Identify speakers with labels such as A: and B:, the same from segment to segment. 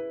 A: I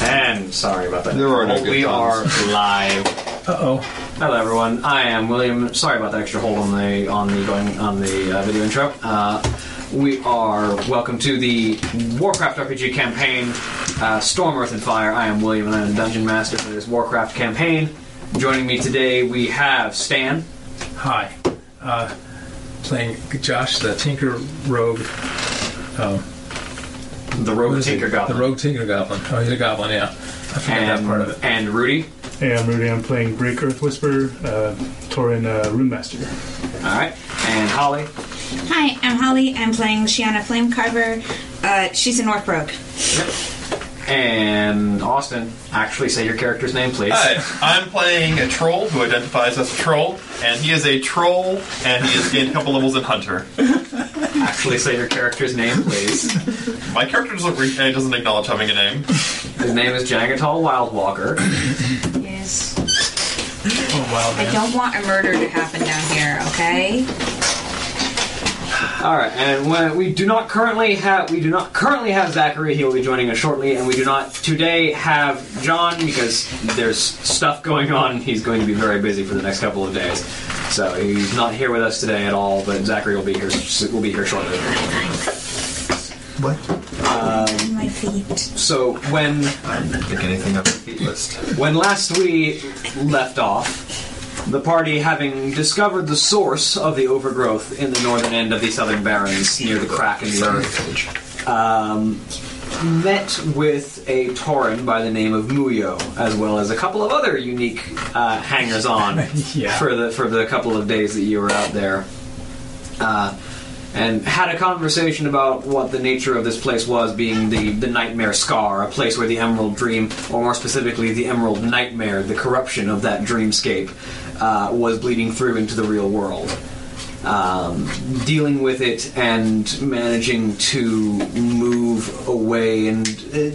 B: And sorry about that.
C: There are no good
B: we
C: puns.
B: are live.
A: Uh oh.
B: Hello, everyone. I am William. Sorry about the extra hold on the on the going on the uh, video intro. Uh, we are welcome to the Warcraft RPG campaign, uh, Storm Earth and Fire. I am William, and I'm the dungeon master for this Warcraft campaign. Joining me today, we have Stan.
D: Hi. Uh, playing Josh, the Tinker Rogue.
B: The Rogue
D: what is he?
B: Tinker Goblin.
D: The Rogue Tinker Goblin. Oh, he's a goblin, yeah. I forgot that
B: and,
D: part of it.
B: and Rudy.
E: Hey, I'm Rudy. I'm playing Greek Earth Whisperer, uh, Torin uh, Runemaster.
B: All right. And Holly.
F: Hi, I'm Holly. I'm playing Shiana Flamecarver. Uh, she's a Northbrook.
B: And Austin. Actually, say your character's name, please.
C: Hi, I'm playing a troll who identifies as a troll, and he is a troll, and he has gained a couple levels in Hunter.
B: Actually, say your character's name, please.
C: My character doesn't, re- uh, doesn't acknowledge having a name.
B: His name is Jagatal Wildwalker.
F: Yes.
D: Oh, wow,
F: I
D: man.
F: don't want a murder to happen down here, okay?
B: All right, and when we do not currently have we do not currently have Zachary. He will be joining us shortly, and we do not today have John because there's stuff going on. He's going to be very busy for the next couple of days, so he's not here with us today at all. But Zachary will be here. Will be here shortly.
F: My feet.
B: So when
C: I didn't pick anything up the list.
B: When last we left off, the party having discovered the source of the overgrowth in the northern end of the southern barrens near the crack in the earth, um, met with a Tauren by the name of Muyo, as well as a couple of other unique uh, hangers on
D: Yeah.
B: for, the, for the couple of days that you were out there. Uh, and had a conversation about what the nature of this place was, being the, the Nightmare Scar, a place where the Emerald Dream, or more specifically the Emerald Nightmare, the corruption of that dreamscape, uh, was bleeding through into the real world. Um, dealing with it and managing to move away and uh,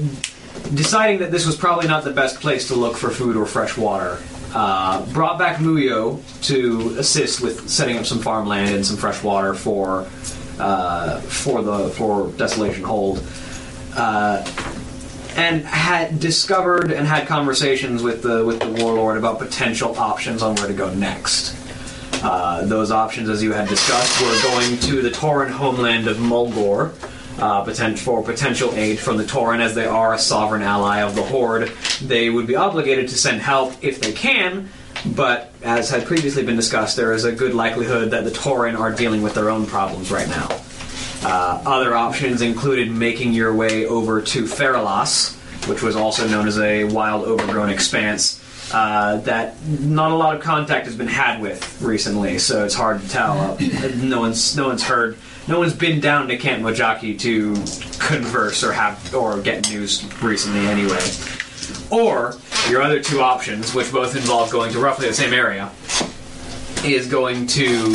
B: deciding that this was probably not the best place to look for food or fresh water. Uh, brought back Muyo to assist with setting up some farmland and some fresh water for uh, for the for Desolation Hold, uh, and had discovered and had conversations with the with the warlord about potential options on where to go next. Uh, those options, as you had discussed, were going to the Tauran homeland of Mulgore. Uh, potent- for potential aid from the Tauran, as they are a sovereign ally of the Horde, they would be obligated to send help if they can. But as had previously been discussed, there is a good likelihood that the Tauran are dealing with their own problems right now. Uh, other options included making your way over to Feralas, which was also known as a wild, overgrown expanse uh, that not a lot of contact has been had with recently. So it's hard to tell. Uh, no one's no one's heard. No one's been down to Camp Mojaki to converse or have or get news recently, anyway. Or your other two options, which both involve going to roughly the same area, is going to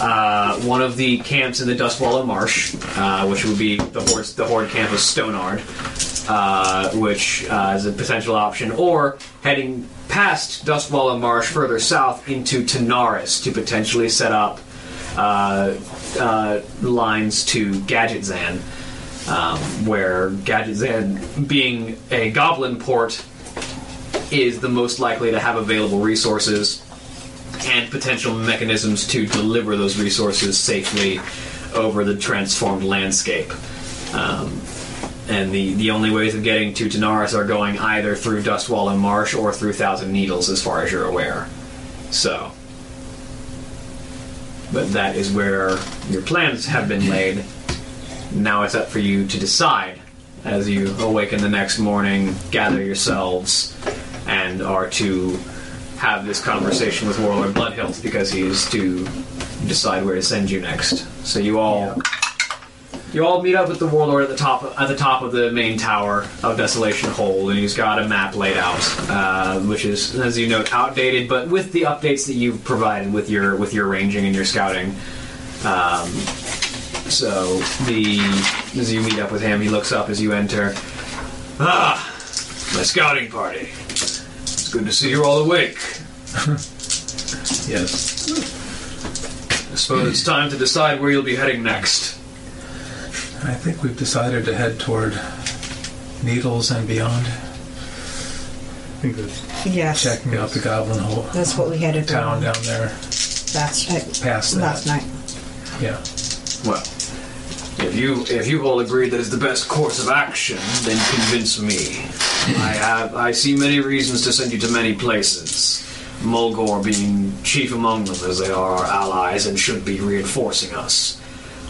B: uh, one of the camps in the Dust Wallow Marsh, uh, which would be the Horde, the Horde camp of Stonard, uh, which uh, is a potential option, or heading past Dust Wallow Marsh further south into Tanaris to potentially set up uh, uh, lines to Gadget Zan, um, where Gadget Zan, being a goblin port, is the most likely to have available resources and potential mechanisms to deliver those resources safely over the transformed landscape. Um, and the, the only ways of getting to Tanaris are going either through Dustwall and Marsh or through Thousand Needles, as far as you're aware. So. But that is where your plans have been laid. Now it's up for you to decide as you awaken the next morning, gather yourselves, and are to have this conversation with Warlord Bloodhilt because he is to decide where to send you next. So you all you all meet up with the warlord at the top at the top of the main tower of Desolation Hold, and he's got a map laid out, uh, which is, as you note, outdated. But with the updates that you've provided with your with your ranging and your scouting, um, so the as you meet up with him, he looks up as you enter. Ah, my scouting party. It's good to see you're all awake.
D: Yes.
B: I suppose it's time to decide where you'll be heading next.
D: I think we've decided to head toward Needles and beyond,
E: I think that's
G: Yes.
D: checking out the Goblin Hole
G: That's what we headed
D: town
G: down
D: down there.
G: last, uh,
D: Past that.
G: last night.
D: Yeah.
B: Well, if you if you all agree that it's the best course of action, then convince me. I have I see many reasons to send you to many places. Mulgore being chief among them, as they are our allies and should be reinforcing us.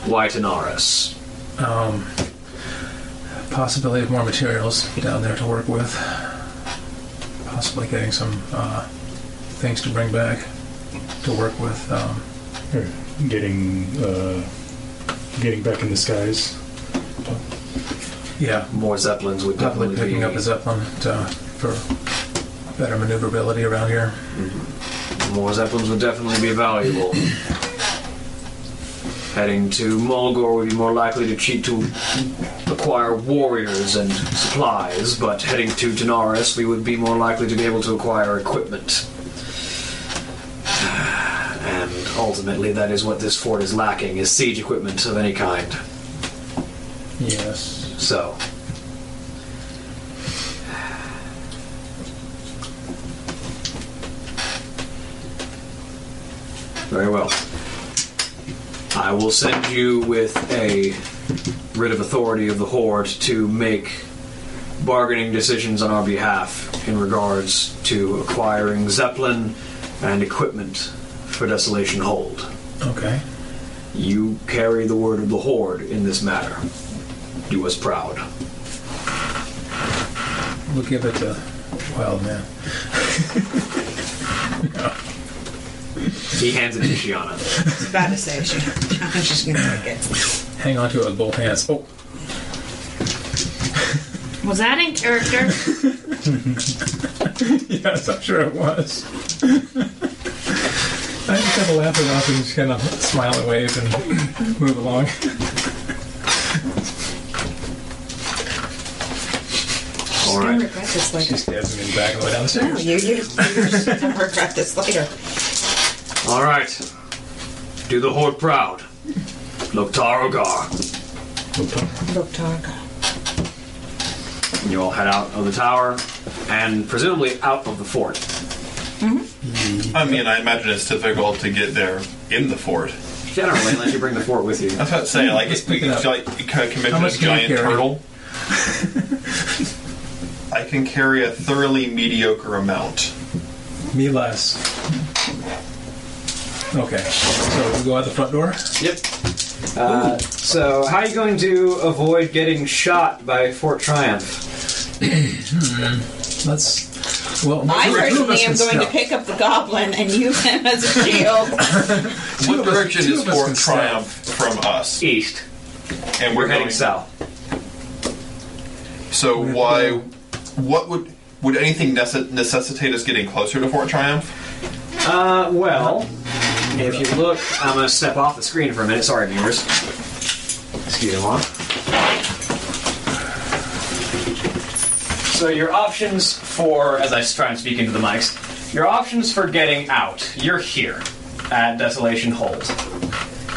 B: Why Tanaris?
D: Um, possibility of more materials down there to work with. Possibly getting some uh, things to bring back to work with. Um,
E: or getting uh, getting back in the skies.
D: yeah,
B: More zeppelins would
D: probably
B: definitely
D: picking
B: be
D: up a Zeppelin to, for better maneuverability around here.
B: more zeppelins would definitely be valuable. Heading to Mulgore would be more likely to cheat to acquire warriors and supplies, but heading to Tanaris we would be more likely to be able to acquire equipment. And ultimately that is what this fort is lacking is siege equipment of any kind.
D: Yes.
B: So Very well. I will send you with a writ of authority of the Horde to make bargaining decisions on our behalf in regards to acquiring Zeppelin and equipment for Desolation Hold.
D: Okay.
B: You carry the word of the Horde in this matter. Do us proud.
D: We'll give it to Wild Man.
B: He hands it to Shiana.
G: I was about to say she. I was just going to take it.
D: Hang on to it with both hands. Oh,
F: Was that in character?
D: yes, I'm sure it was. I just kind of laugh it off and just kind of smile and wave and move along.
B: All
G: I'm going to
B: right.
G: regret this later.
D: She stabs me in the back on the way down the
G: No,
D: stairs.
G: you, you, you're just going to regret this later.
B: All right. Do the Horde proud. Loktar Ogar.
G: Look, Targa.
B: You all head out of the tower and presumably out of the fort.
C: I mean, I imagine it's difficult to get there in the fort.
B: Generally, unless you bring the fort with you.
C: I was about to say, like, it's
D: Hmm, pick it up.
C: like you
D: How
C: could commission a
D: much can you
C: giant
D: carry?
C: turtle. I can carry a thoroughly mediocre amount.
G: Oh.
D: Me less. Okay, so we go out the front door.
B: Yep. Uh, so, how are you going to avoid getting shot by Fort Triumph?
D: Let's. Well,
G: I
D: two of us can
G: personally am going to
D: scout.
G: pick up the goblin and use him as a shield.
D: Two
C: What
D: of us-
C: direction
D: two
C: is
D: of us
C: Fort
D: can scout.
C: Triumph from us?
B: East.
C: And
B: We're heading
C: going-
B: south.
C: So why? What would would anything necess- necessitate us getting closer to Fort
H: Oh,
C: Triumph?
B: Uh, well, if you look, I'm going to step off the screen for a minute. Sorry, viewers. Excuse me. Lon. So your options for, as I try and speak into the mics, your options for getting out. You're here at Desolation Hold.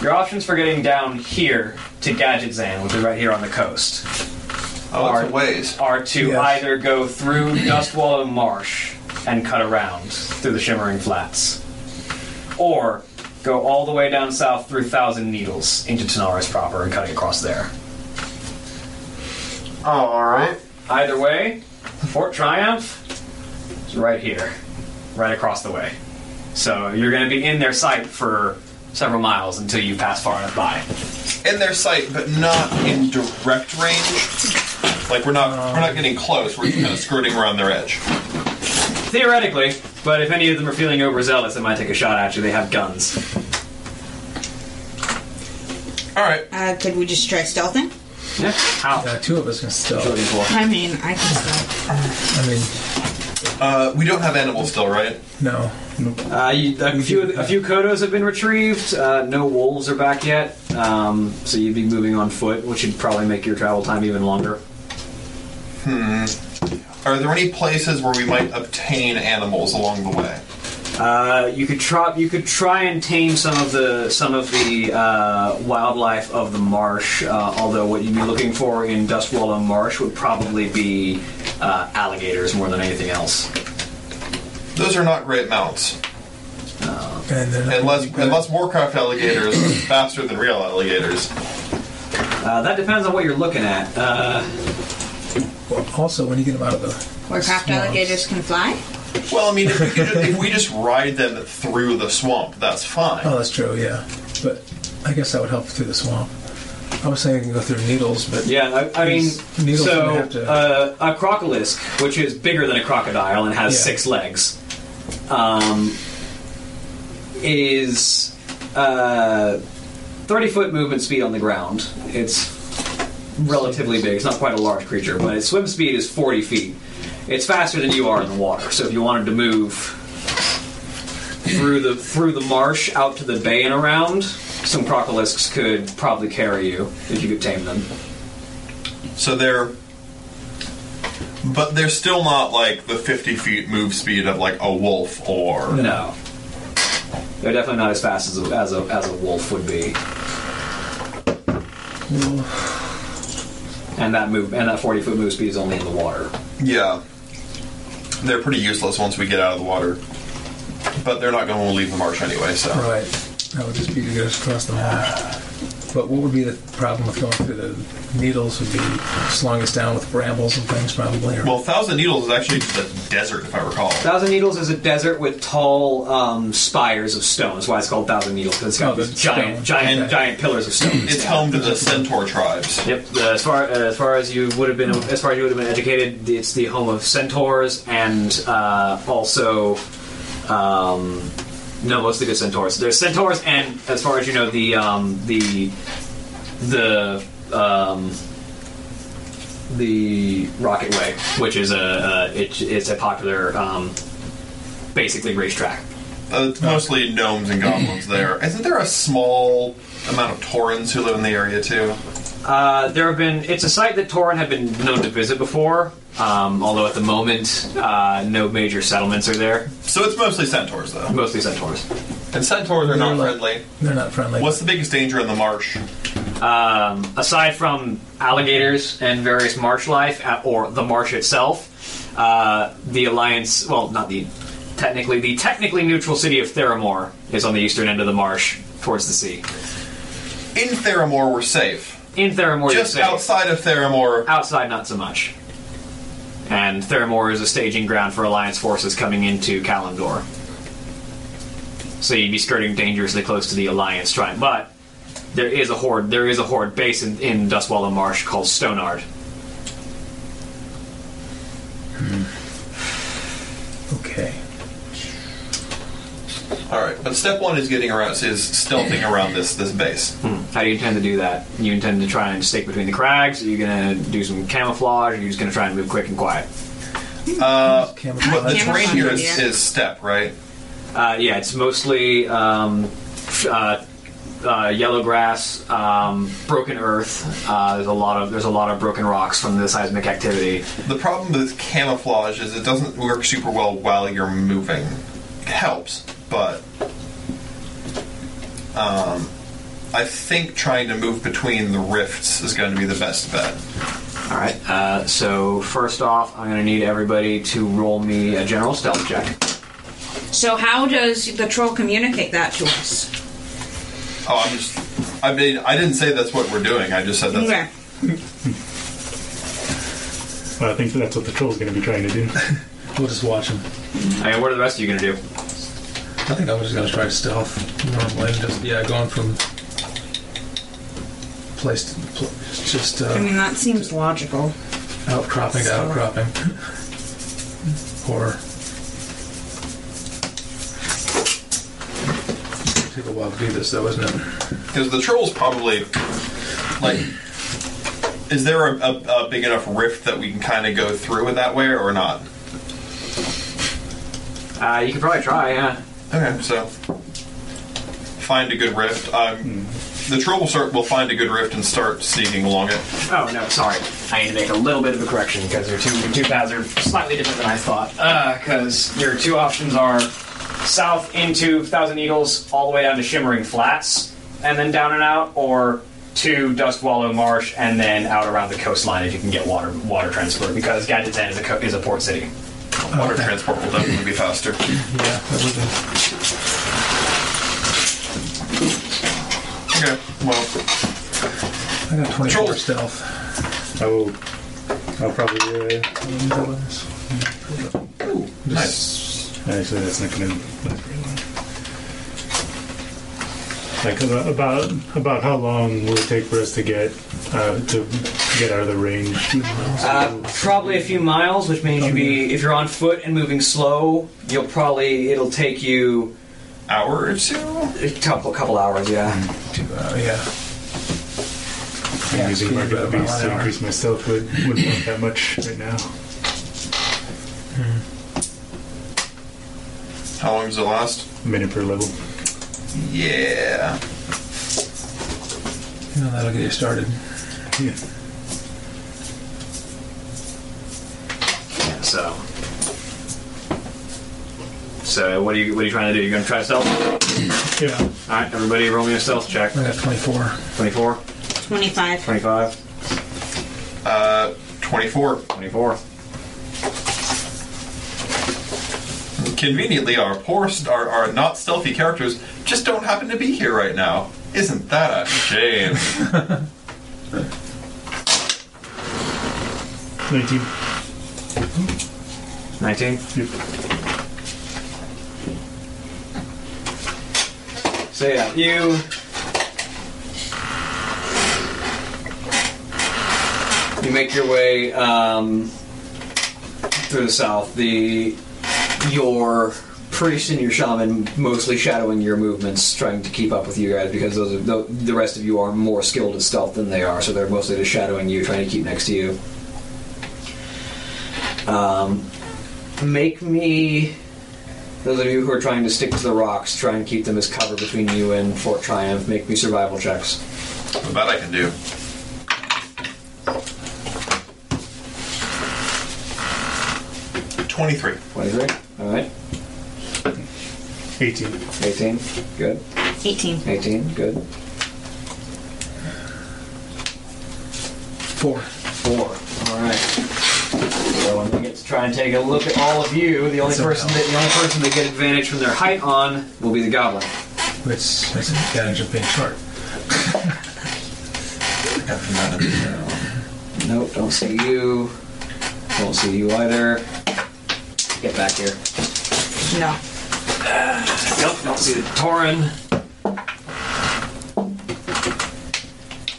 B: Your options for getting down here to Gadgetzan, which is right here on the coast,
H: Oh,
B: Alright.
H: it's a ways.
B: are to
D: Yes.
B: either go through Dustwallow Marsh and cut around through the Shimmering Flats, or go all the way down south through Thousand Needles into Tanaris proper and cutting across there.
H: Oh, all right.
B: Either way, Fort Triumph is right here, right across the way. So you're going to be in their sight for several miles until you pass far enough by.
H: In their sight, but not in direct range. Like we're not we're not getting close. We're kind of skirting around their edge.
B: Theoretically, but if any of them are feeling overzealous, they might take a shot at you. They have guns.
H: All right.
G: Uh, could we just try stealthing?
B: Yeah. How?
D: Uh, two of us can stealth.
G: I mean, I can stealth.
D: I mean,
H: Uh, we don't have animals still, right?
D: no.
B: Uh, you, a, few, a few kodos have been retrieved. Uh, no wolves are back yet, um, so you'd be moving on foot, which would probably make your travel time even longer.
H: Are there any places where we might obtain animals along the way?
B: Uh, you could try. You could try and tame some of the some of the uh, wildlife of the marsh. Uh, although what you'd be looking for in Dust Wallow Marsh would probably be uh, alligators more than anything else.
H: Those are not great mounts,
D: And then
H: unless unless Warcraft alligators are faster than real alligators.
B: Uh, that depends on what you're looking at. Uh,
D: also when you get them out of the
G: Warcraft
D: Swamps.
G: alligators can fly?
H: Well, I mean, if we, could, if we just ride them through the swamp, that's fine.
D: oh, that's true, yeah. But I guess that would help through the swamp. I was saying I can go through needles, but
B: yeah, I, I mean,
D: These needles
B: so
D: would have to-
B: uh, a crocolisk, which is bigger than a crocodile and has
D: Yeah.
B: six legs, um, is uh, thirty foot movement speed on the ground. It's relatively big. It's not quite a large creature, but its swim speed is 40 feet. It's faster than you are in the water. So if you wanted to move through the through the marsh out to the bay and around, some crocolisks could probably carry you if you could tame them.
H: So they're, but they're still not like the fifty feet move speed of like a wolf or.
B: No. They're definitely not as fast as a, as a, as a wolf would be.
D: Well,
B: And that move and that 40 foot move speed is only in the water.
H: Yeah, they're pretty useless once we get out of the water. But they're not going to leave the marsh anyway, so.
D: right. That would just be to get us across the marsh. But what would be the problem with going through the needles would be slowing us down with brambles and things probably. Or,
H: Well, Thousand Needles is actually just a desert, if I recall.
B: Thousand Needles is a desert with tall um, spires of stone. That's why it's called Thousand Needles because it's got
D: Oh,
B: these
D: the
B: giant,
D: stone.
B: giant,
D: Okay.
B: giant pillars of stone.
H: It's home to the Centaur tribes.
B: Yep. Uh, as far as far as you would have been as far as you would have been educated, it's the home of centaurs and uh, also um, no, mostly just centaurs. There's centaurs and as far as you know, the um, the the um, the Rocket Way, which is a uh, it, it's a popular um, basically racetrack.
H: Uh, it's mostly gnomes and goblins there. Isn't there a small amount of Taurans who live in the area too?
B: Uh, there have been. It's a site that Torin had been known to visit before, um, although at the moment uh, no major settlements are there.
H: So it's mostly centaurs though.
B: Mostly centaurs.
H: And centaurs are not
D: They're like-
H: friendly.
D: they're not friendly.
H: What's the biggest danger in the marsh?
B: Um, aside from alligators and various marsh life, uh, or the marsh itself, uh, the alliance. Well, not the technically the technically neutral city of Theramore is on the eastern end of the marsh, towards the sea.
H: In Theramore, we're safe.
B: In Theramore, you're
H: Just
B: safe.
H: outside of Theramore,
B: Outside, not so much. And Theramore is a staging ground for Alliance forces coming into Kalimdor. So you'd be skirting dangerously close to the Alliance trying. But there is a horde. There is a horde base in, in Dustwallow Marsh called Stonard.
D: okay.
H: all right. But step one is getting around is stealthing around this this base.
B: How do you intend to do that? You intend to try and stick between the crags? Are you going to do some camouflage? Or are you just going to try and move quick and quiet?
H: Uh, But the
D: Camouflage.
H: terrain here is,
G: Yeah.
H: is step, right?
B: Uh, yeah, it's mostly um, uh, uh, yellow grass, um, broken earth. Uh, there's a lot of there's a lot of broken rocks from the seismic activity.
H: The problem with camouflage is it doesn't work super well while you're moving. It helps, but um, I think trying to move between the rifts is going to be the best bet.
B: All right. Uh, so first off, I'm going to need everybody to roll me a general stealth check.
G: So how does the troll communicate that to us?
H: Oh, I'm just. I mean, I didn't say that's what we're doing. I just said that's.
G: Okay.
E: Well, I think that's what the troll's going to be trying to do.
D: We'll just watch him.
B: I mean, what are the rest of you going to do?
D: I think I'm just gonna try stealth normally. and Just yeah, going from place to pl- just
G: I
D: uh,
G: mean, that seems logical.
D: outcropping to outcropping, or take a while to do this, though, isn't it?
H: Because the troll's probably like. Is there a, a, a big enough rift that we can kind of go through it that way or not?
B: Uh, you can probably try. Yeah.
H: Okay, so find a good rift. Um, The troll will start. Will find a good rift and start sneaking along it.
B: Oh no, sorry. I need to make a little bit of a correction because your two your two paths are slightly different than I thought. Because your two options are south into Thousand Eagles, all the way down to Shimmering Flats, and then down and out, or to Dust Wallow Marsh and then out around the coastline if you can get water water transfer. Because Gadget's End is a co- is a port city.
H: Water transport will definitely be faster.
D: Yeah, that would be.
H: Okay, well,
D: I got 24
H: Troll.
D: stealth.
E: I will. I'll probably. Uh,
H: nice.
E: actually, that's not going to last very long. Like about- about about how long will it take for us to get uh, to get out of the range?
B: Uh, probably a few miles, which means you be if you're on foot and moving slow, you'll probably it'll take you
H: Hour or two.
B: a couple couple hours. Yeah.
D: Two, uh, yeah,
E: I'm using
D: yeah,
E: Mark of the
D: about
E: Beast
D: an
E: to
D: hour.
E: increase my stealth would wouldn't work that much right now.
H: How long does it last?
E: A minute per level.
H: Yeah.
D: you know that'll get you started.
E: Yeah.
B: So. So what are you what are you trying to do? You're gonna try stealth?
E: Yeah.
B: Alright, everybody roll me a stealth check.
D: I got 24.
B: 24,
G: 25.
B: 25,
H: Uh, twenty-four.
B: 24.
H: Conveniently, our poor, st- our, our not stealthy characters just don't happen to be here right now. Isn't that a shame?
E: 19.
B: 19.
E: Yep.
B: So yeah, you you make your way um, through the south. The your priest and your shaman mostly shadowing your movements, trying to keep up with you guys because those are, the, the rest of you are more skilled at stealth than they are, so they're mostly just shadowing you, trying to keep next to you. Um, make me those of you who are trying to stick to the rocks, try and keep them as cover between you and Fort Triumph. Make me survival checks.
H: I bet I can do. Twenty-three.
B: 23. All right.
E: 18.
B: 18. Good.
G: 18.
B: 18. Good.
D: Four.
B: Four. All right. So I'm going to try and take a look at all of you. The only
D: That's
B: person
D: okay.
B: that the only person that get advantage from their height on will be the goblin.
D: It's that's an advantage of being short.
H: After that,
B: Nope. Don't see you. Don't see you either. Get back here.
G: No.
B: Nope, don't see the Torin.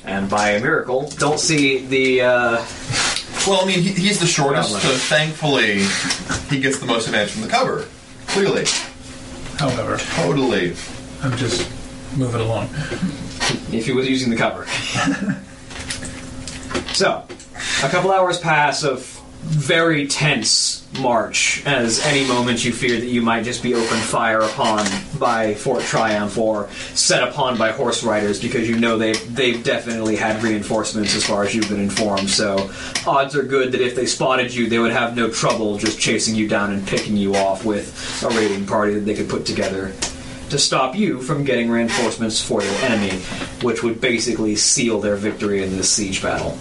B: And by a miracle, don't see the. Uh,
H: Well, I mean, he, he's the shortest,
B: Well,
H: so thankfully, he gets the most advantage from the cover. Clearly,
D: However,
H: totally.
D: I'm just moving along.
B: if he was using the cover. so, a couple hours pass of very tense march, as any moment you fear that you might just be opened fire upon by Fort Triumph or set upon by horse riders because you know they've, they've definitely had reinforcements as far as you've been informed. So, odds are good that if they spotted you, they would have no trouble just chasing you down and picking you off with a raiding party that they could put together.
I: to stop you from getting reinforcements for your enemy, which would basically seal their victory in this siege battle.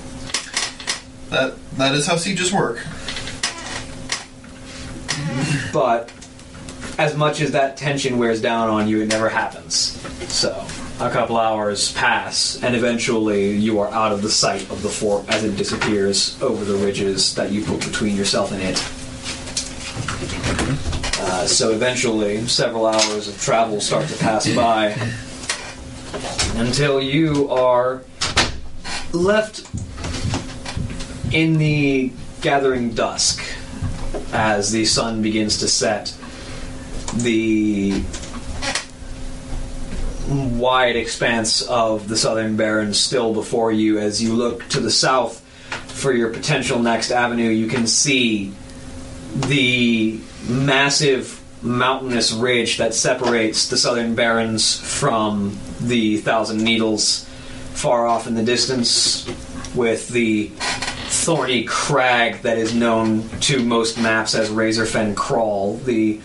H: That that is how sieges work.
I: But as much as that tension wears down on you, it never happens. So a couple hours pass, and eventually you are out of the sight of the fort as it disappears over the ridges that you put between yourself and it. Uh, so eventually, several hours of travel start to pass by until you are left in the gathering dusk as the sun begins to set the wide expanse of the Southern Barrens still before you. As you look to the south for your potential next avenue, you can see the massive mountainous ridge that separates the Southern Barrens from the Thousand Needles far off in the distance with the thorny crag that is known to most maps as Razorfen Crawl, the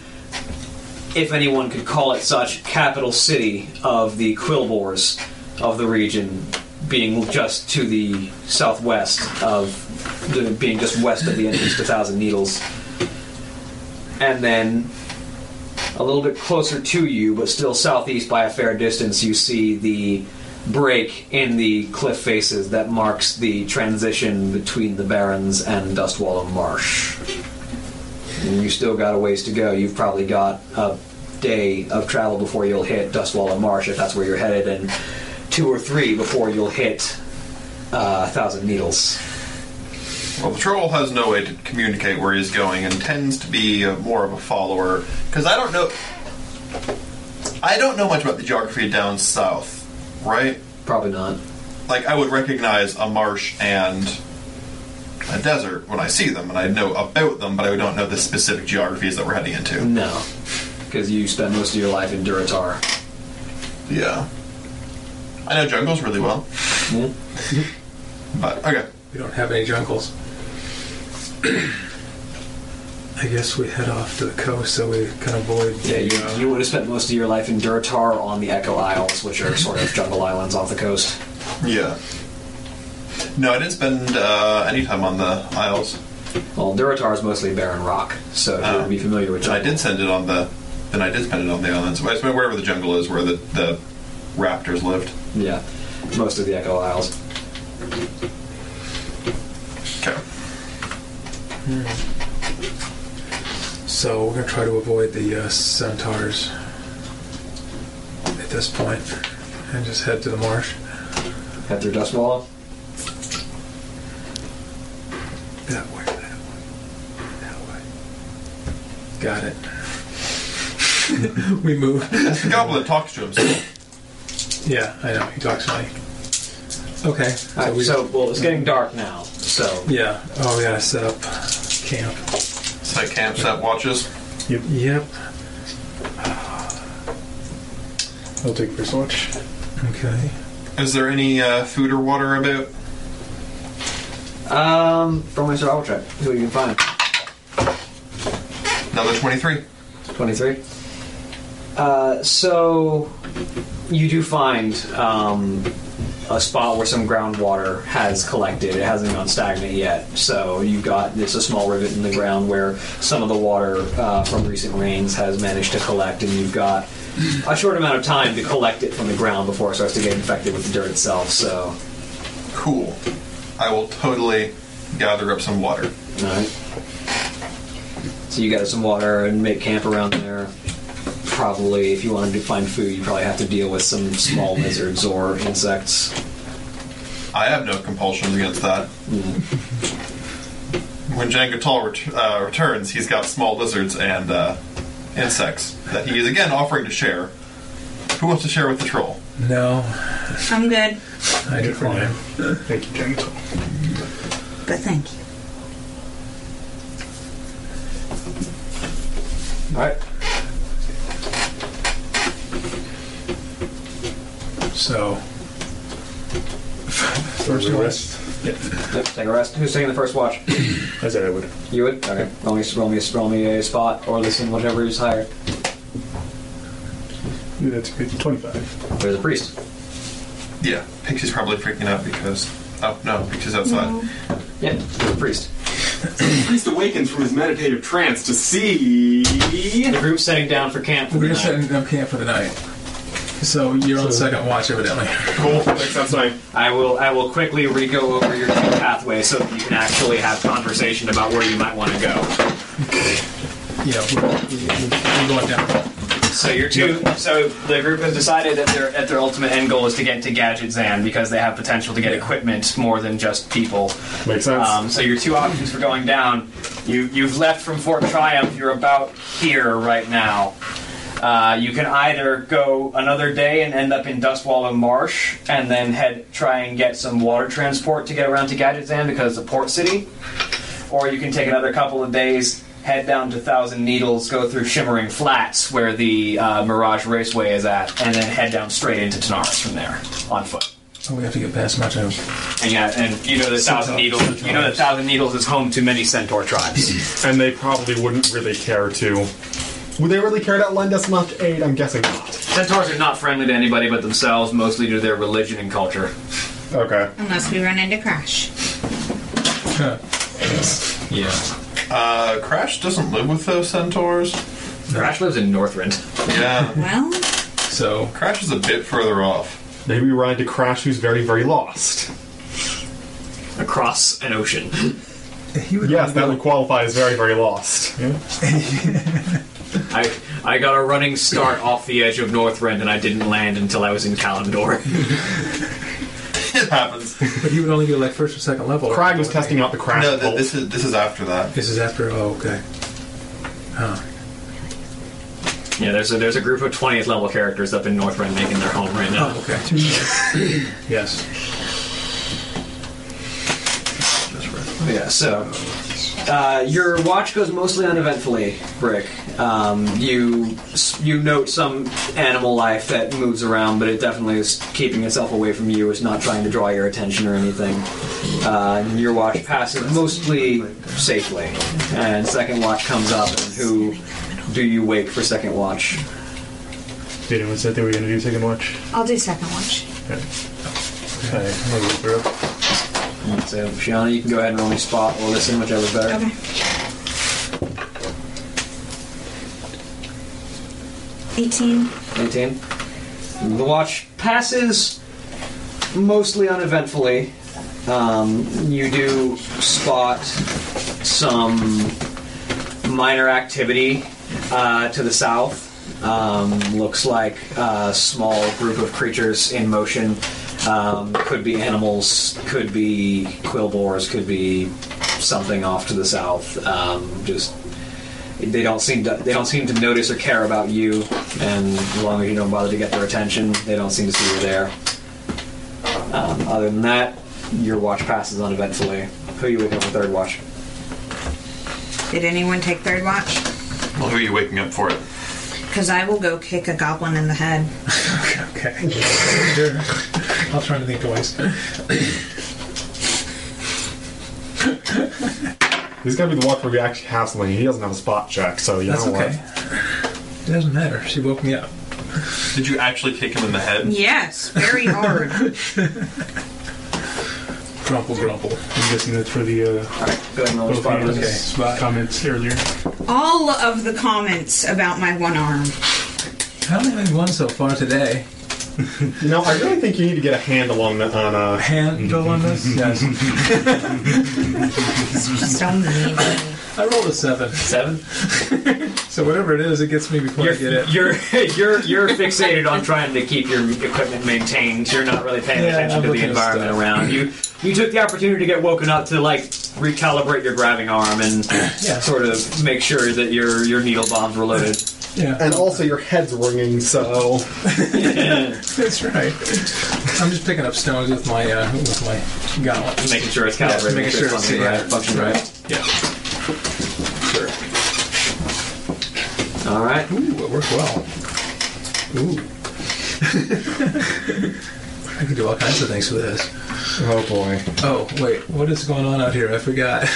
I: if anyone could call it such, capital city of the Quillbores of the region, being just to the southwest of, being just west of the entrance to Thousand Needles. And then a little bit closer to you, but still southeast by a fair distance, you see the break in the cliff faces that marks the transition between the Barrens and Dustwallow Marsh and you still got a ways to go. You've probably got a day of travel before you'll hit Dustwalla Marsh if that's where you're headed, and two or three before you'll hit uh, Thousand Needles.
H: Well, the troll has no way to communicate where he's going and tends to be uh, more of a follower. Because I don't know. I don't know much about the geography down south, right?
I: Probably not.
H: Like, I would recognize a marsh and a desert when I see them, and I know about them, but I don't know the specific geographies that we're heading into.
I: No, because you spent most of your life in Duratar.
H: Yeah. I know jungles really well. But, okay.
E: We don't have any jungles. I guess we head off to the coast so we can avoid.
I: Yeah, you, you would have spent most of your life in Duratar on the Echo Isles, which are sort of jungle islands off the coast.
H: Yeah. No, I didn't spend uh, any time on the Isles.
I: Well, Duratar is mostly barren rock, so you would be familiar with
H: And I
I: jungle.
H: Ah. did send it on the. Then I did spend it on the islands. I spent wherever the jungle is, where the, the raptors lived.
I: Yeah, most of the Echo Isles.
H: Okay.
E: So we're gonna try to avoid the uh, centaurs at this point and just head to the marsh.
I: Head through Dustwalla.
E: That way, that way, that way. Got it. we move.
H: The goblin talks to himself.
E: Yeah, I know. He talks funny. Okay. So,
I: Alright,
E: we,
I: so, well, it's getting dark now, so
E: yeah. Oh, we gotta set up camp.
H: It's like camps that watches.
E: Yep.
J: I'll take first watch.
E: Okay.
H: Is there any uh, food or water about?
I: Um, from my survival check, see what you can find.
H: Another 23.
I: 23. Uh, so, you do find um, a spot where some groundwater has collected. It hasn't gone stagnant yet. So, you've got this a small rivet in the ground where some of the water uh, from recent rains has managed to collect, and you've got a short amount of time to collect it from the ground before it starts to get infected with the dirt itself. So,
H: Cool. I will totally gather up some water.
I: Alright. So you gather some water and make camp around there. Probably, if you wanted to find food, you probably have to deal with some small lizards or insects.
H: I have no compulsions against that. When Jenga Tall ret- uh, returns, he's got small lizards and uh, insects that he is again offering to share. Who wants to share with the troll?
E: No,
G: I'm good,
E: I do for now.
J: Thank you, Gentle.
G: but thank you.
I: Alright.
E: So, first
J: We
E: one.
J: rest.
I: Yep, take a rest. Who's taking the first watch?
J: I said I would.
I: You would? Okay. Roll me, roll me, roll me a spot or listen, whatever is higher.
K: That's good. 25.
I: There's a priest.
H: Yeah, Pixie's probably freaking out because. Oh no, Pixie's outside.
I: Yeah, there's a priest.
E: Priest awakens from his meditative trance to see.
I: The group's setting down for camp for the
D: We're
I: night.
D: setting up camp for the night. So you're on second watch, evidently.
E: Cool. Thanks, outside.
I: I will I will quickly re-go over your two pathway so that you can actually have conversation about where you might want to go.
D: Yeah, we're, we're going down.
I: So your two so the group has decided that their at their ultimate end goal is to get to Gadget Zan because they have potential to get equipment more than just people.
K: Makes sense.
I: Um, so your two options for going down, you you've left from Fort Triumph. You're about here right now. Uh, you can either go another day and end up in Dust Wallow Marsh, and then head try and get some water transport to get around to Gadgetzan because it's a port city, or you can take another couple of days. Head down to Thousand Needles, go through Shimmering Flats, where the uh, Mirage Raceway is at, and then head down straight into Tanaris from there on foot.
D: Oh, we have to get past Macho.
I: And yeah, and you know that Thousand Needles, you know that Thousand Needles is home to many centaur tribes.
E: And they probably wouldn't really care to. Would they really care to lend us much aid? I'm guessing not.
I: Centaurs are not friendly to anybody but themselves, mostly to their religion and culture.
E: Okay.
G: Unless we run into Crash.
I: Yeah.
H: Uh, Crash doesn't live with those centaurs.
I: Thrash lives in Northrend.
H: Yeah,
G: Well,
D: So
H: Crash is a bit further off.
E: Maybe we run into Crash, who's very, very lost.
I: Across an ocean.
D: he would.
E: Yes, that would qualify as very, very lost.
I: I I got a running start off the edge of Northrend and I didn't land until I was in Kalimdor.
H: It happens.
D: But he would only go like first or second level.
E: Crag was testing out the Crash
H: No, th-
E: pulse.
H: this is this is after that.
D: This is after. Oh, okay.
I: yeah, there's a there's a group of twentieth level characters up in Northrend making their home right now.
D: Oh, okay. yes.
I: Yeah, so uh, your watch goes mostly uneventfully, Brick. Um, you you note some animal life that moves around, but it definitely is keeping itself away from you. It's not trying to draw your attention or anything. Uh, and your watch passes mostly safely, and second watch comes up. And who do you wake for second watch?
K: Did anyone say they were going to do second watch?
L: I'll do second watch.
K: Okay. I'm gonna look her up.
I: So, Shiana, you can go ahead and roll me spot or listen, whichever's better.
L: Okay. Eighteen.
I: 18. The watch passes mostly uneventfully. Um, you do spot some minor activity uh, to the south. Um, looks like a small group of creatures in motion. Um, could be animals, could be quill bores, could be something off to the south. Um, just they don't seem to they don't seem to notice or care about you, and as long as you don't bother to get their attention, they don't seem to see you there. Um, other than that, your watch passes uneventfully. Who are you waking up for third watch?
G: did anyone take third watch?
H: Well, who are you waking up for it?
G: Because I will go kick a goblin in the head.
D: Okay. sure. I'll try to think twice.
E: This is going to be the watch where we actually have something. He doesn't have a spot check, so you
D: That's
E: know
D: okay. Doesn't matter. She woke me up.
H: Did you actually kick him in the head?
G: Yes, very hard.
D: Grumple, grumple.
K: I'm guessing that's for the uh,
I: All right, go ahead and roll
K: both
I: your spot.
K: of
I: Okay.
D: Okay,
K: these
D: spot.
K: comments earlier.
G: All of the comments about my one arm.
D: I only had one so far today.
E: what. You know, I really think you need to get a handle on the, on uh,
D: Handle on this? Yes.
G: So mean.
D: I rolled a seven.
I: Seven.
D: So whatever it is, it gets me before
I: You're,
D: I get it.
I: you're you're you're fixated on trying to keep your equipment maintained. You're not really paying
D: Yeah,
I: attention
D: I'm
I: to the
D: looking at
I: environment
D: stuff.
I: around you. You took the opportunity to get woken up to like recalibrate your grabbing arm and
D: Yeah.
I: sort of make sure that your your needle bombs were loaded.
D: Yeah,
E: and also your head's ringing, so
D: that's right. I'm just picking up stones with my uh, with my gauntlet.
I: making sure it's
D: Yeah,
I: calibrated,
D: making
I: making sure
D: sure
I: it's
D: it's-
I: functioning right,
D: yeah.
I: functioning right.
D: Yeah.
I: Sure. All right.
D: Ooh, it worked well. Ooh. I could do all kinds of things with this.
E: oh boy.
D: Oh wait, what is going on out here? I forgot.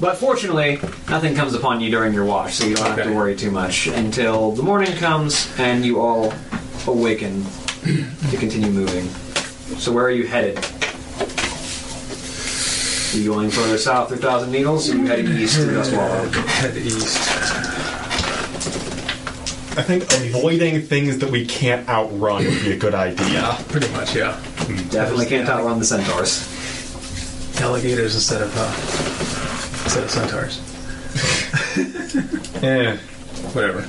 I: But fortunately, nothing comes upon you during your watch, so you don't have to worry too much until the morning comes and you all awaken to continue moving. So where are you headed? Are you going further south through Thousand Needles, or are you heading east through Dust
E: Oh,
I: Wallow?
D: Head east.
E: I think avoiding things that we can't outrun would be a good idea.
D: Ah, Pretty much, yeah.
I: Definitely can't outrun the centaurs.
D: Alligators instead of uh, instead of centaurs.
E: Eh.
D: Whatever.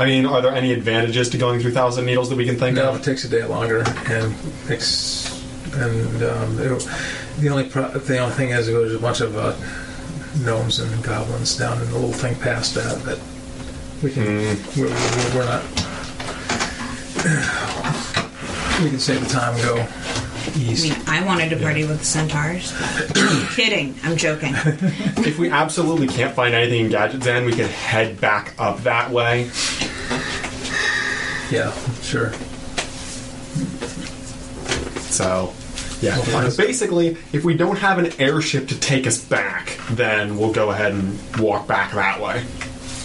E: I mean, are there any advantages to going through Thousand Needles that we can think
D: No, it
E: of?
D: takes a day longer, and ex- and um, it- the only pro- the only thing is there's a bunch of uh, gnomes and goblins down in the little thing past that that we can we're, we're, we're not we can save the time and go
G: I
D: east.
G: mean, I wanted to party with the centaurs. Kidding. I'm joking.
E: If we absolutely can't find anything in Gadget Zen, we can head back up that way.
D: Yeah, sure.
E: So, yeah.
D: find us.
E: Basically, if we don't have an airship to take us back, then we'll go ahead and walk back that way.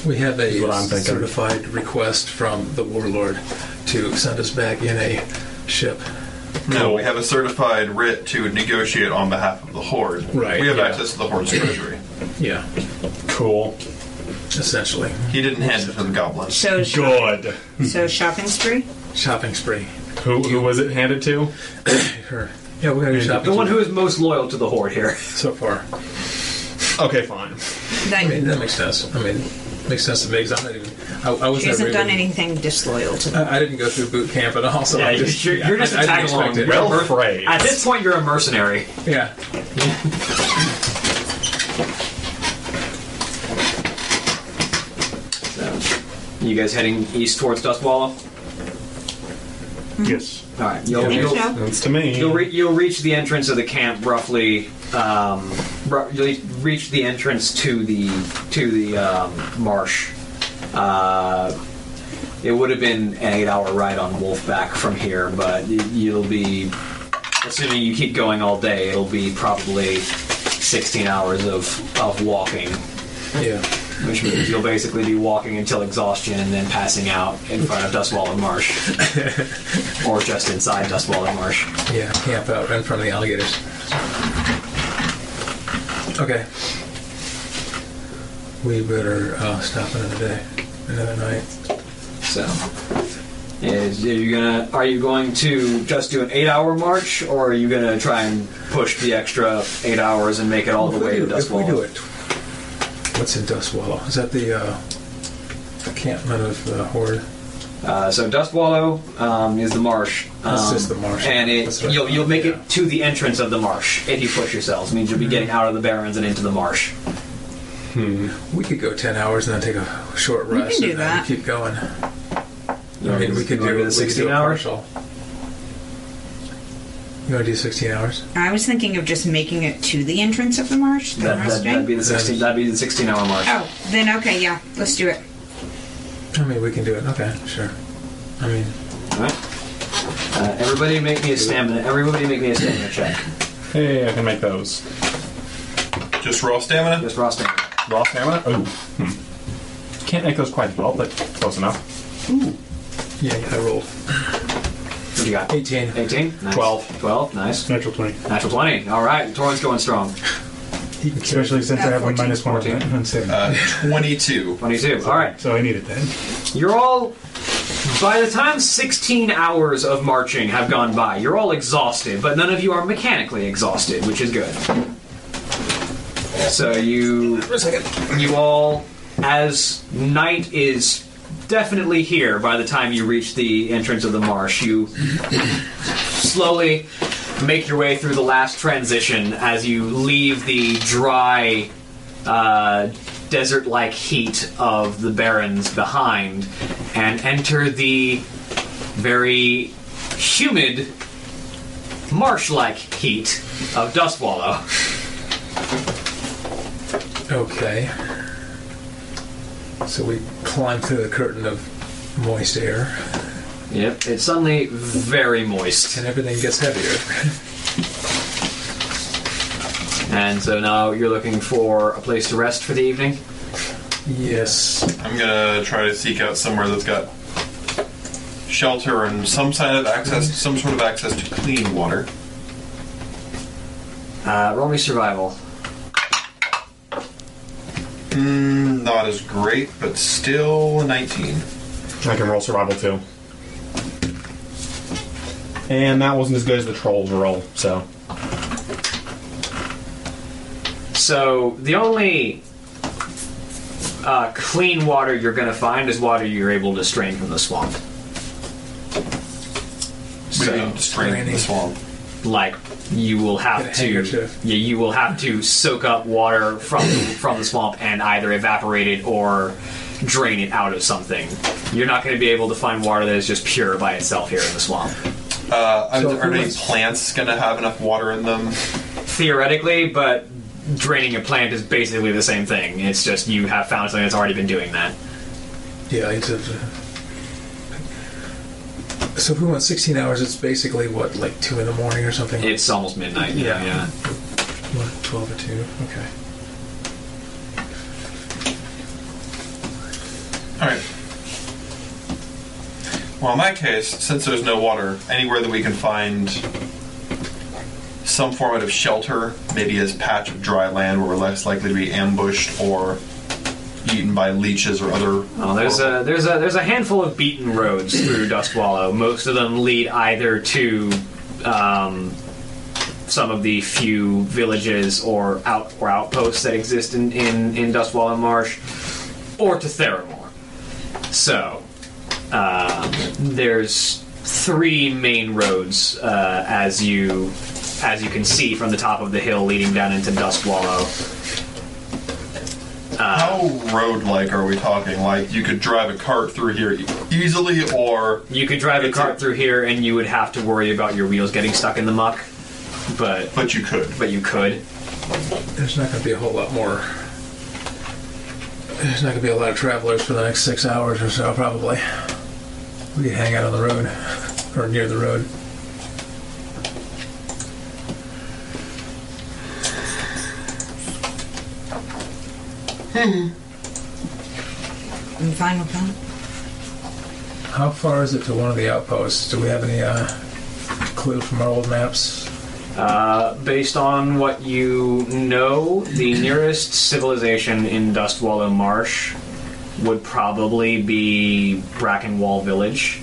D: We have a
E: what I'm thinking.
D: certified request from the warlord to send us back in a ship.
H: No, we have a certified writ to negotiate on behalf of the Horde.
D: Right,
H: We have
D: yeah.
H: access to the Horde's treasury.
D: Yeah,
E: Cool.
D: essentially
H: He didn't hand it to the goblins.
G: So, sh-
E: Good.
G: so shopping spree.
D: shopping spree.
E: Who, who was it handed to?
D: Her. Yeah, we gotta do shopping.
I: The one who is most loyal to the Horde here.
D: so far.
E: Okay, fine.
G: That
D: I mean, that makes sense. I mean, makes sense to me because I'm not even. I, I was
G: she hasn't
D: never
G: done
D: even-
G: anything disloyal to them.
D: I, I didn't go through boot camp at all. So
I: Yeah,
D: I'm
I: you're-
D: just,
I: you're- you're
D: yeah,
I: just
D: I- I
I: a
D: didn't
I: tag-along.
D: expect it.
E: Well phrased.
I: At this point, you're a mercenary.
D: Yeah.
I: So, you guys heading east towards Dust Wallow?
M: Yes.
I: All right, you'll,
G: Think
I: you'll,
G: so?
E: That's to me.
I: You'll, re- you'll reach the entrance of the camp roughly. Um, ru- you'll reach the entrance to the to the um, marsh. Uh, it would have been an eight-hour ride on Wolfback from here, but y- you'll be assuming you keep going all day. It'll be probably sixteen hours of of walking,
D: Yeah.
I: which means you'll basically be walking until exhaustion and then passing out in front of Dustwall and Marsh, or just inside Dustwall and Marsh.
D: Yeah. Camp out in front of the alligators. Okay. We better uh, stop another day, another night.
I: So, is, are you gonna are you going to just do an eight hour march, or are you gonna try and push the extra eight hours and make it all the
D: If we
I: way to
D: do-
I: Dust
D: if we do
I: Wall?
D: it, what's in Dust Wallow? Is that the uh, encampment of the horde?
I: Uh, so Dust Wallow um, is the marsh. Um,
D: That's just the marsh.
I: and it,
D: That's what I
I: you'll you'll
D: thought,
I: make
D: yeah. Mm-hmm.
I: it to the entrance of the marsh if you push yourselves. It means you'll be getting out of the barrens and into the marsh.
D: We could go ten hours and then take a short
G: can
D: rest
G: do
D: and
G: that.
D: then keep going.
I: You
D: I
I: wanna
D: mean, we
I: do-
D: could
I: you wanna
D: do
I: the
D: we could
I: sixteen
D: do a
I: hours.
D: partial. You want to do sixteen hours?
G: I was thinking of just making it to the entrance of the marsh. The
I: That, that,
G: resting.
I: that'd be the sixteen. That'd be the sixteen hour march.
G: oh, then okay, yeah, let's do it.
D: I mean, we can do it. Okay, sure. I mean,
I: All right. Uh, everybody, make me a stamina. Everybody, make me a stamina check.
E: Hey, I can make those.
H: Just raw stamina?
I: Just raw stamina.
E: Raw stamina? Ooh. Hmm. Can't make those quite well, but close enough.
D: yeah, I rolled
I: What you got?
D: eighteen.
I: 18? Nice.
E: 12.
I: 12, nice.
M: Natural 20.
I: Natural 20. All right, Torrent's going strong.
D: He can carry.
M: Especially since
G: Uh,
M: I have
G: 14,
M: a minus one on
I: 14.
M: that- on saving.
H: 22.
I: 22. All right,
M: so I needed that.
I: you're all. By the time 16 hours of marching have gone by, you're all exhausted, but none of you are mechanically exhausted, which is good. So you.
D: For a second.
I: You all, as night is definitely here by the time you reach the entrance of the marsh, you slowly make your way through the last transition as you leave the dry, uh, desert like heat of the barrens behind and enter the very humid, marsh like heat of Dust Wallow.
D: Okay. So we climb through the curtain of moist air,
I: Yep, it's suddenly very moist.
D: and everything gets heavier.
B: And so now you're looking for a place to rest for the evening.
D: Yes.
H: I'm gonna try to seek out somewhere that's got shelter and some sign of access, some sort of access to clean water.
B: Uh, roll me survival.
H: Mm, not as great, but still a 19.
I: I can roll survival too. And that wasn't as good as the troll's roll, so.
B: So the only uh, clean water you're going to find is water you're able to strain from the swamp,
H: So, we need to strain from the swamp.
B: like. You will
D: Get
B: have
D: a
B: to,
D: handkerchief.
B: yeah. You will have to soak up water from from the swamp and either evaporate it or drain it out of something. You're not going to be able to find water that is just pure by itself here in the swamp.
H: Uh, are-
D: So
H: are
D: who
H: any
D: is-
H: plants gonna have enough water in them?
B: theoretically, but draining a plant is basically the same thing. It's just you have found something that's already been doing that.
D: Yeah, it's a. So if we want 16 hours, it's basically what, like 2 in the morning or something?
B: It's almost midnight. you know,
D: Yeah.
B: yeah.
D: What, 12 or 2? Okay.
H: Alright. Well, in that case, since there's no water, anywhere that we can find some form of shelter, maybe as patch of dry land where we're less likely to be ambushed or eaten by leeches or other.
B: Well, there's a there's a there's a handful of beaten roads through Dust Wallow. Most of them lead either to um, some of the few villages or out or outposts that exist in in, in Dust Wallow Marsh, or to Theramore. So uh, there's three main roads uh, as you as you can see from the top of the hill leading down into Dust Wallow.
H: How road like are we talking? Like, you could drive a cart through here e- easily, or.
B: You could drive a
H: It's
B: cart
H: a-
B: through here, and you would have to worry about your wheels getting stuck in the muck. But
H: But you could.
B: but you could.
D: There's not going to be a whole lot more. There's not going to be a lot of travelers for the next six hours or so, probably. We could hang out on the road or near the road.
G: I'm fine with that.
D: How far is it to one of the outposts? Do we have any uh, clue from our old maps?
B: Uh, based on what you know, the nearest civilization in Dustwallow Marsh would probably be Brackenwall Village,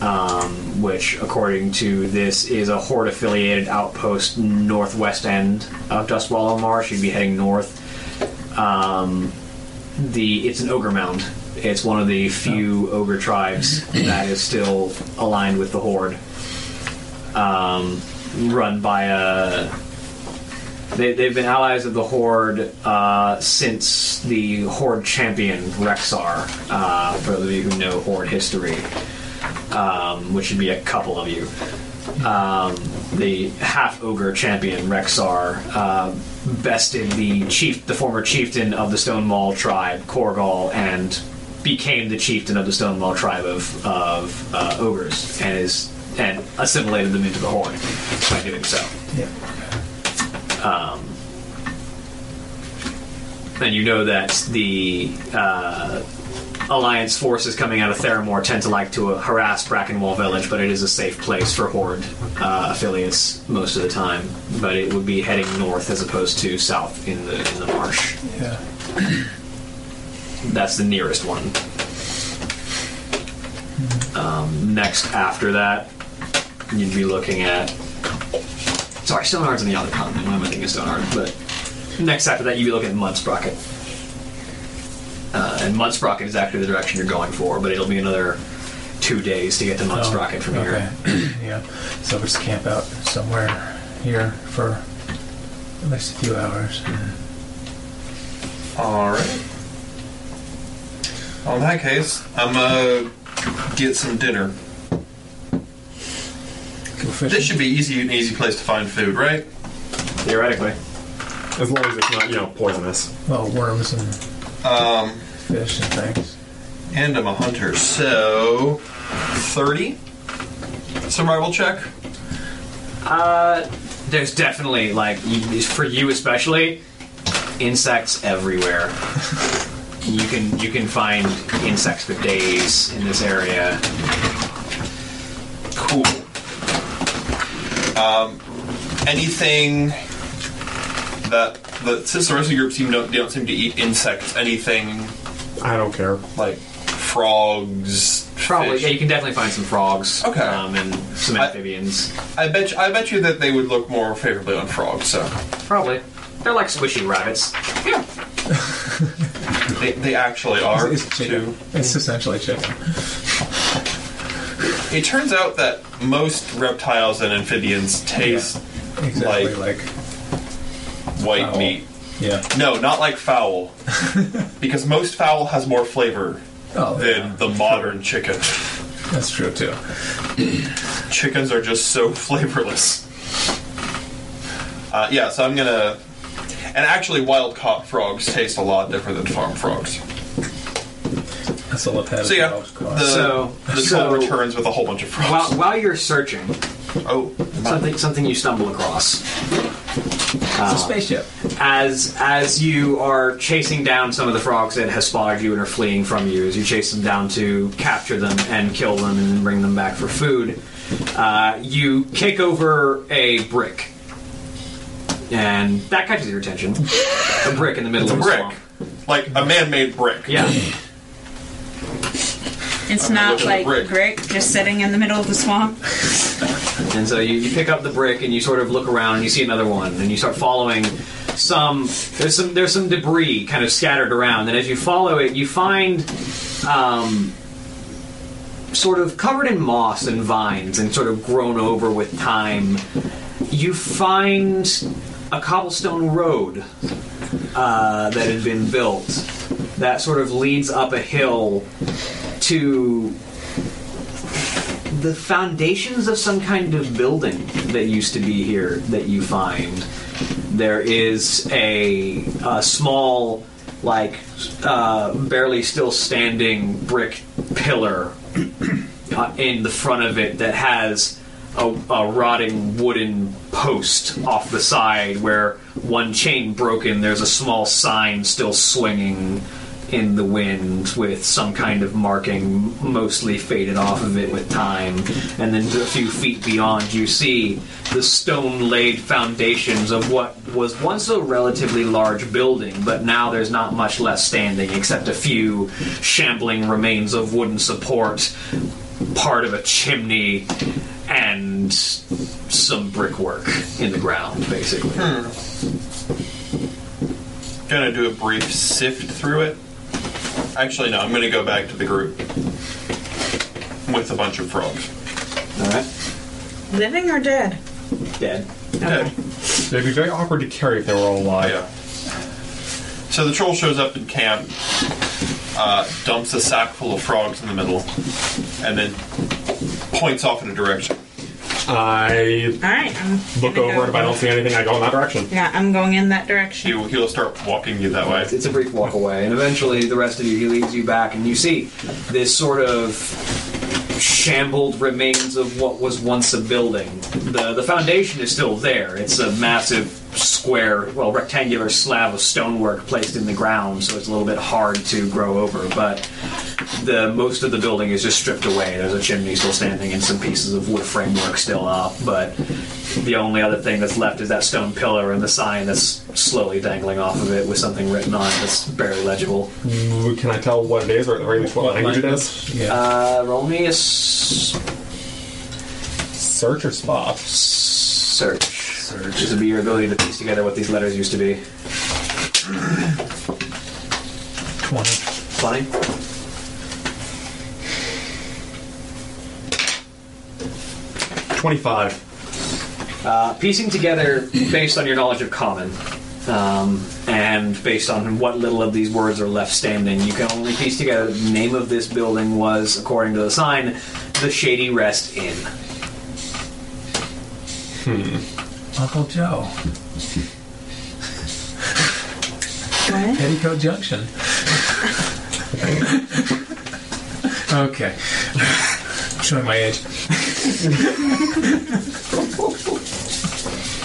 B: um, which, according to this, is a horde-affiliated outpost northwest end of Dustwallow Marsh. You'd be heading north. Um, the it's an ogre mound. It's one of the few ogre tribes that is still aligned with the horde um, run by a. uh, They, they've been allies of the Horde uh, since the Horde champion Rexar, uh, for those of you who know Horde history, um, which should be a couple of you. Um, the half ogre champion Rexar uh, bested the chief, the former chieftain of the Stonewall tribe, Korgal, and became the chieftain of the Stonewall tribe of, of uh, ogres, and is and assimilated them into the Horde by doing so. Um,
D: Yeah.
B: And you know that the uh, Alliance forces coming out of Theramore tend to like to uh, harass Brackenwall Village, but it is a safe place for Horde uh, affiliates most of the time. But it would be heading north as opposed to south in the in the marsh.
D: Yeah.
B: That's the nearest one. Um, next after that, you'd be looking at. Sorry, Stonehard's on the other continent. Why am I thinking of Stonehard? But next after that, you'd be looking at Mudsprocket. Uh, and Mudsprocket is actually the direction you're going for, but it'll be another two days to get to
E: Oh,
B: Mudsprocket from
D: okay.
B: here.
D: yeah. So we just camp out somewhere here for at least a few hours.
H: Alright. Well, in that case, I'm gonna get some dinner.
D: Go fishing.
H: This should be easy an easy place to find food, right?
B: Theoretically,
I: As long as it's not, you know, poisonous.
D: well, worms and
H: Um,
D: fish and things.
H: and I'm a hunter, so 30 survival check.
B: uh,
I: there's definitely like you, for you especially, insects everywhere. you can you can find insects for days in this area.
H: Cool. Um, anything that the since the rest of your group seem don't, don't seem to eat insects, anything
E: I don't care.
H: like frogs,
I: Probably,
H: fish?
I: yeah, you can definitely find some frogs.
H: Okay.
I: Um, and some
H: I-
I: amphibians.
H: I bet you, I bet you that they would look more favorably on frogs. So
I: Probably. They're like squishy rabbits.
H: they, they actually are
D: It's
H: too.
D: chicken. It's essentially chicken.
H: It turns out that most reptiles and amphibians taste
D: Exactly
H: Like-
D: like,
H: white
D: Fowl.
H: meat.
D: yeah.
H: No, not like fowl, because most fowl has more flavor
D: Oh,
H: than the modern chicken.
D: that's true too.
H: Chickens are just so flavorless. Uh, yeah, so I'm gonna. And actually, wild caught frogs taste a lot different than farm frogs.
D: That's all I've had.
H: So yeah,
D: at the
H: the,
D: cost.
I: So-
H: the
I: so-
H: troll returns with a whole bunch of
I: While,
H: frogs.
I: while you're searching,
H: Oh,
I: something something you stumble across
D: it's a spaceship.
I: as as you are chasing down some of the frogs that have spotted you and are fleeing from you. As you chase them down to capture them and kill them and then bring them back for food, uh, you kick over a brick, and that catches your attention. A brick in the middle
H: It's a
I: of the
H: brick.
I: swamp.
H: Like a man made brick.
I: Yeah.
G: It's
H: I'm gonna
G: not
H: look at
G: like
H: the brick.
G: brick. just sitting in the middle of the swamp.
I: And so you, you pick up the brick and you sort of look around and you see another one and you start following some there's some there's some debris kind of scattered around and as you follow it you find um, sort of covered in moss and vines and sort of grown over with time you find a cobblestone road uh, that had been built that sort of leads up a hill to the foundations of some kind of building that used to be here that you find. There is a, a small, like, uh, barely still standing brick pillar uh, in the front of it that has a, a rotting wooden post off the side where one chain broken, there's a small sign still swinging in the wind with some kind of marking mostly faded off of it with time. And then a few feet beyond, you see the stone laid foundations of what was once a relatively large building, but now there's not much left standing except a few shambling remains of wooden support part of a chimney and some brickwork in the ground, basically.
G: Hmm.
H: Gonna do a brief sift through it. Actually, no, I'm gonna go back to the group with a bunch of frogs.
I: All right,
G: Living or dead?
I: dead.
H: Okay.
E: It'd be very awkward to carry if they were all alive.
H: Yeah. So the troll shows up in camp, uh, dumps a sack full of frogs in the middle, and then points off in a direction.
E: I
G: All right. I'm
E: look
G: gonna
E: over,
G: go-
E: and if I don't see anything, I go in that direction.
G: Yeah, I'm going in that direction.
H: He will, he'll start walking you that way.
I: It's a brief walk away, and eventually the rest of you, he leads you back, and you see this sort of shambled remains of what was once a building. The, the foundation is still there. It's a massive square, well, rectangular slab of stonework placed in the ground, so it's a little bit hard to grow over, but the most of the building is just stripped away. There's a chimney still standing and some pieces of wood framework still up, but the only other thing that's left is that stone pillar and the sign that's slowly dangling off of it with something written on it that's barely legible.
E: Ooh, Mm, Can I tell what it is, or at the very least what, language it is?
D: Yeah.
I: Uh, roll me a s-
E: Search or spot?
I: search. Search. This would be your ability to piece together what these letters used to be.
D: Twenty.
I: Funny.
E: Twenty-five.
I: Uh, piecing together based on your knowledge of common um, and based on what little of these words are left standing you can only piece together the name of this building was according to the sign the shady rest inn
D: Uncle Joe.
G: What?
D: Petticoat Junction. okay. Showing my age.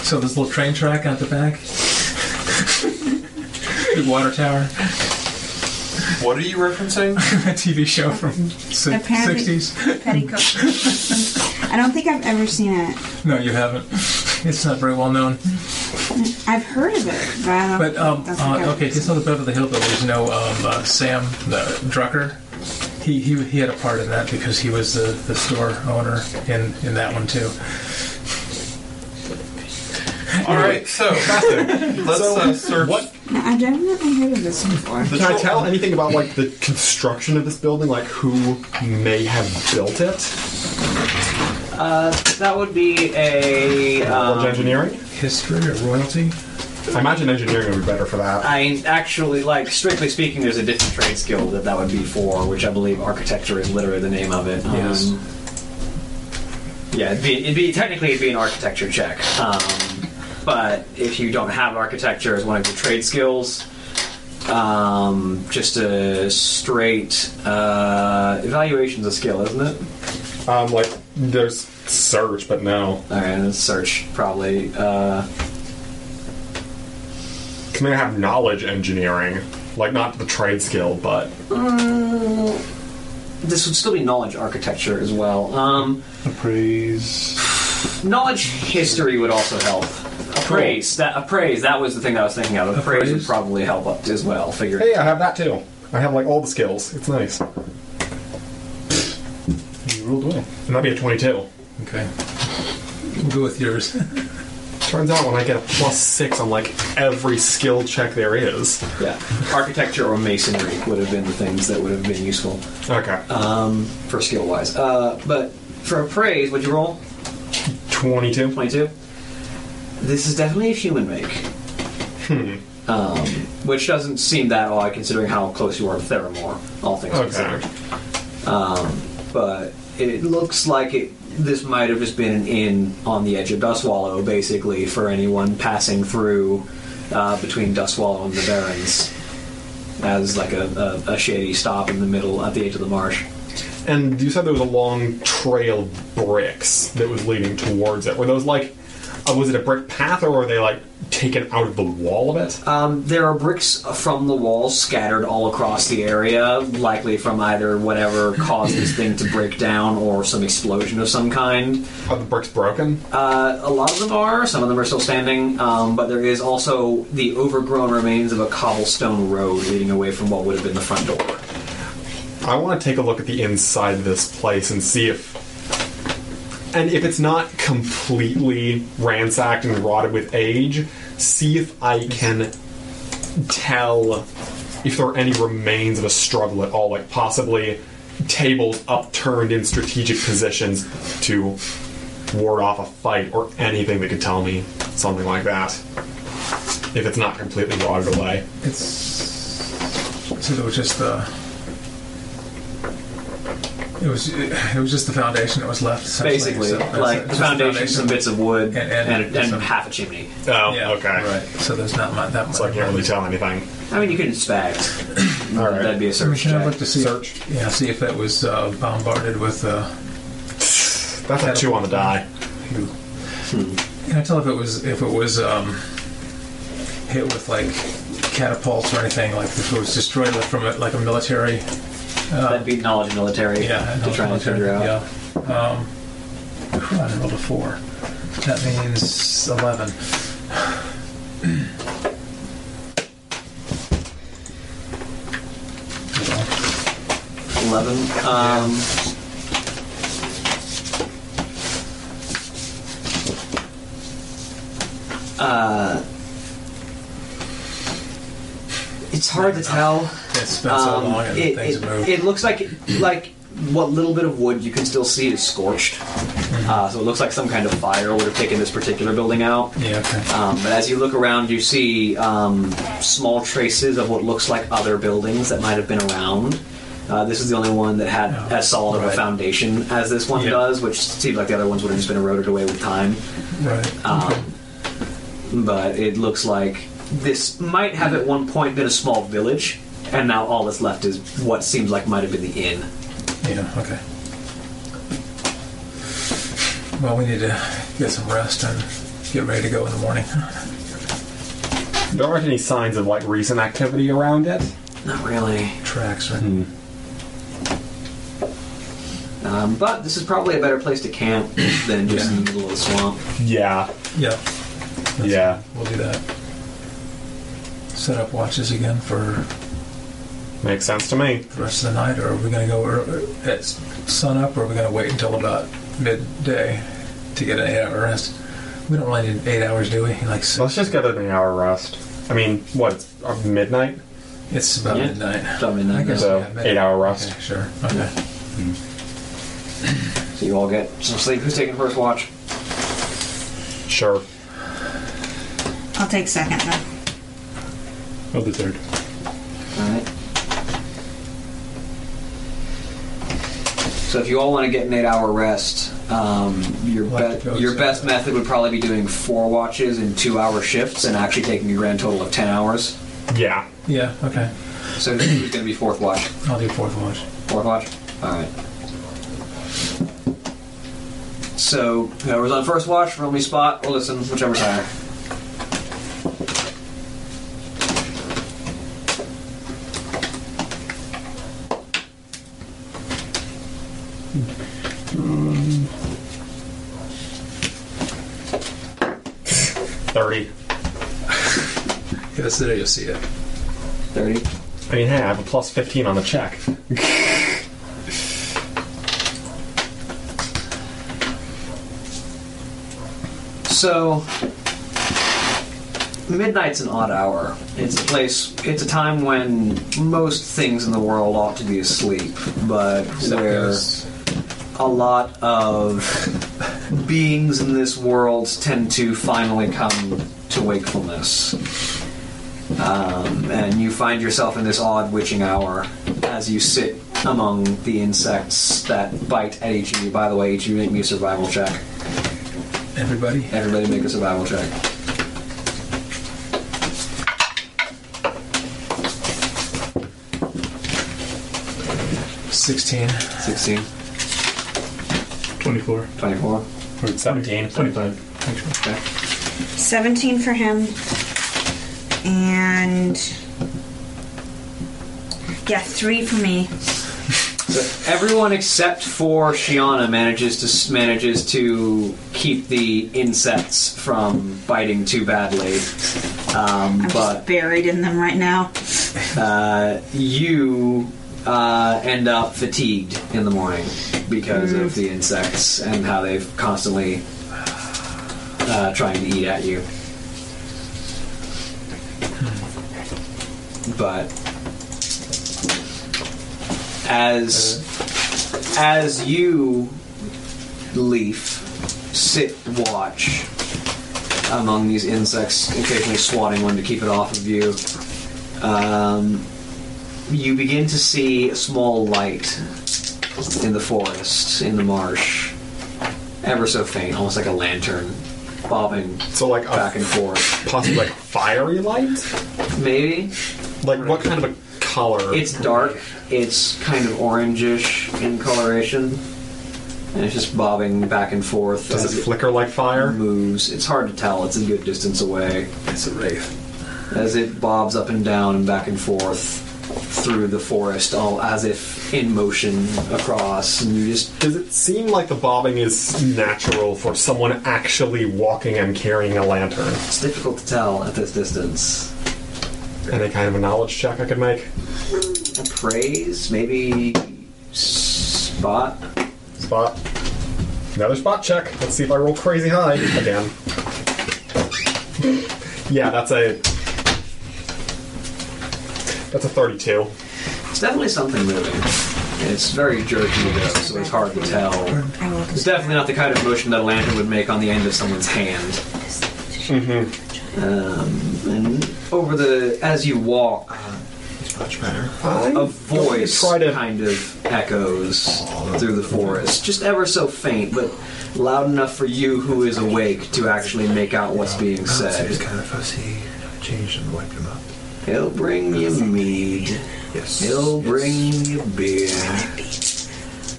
D: So this little train track out the back. Big water tower.
N: What are you referencing?
D: A TV show from si-
G: Apparently-
D: 60s.
G: Petticoat. I don't think I've ever seen it.
D: No, you haven't. It's not very well known.
G: I've heard of it, but I don't.
D: But um,
G: don't think
D: uh,
G: I've-
D: okay, just on the Beverly Hillbillies, you know um, uh, Sam the Drucker. He, he, he had a part in that because he was the, the store owner in, in that one too.
H: All right, so let's uh, search.
E: What
G: I've definitely heard of this before.
E: can I tell anything about like the construction of this building? Like who may have built it?
I: That would be a.
E: Or
I: Um,
E: engineering?
D: History or royalty?
E: I imagine engineering would be better for that.
I: I actually like strictly speaking, there's a different trade skill that that would be for, which I believe architecture is literally the name of it.
D: Yes.
I: Um, yeah, it'd be, it'd be technically it'd be an architecture check, um, but if you don't have architecture as one of your trade skills, um, just a straight uh, evaluation's a skill, isn't it?
E: Um, like there's search, but no.
I: All right, let's search probably. Uh,
E: Can they have knowledge engineering? Like not the trade skill, but
I: this would still be knowledge architecture as well. Um,
O: Appraise.
I: Knowledge history would also help. Appraise that appraise that was the thing that I was thinking of. Appraise, would
D: Appraise?
I: probably help up as well. Figure.
E: hey, I have that too. I have like all the skills. It's nice. And
O: You rolled well.
E: that'd be a twenty-two.
D: Okay. We'll go with yours.
E: Turns out when I get a plus six on like every skill check there is.
I: Yeah, architecture or masonry would have been the things that would have been useful
E: Okay.
I: um, for skill wise. Uh, but for appraise, would you roll
E: Twenty-two.
I: twenty two? This is definitely a human make. Hmm. Um, which doesn't seem that odd considering how close you are to Theramore, all things
E: Okay.
I: considered. but it looks like it. This might have just been an inn on the edge of Dustwallow, basically, for anyone passing through uh, between Dustwallow and the Barrens, as like a, a, a shady stop in the middle at the edge of the marsh.
E: And you said there was a long trail of bricks that was leading towards it. Were those like, uh, was it a brick path or were they like taken out of the wall of it?
I: Um, there are bricks from the walls scattered all across the area, likely from either whatever caused this thing to break down or some explosion of some kind.
E: Are the bricks broken?
I: Uh, a lot of them are. Some of them are still standing, um, but there is also the overgrown remains of a cobblestone road leading away from what would have been the front door.
E: I want to take a look at the inside of this place and see if. And if it's not completely ransacked and rotted with age, see if I can tell if there are any remains of a struggle at all, like possibly tables upturned in strategic positions to ward off a fight or anything that could tell me something like that. If it's not completely rotted away.
D: It's so it was just the it was it was just the foundation that was left. essentially.
I: Basically,
D: So that's
I: like
D: it.
I: the
D: Just
I: foundation, some bits of wood,
D: And-
I: and,
D: and-
I: and,
D: some-
I: half a chimney.
E: Oh,
D: Yeah,
E: okay.
D: Right. So there's not mu- that much.
E: So I can't really tell anything.
I: I mean, you could inspect.
E: All right.
I: That'd be a
D: I mean,
I: search
D: can I
I: check.
D: look to see?
E: Search.
D: Yeah, see if that was uh, bombarded with. Uh,
E: That's a two on the die.
D: Hmm. can I tell if it was if it was um, hit with like catapults or anything? Like if it was destroyed like, from a, like a military?
I: That'd be knowledge military
D: Yeah,
I: to try and
D: military,
I: figure out.
D: Yeah. Um, whew, I rolled a four. That means eleven.
I: Eleven. Um, uh, it's hard to tell.
D: It's been so
I: Um,
D: long and
I: it,
D: things
I: it-
D: have moved.
I: it looks like like what little bit of wood you can still see is scorched.
D: Mm-hmm.
I: Uh, so it looks like some kind of fire would have taken this particular building out.
D: yeah, okay.
I: Um, but as you look around, you see um, small traces of what looks like other buildings that might have been around. Uh, this is the only one that had
D: Yeah.
I: as solid of
D: Right.
I: a foundation as this one
D: Yeah.
I: does, which seems like the other ones would have just been eroded away with time.
D: Right.
I: Um, but it looks like this might have at one point been a small village, and now all that's left is what seems like might have been the inn.
D: Yeah, okay. Well, we need to get some rest and get ready to go in the morning.
E: There aren't any signs of like recent activity around it.
I: Not really.
D: Tracks, right?
I: Um, but this is probably a better place to camp than just in the middle of the swamp.
E: Yeah,
D: Yeah. That's-
E: yeah.
D: We'll do that. Set up watches again for
E: Makes sense to me.
D: the rest of the night, or are we going to go ear- at s- sunup, or are we going to wait until about midday to get an eight-hour rest? We don't really need eight hours, do we? Like six,
E: Let's just get an hour rest. I mean, what? It's uh, midnight,
D: it's about
I: Yeah.
D: midnight.
I: About midnight
D: I guess
I: now.
E: so
D: yeah, midnight.
E: eight hour rest.
D: Okay, sure. Okay.
I: So you all get some sleep. Who's taking first watch?
E: Sure.
B: I'll take second though.
P: Oh, the third.
I: Alright. So if you all want to get an eight-hour rest, um, your
D: I'll have to
I: be-
D: go
I: your
D: to-
I: best method would probably be doing four watches in two-hour shifts and actually taking a grand total of ten hours.
E: Yeah.
D: Yeah. Okay.
I: So who's going to be fourth watch?
D: I'll do fourth watch.
I: Fourth watch. All right. So whoever's on first watch, roll me spot or listen, whichever's higher.
E: Thirty.
D: If it's there, you'll see it.
I: Thirty.
E: I mean, hey, I have a plus fifteen on the check.
I: So, midnight's an odd hour. It's a place. It's a time when most things in the world ought to be asleep, but
D: Except
I: where
D: those-
I: a lot of beings in this world tend to finally come to wakefulness. Um, and you find yourself in this odd witching hour as you sit among the insects that bite at each of you. By the way, each of you make me a survival check.
D: Everybody.
I: Everybody make a survival check.
D: Sixteen.
I: 16,
P: 24.
I: 24.
P: Or
E: 17.
P: 25, actually.
I: Okay.
G: 17 for him. And. Yeah, three for me.
I: So everyone except for Shiana manages to manages to keep the insects from biting too badly. Um,
G: I'm
I: but
G: just buried in them right now.
I: uh, you uh, end up fatigued in the morning because of the insects and how they've constantly uh, trying to eat at you. But as as you leaf, sit, watch among these insects, occasionally swatting one to keep it off of you um, you begin to see a small light in the forest, in the marsh, ever so faint, almost like a lantern, bobbing
E: So like
I: back
E: a
I: and forth.
E: possibly like fiery light.
I: Maybe
E: Like what kind of a color?
I: it's dark. It's kind of orangish in coloration, and it's just bobbing back and forth
E: Does
I: as
E: it flicker like fire?
I: moves. It's hard to tell. It's a good distance away.
D: It's a wraith.
I: as it bobs up and down and back and forth through the forest, all as if in motion across, and you just
E: Does it seem like the bobbing is natural for someone actually walking and carrying a lantern?
I: it's difficult to tell at this distance.
E: Any kind of a knowledge check I could make?
I: Appraise, maybe spot.
E: Spot. Another spot check. Let's see if I roll crazy high again. yeah, that's a that's a thirty-two.
I: It's definitely something moving. And It's very jerky though, so it's hard to tell.
G: I will
I: It's definitely not the kind of motion that a lantern would make on the end of someone's hand. Um, and over the as you walk,
H: Much better.
I: a
E: I
I: voice
E: Try to-
I: kind of echoes through the forest, just ever so faint, but loud enough for you who is awake to actually make out what's being
H: It's
I: said.
H: kind of fuzzy. I changed and wiped him up.
I: He'll bring you mead.
H: Yes.
I: He'll
H: yes.
I: bring you beer.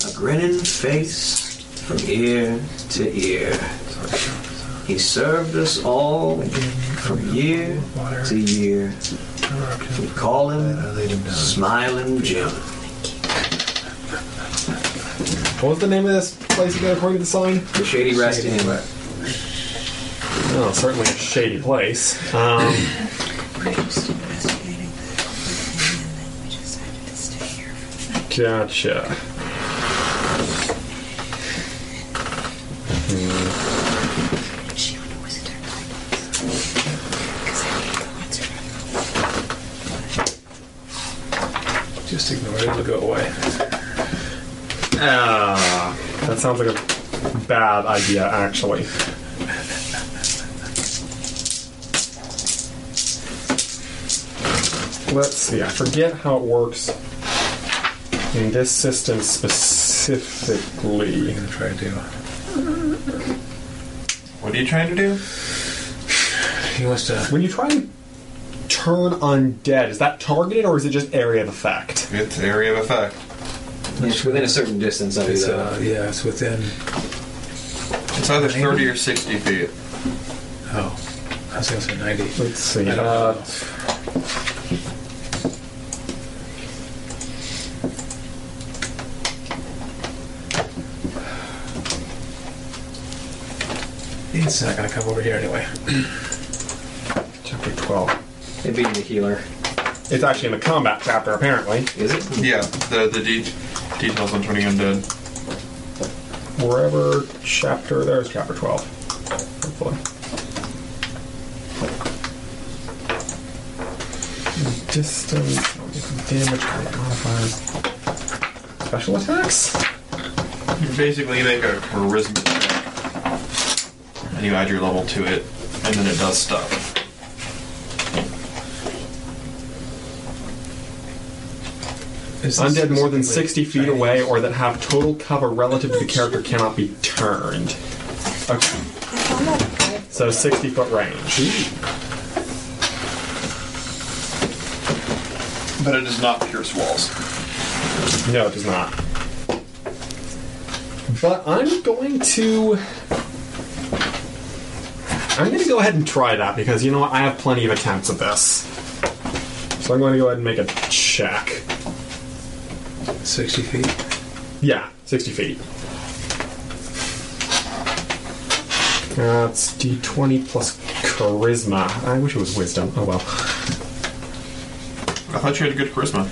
I: A grinning face from ear to ear.
H: Sorry, sorry, sorry.
I: He served us all from year to year. We call him Smiling Jim.
E: What was the name of this place again, according to the sign?
I: The Shady Rest Inn.
E: Oh, certainly a shady place. Um, gotcha.
D: Just ignore it. It'll go away.
E: Ah, that sounds like a bad idea, actually. Let's see, I forget how it works in this system specifically.
D: I'm gonna try to do.
H: What are you trying to do?
D: He wants to.
E: When you try and turn undead, is that targeted or is it just area of effect?
H: It's area of effect.
I: It's within a certain distance of you,
D: It's,
I: though.
D: uh, yeah, it's within.
H: It's either 30 or 60 feet.
D: Oh, I was gonna say ninety.
E: Let's see.
D: I don't
E: Uh,
D: know. It's not gonna come over here anyway.
E: chapter 12.
I: It being the healer.
E: It's actually in the combat chapter, apparently.
I: Is it?
H: Yeah, the, the de- details on turning undead.
E: wherever chapter there's chapter 12 hopefully distance damage modifiers special attacks
H: Basically, you make a charisma check, and you add your level to it, and then it does stuff.
D: Is this
E: undead more than
D: specifically
E: 60 feet
D: Chinese?
E: away or that have total cover relative to the character cannot be turned okay so 60 foot range
H: But it does not pierce walls.
E: no it does not but i'm going to I'm going to go ahead and try that because you know what? I have plenty of attempts at this. So I'm going to go ahead and make a check.
D: Sixty feet.
E: Yeah, 60 feet. That's d20 plus charisma. I wish it was wisdom. Oh well.
H: I thought you had a good charisma.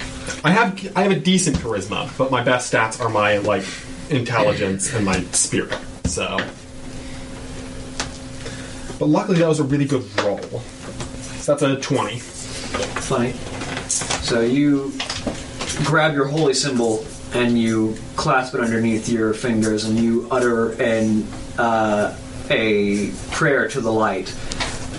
E: I have I have a decent charisma, but my best stats are my like intelligence and my spirit. So, but luckily that was a really good roll. So that's a 20.
I: Funny. So you grab your holy symbol and you clasp it underneath your fingers and you utter an uh, a prayer to the light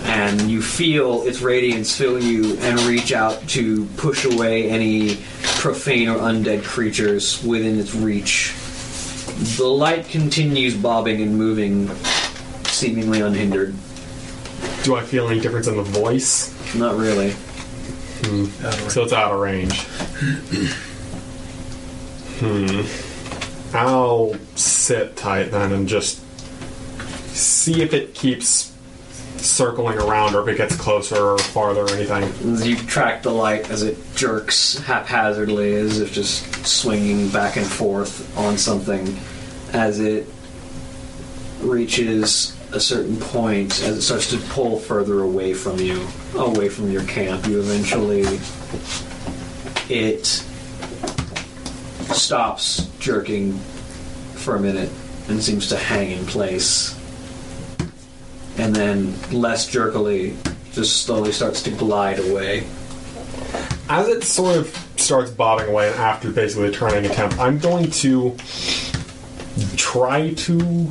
I: and you feel its radiance fill you and reach out to push away any profane or undead creatures within its reach. The light continues bobbing and moving, seemingly unhindered.
E: Do I feel any difference in the voice?
I: Not really.
E: Hmm. So it's out of range. hmm. I'll sit tight then and just see if it keeps circling around or if it gets closer or farther or anything.
I: As You track the light as it jerks haphazardly, as if just swinging back and forth on something. As it reaches a certain point, as it starts to pull further away from you, away from your camp, you eventually. It stops jerking for a minute and seems to hang in place and then less jerkily just slowly starts to glide away.
E: As it sort of starts bobbing away and after basically a turning attempt, I'm going to try to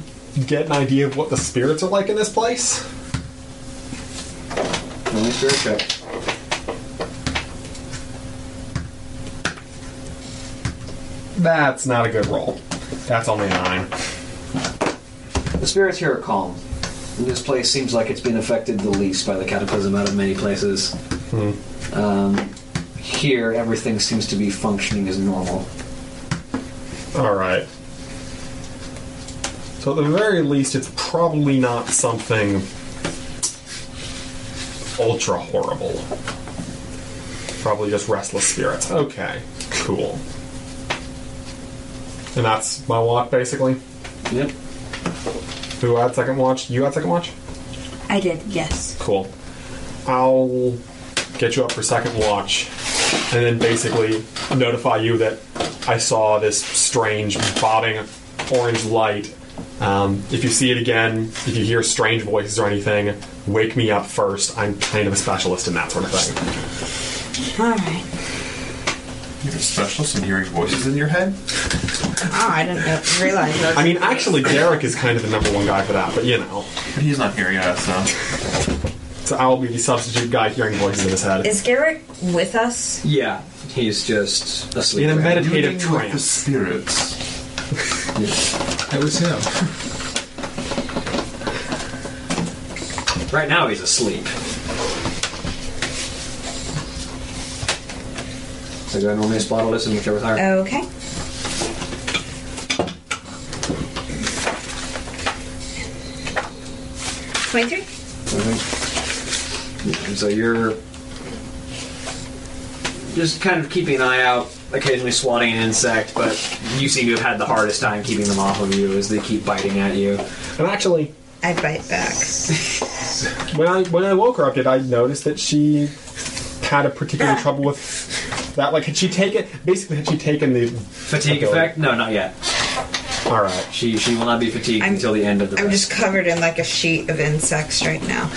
E: get an idea of what the spirits are like in this place.
I: Let me spirit check.
E: That's not a good roll. That's only a nine.
I: The spirits here are calm. And this place seems like it's been affected the least by the cataclysm out of many places. Um, here, everything seems to be functioning as normal.
E: All right. So at the very least, it's probably not something ultra horrible. Probably just restless spirits. Okay, cool. And that's my walk, basically.
I: Yep.
E: Who had second watch? You had second watch?
Q: I did, yes.
E: Cool. I'll get you up for second watch and then basically notify you that I saw this strange bobbing orange light. Um, if you see it again, if you hear strange voices or anything, wake me up first. I'm kind of a specialist in that sort of thing.
G: All right.
H: You're a specialist in hearing voices in your head?
G: Oh, I didn't know- realize that.
E: I mean, actually, Derek is kind of the number one guy for that, but you know.
H: But he's not hearing us, so.
E: So I'll be the substitute guy hearing voices in his head.
G: Is Garrick with us?
I: Yeah, he's just asleep.
E: In a
I: right now.
E: meditative
H: with the
E: trance.
H: spirits.
D: It was him.
I: Right now, he's asleep. So go ahead and roll me a spot or listen, whichever's higher.
G: Okay. Twenty-three.
I: Mhm. And so you're just kind of keeping an eye out, occasionally swatting an insect, but you seem to have had the hardest time keeping them off of you as they keep biting at you.
E: And actually,
G: I bite back.
E: when I when I woke her up, did I notice that she had a particular trouble with that? Like, had she taken basically had she taken the
I: Fatigue
E: Okay.
I: effect? No, not yet.
E: all right?
I: She she will not be fatigued
G: I'm-
I: until the end of the
G: I'm
I: rest.
G: just covered in like a sheet of insects right now.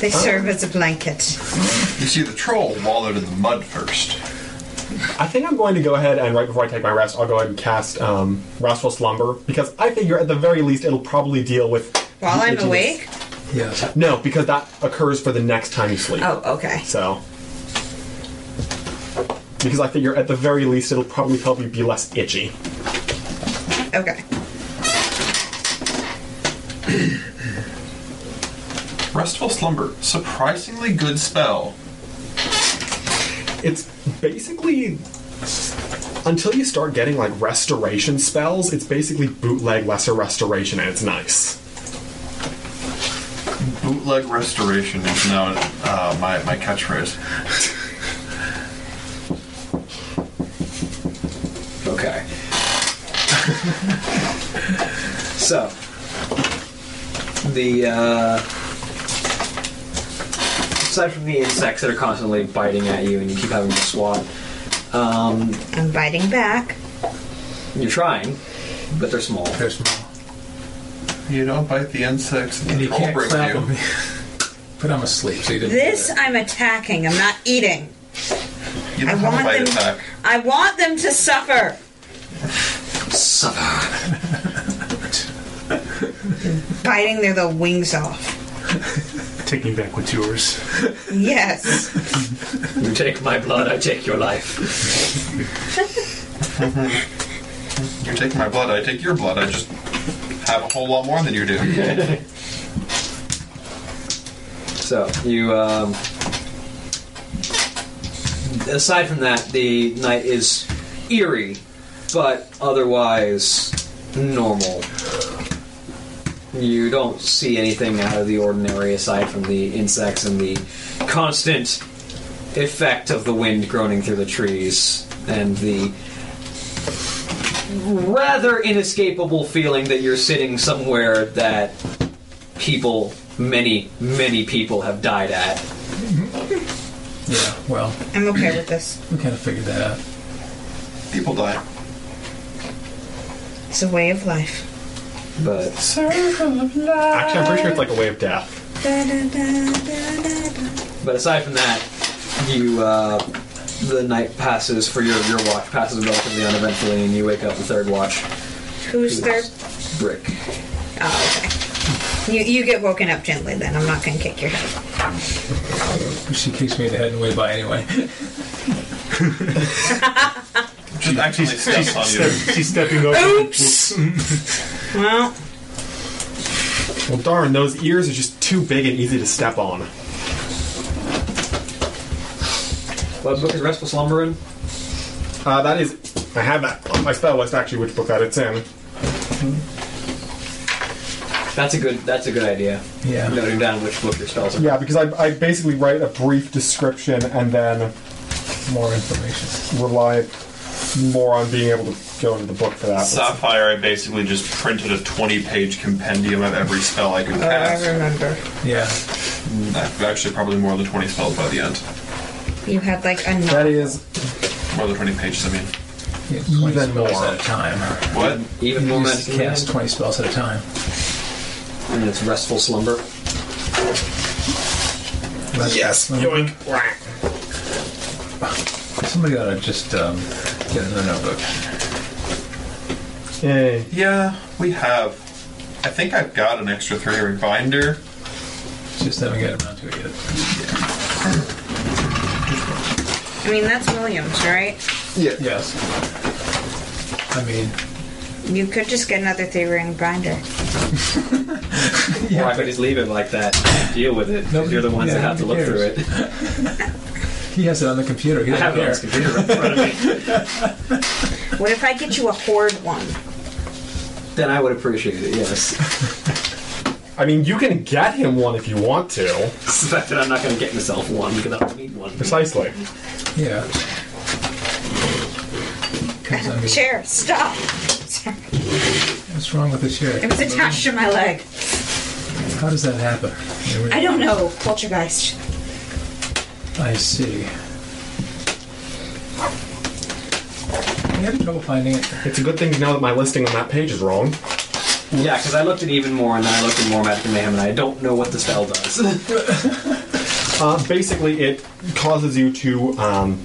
G: They serve as a blanket.
H: You see, the troll wallowed in the mud first.
E: I think I'm going to go ahead and right before I take my rest, I'll go ahead and cast um, restful slumber because I figure at the very least it'll probably deal with
G: While
E: the
G: I'm
E: itchiness.
G: awake?
D: Yeah.
E: No, because that occurs for the next time you sleep.
G: Oh, okay.
E: So. Because I figure at the very least it'll probably help you be less itchy.
G: Okay.
H: Restful slumber. Surprisingly good spell.
E: It's basically until you start getting like restoration spells, it's basically bootleg lesser restoration and it's nice.
H: Bootleg restoration is now uh, my, my catchphrase.
I: Okay. so the uh, aside from the insects that are constantly biting at you and you keep having to swat, um,
G: I'm biting back.
I: you're trying, but they're small.
D: They're small.
H: You don't bite the insects, and
D: And
H: the
D: you
H: troll
D: can't
H: breaks
D: clap at
H: you.
D: me. But I'm asleep, so you didn't. do
G: This
D: that.
G: I'm attacking. I'm not eating.
H: You
G: I
H: don't have
G: want
H: a bite
G: them-
H: attack.
G: I want them to suffer.
I: Suffer.
G: Biting their little wings off.
R: Taking back what's yours.
G: Yes.
I: You take my blood, I take your life.
H: You take my blood, I take your blood. I just have a whole lot more than you do.
I: So you. Um, aside from that, the night is eerie, but otherwise normal. You don't see anything out of the ordinary aside from the insects and the constant effect of the wind groaning through the trees and the rather inescapable feeling that you're sitting somewhere that people, many, many people have died at.
D: Yeah. Well,
G: I'm okay with this.
D: we kind of figured that out.
H: People die.
G: It's a way of life.
I: But
E: Actually, I'm pretty sure it's like a way of death.
G: Da, da, da, da, da, da.
I: But aside from that, you uh, the night passes for your your watch passes relatively uneventfully, and you wake up the third watch.
G: Who's there?
I: Brick.
G: Oh, okay. You, you get woken up gently then. I'm not going to kick your head.
D: She kicks me in the head and way by anyway.
H: Just actually steps on you.
R: She's stepping over.
G: Oops! well,
E: Well, darn, those ears are just too big and easy to step on.
I: What book is Restful Slumber in?
E: Uh, that is, I have that on my spell list actually, which book that it's in.
B: That's a good. That's a good idea.
D: Yeah.
B: Noting down which book your spells are.
E: Yeah, because I, I basically write a brief description and then
D: More information.
E: rely more on being able to go into the book for that.
H: Sapphire, I basically just printed a 20 page compendium of every spell I could
G: Oh, I
H: cast.
G: remember.
D: Yeah.
H: I've Actually, probably more than 20 spells by the end.
G: You had like a
E: That
G: novel.
E: is
H: More than 20 pages, I mean.
D: yeah 20
E: Even
D: spells
E: more.
D: at a time.
H: What?
B: Even more
D: You
B: magic than
D: cast
B: that.
D: 20 spells at a time.
B: and it's restful slumber.
D: yes. Somebody ought to just um, get another notebook.
E: a
H: Yeah, we have. I think I've got an extra three rebinder.
D: Just haven't gotten around to it yet.
G: I mean, that's Williams, right?
D: Yes. I mean,
G: You could just get another three ring binder.
B: Yeah, or I could just leave it like that. Deal with it. 'cause
D: Nobody-
B: you're the ones
D: yeah,
B: that have to look
D: nobody
B: through it.
D: he has it on the computer. He
B: I have
D: doesn't
B: it on this
D: care.
B: computer right in front of me.
G: What if I get you a hoard one?
B: Then I would appreciate it. Yes.
E: I mean, you can get him one if you want to.
B: Suspect that I'm not going to get myself one because I don't need one.
E: Precisely.
D: Yeah. 'Cause, I mean,
G: Chair, stop! Sorry,
D: what's wrong with the chair?
G: it was attached to my leg.
D: How does that happen?
G: I don't know, poltergeist.
D: I see. You having trouble finding it?
E: It's a good thing to know that my listing on that page is wrong.
B: Yeah, because I looked at even more, and then I looked at more magic and mayhem, and I don't know what the spell does.
E: Uh, basically, it causes you to um,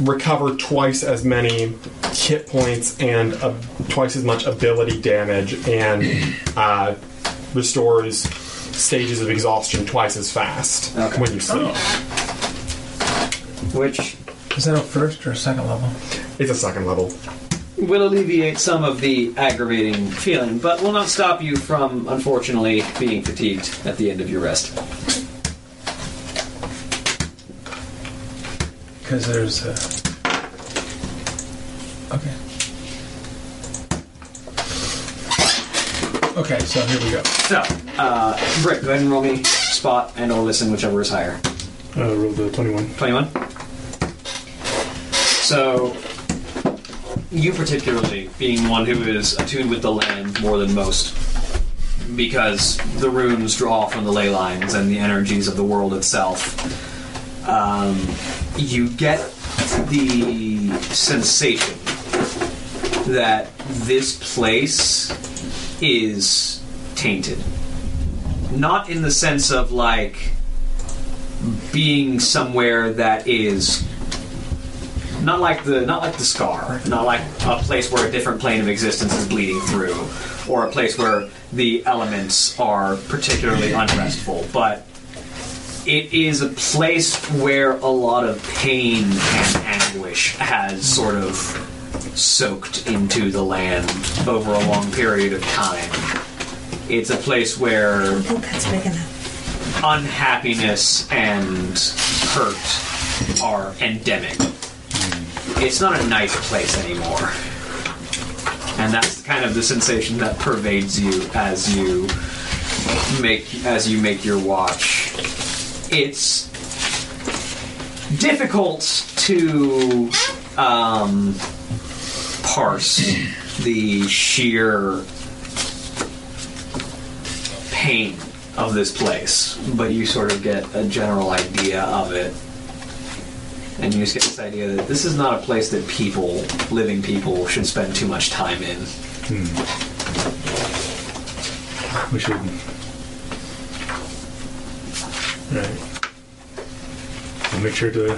E: recover twice as many hit points and uh, twice as much ability damage, and uh, restores stages of exhaustion twice as fast
B: Okay.
E: when you sleep.
B: Which
D: Is that a first or a second level?
E: It's a second level.
B: will alleviate some of the aggravating feeling, but will not stop you from, unfortunately, being fatigued at the end of your rest.
D: Because there's a. Okay. Okay, so here we go.
B: So, uh, Brick, go ahead and roll me spot and or listen, whichever is higher.
I: Uh, rolled a 21.
B: 21. So, you particularly being one who is attuned with the land more than most, because the runes draw from the ley lines and the energies of the world itself, um, you get the sensation that this place is tainted. Not in the sense of like being somewhere that is not like the not like the scar, not like a place where a different plane of existence is bleeding through, or a place where the elements are particularly unrestful, but it is a place where a lot of pain and anguish has sort of soaked into the land over a long period of time. It's a place where
G: Oh, that's big enough.
B: unhappiness and hurt are endemic. It's not a nice place anymore. And that's kind of the sensation that pervades you as you make as you make your watch. It's difficult to um, parse the sheer pain of this place, but you sort of get a general idea of it. And you just get this idea that this is not a place that people, living people, should spend too much time in.
I: We shouldn't. Right. We'll make sure to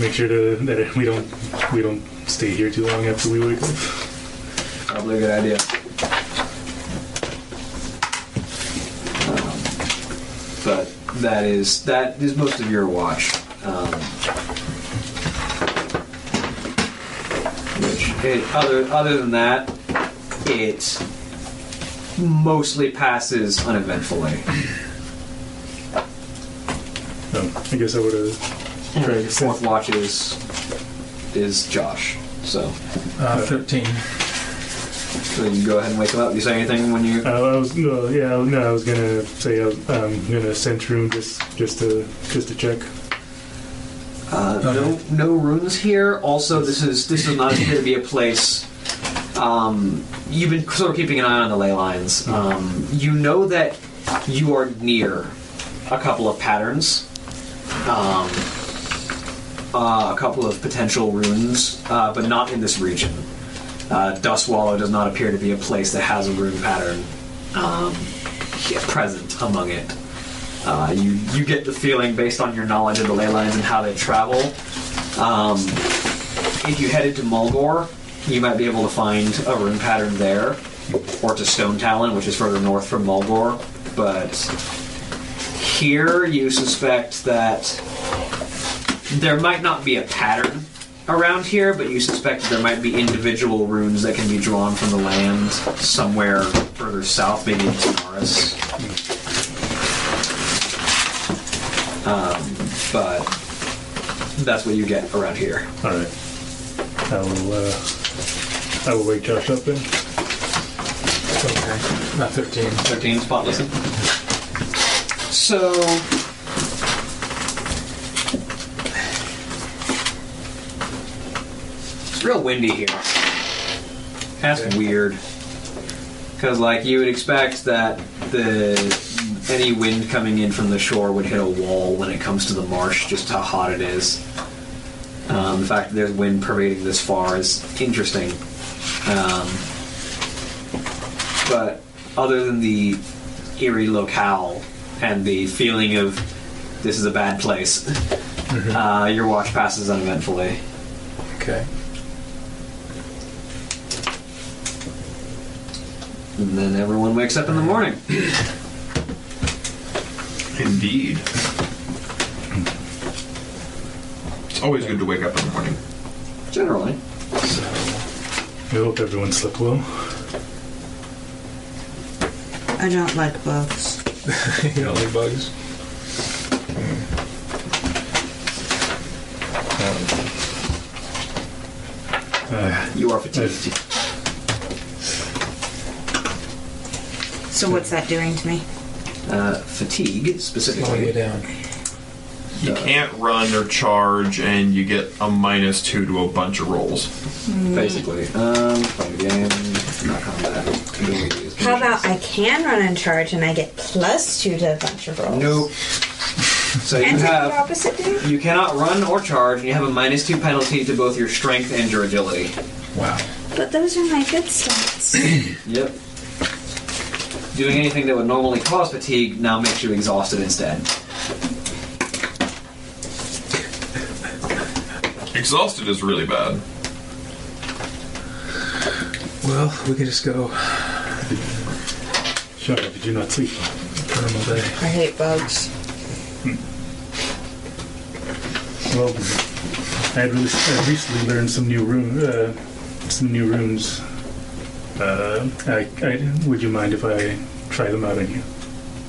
I: make sure to that we don't we don't stay here too long after we wake up.
B: Probably a good idea. Um, But that is that is most of your watch, um, which it, other other than that, it mostly passes uneventfully.
I: Um, I guess I would have.
B: Your fourth watch is is Josh. So
D: Uh, 13.
I: So you go ahead and wake him up. Do you say anything when you?
E: Uh, I was no, yeah, no. I was gonna say I was, I'm gonna send room just just to just to check.
I: Uh, no, no runes here. Also, this is this does not appear to be a place. Um, you've been sort of keeping an eye on the ley lines. Um, you know that you are near a couple of patterns, um, uh, a couple of potential runes, uh, but not in this region. Uh, Dust Wallow does not appear to be a place that has a rune pattern um, yeah, present among it. Uh, you you get the feeling based on your knowledge of the ley lines and how they travel. Um, if you headed to Mulgore, you might be able to find a rune pattern there, or to Stone Talon, which is further north from Mulgore. But here, you suspect that there might not be a pattern around here, but you suspect that there might be individual runes that can be drawn from the land somewhere further south, maybe in Tanaris. but that's what you get around here.
E: All right, I will. Uh, I will wake Josh up then.
D: Okay. Not 13.
I: 13 spot listen. So. It's real windy here. That's weird. Because, like, you would expect that the any wind coming in from the shore would hit a wall when it comes to the marsh, just how hot it is. Um, the fact that there's wind pervading this far is interesting. Um, but other than the eerie locale and the feeling of this is a bad place, uh, your watch passes uneventfully.
D: Okay.
I: And then everyone wakes up in the morning.
S: Indeed.
H: It's always good to wake up in the morning.
I: Generally.
E: We hope everyone slept well.
G: I don't like bugs.
D: you don't like bugs?
I: You are fatigued.
G: So what's that doing to me?
I: Uh, fatigue,
D: Slow you
I: specifically.
D: down.
H: You can't run or charge, and you get a minus two to a bunch of rolls.
I: Basically. Um, play the game, not combat. abilities,
G: How about
I: conditions.
G: I can run and charge and I get plus two to a bunch of rolls?
I: Nope. So you
G: And take the
I: have.
G: opposite do?
I: You cannot run or charge, and you have a minus two penalty to both your strength and your agility.
D: Wow.
G: But those are my good stats.
I: Yep. Doing anything that would normally cause fatigue now makes you exhausted instead.
H: Exhausted is really bad.
D: Well, we could just go
E: Shut up! Did you not sleep?
D: normal day.
G: I hate bugs.
E: Well, I had really, I recently learned some new rune, uh, some new runes. Uh, I, I, would you mind if I try them out on you?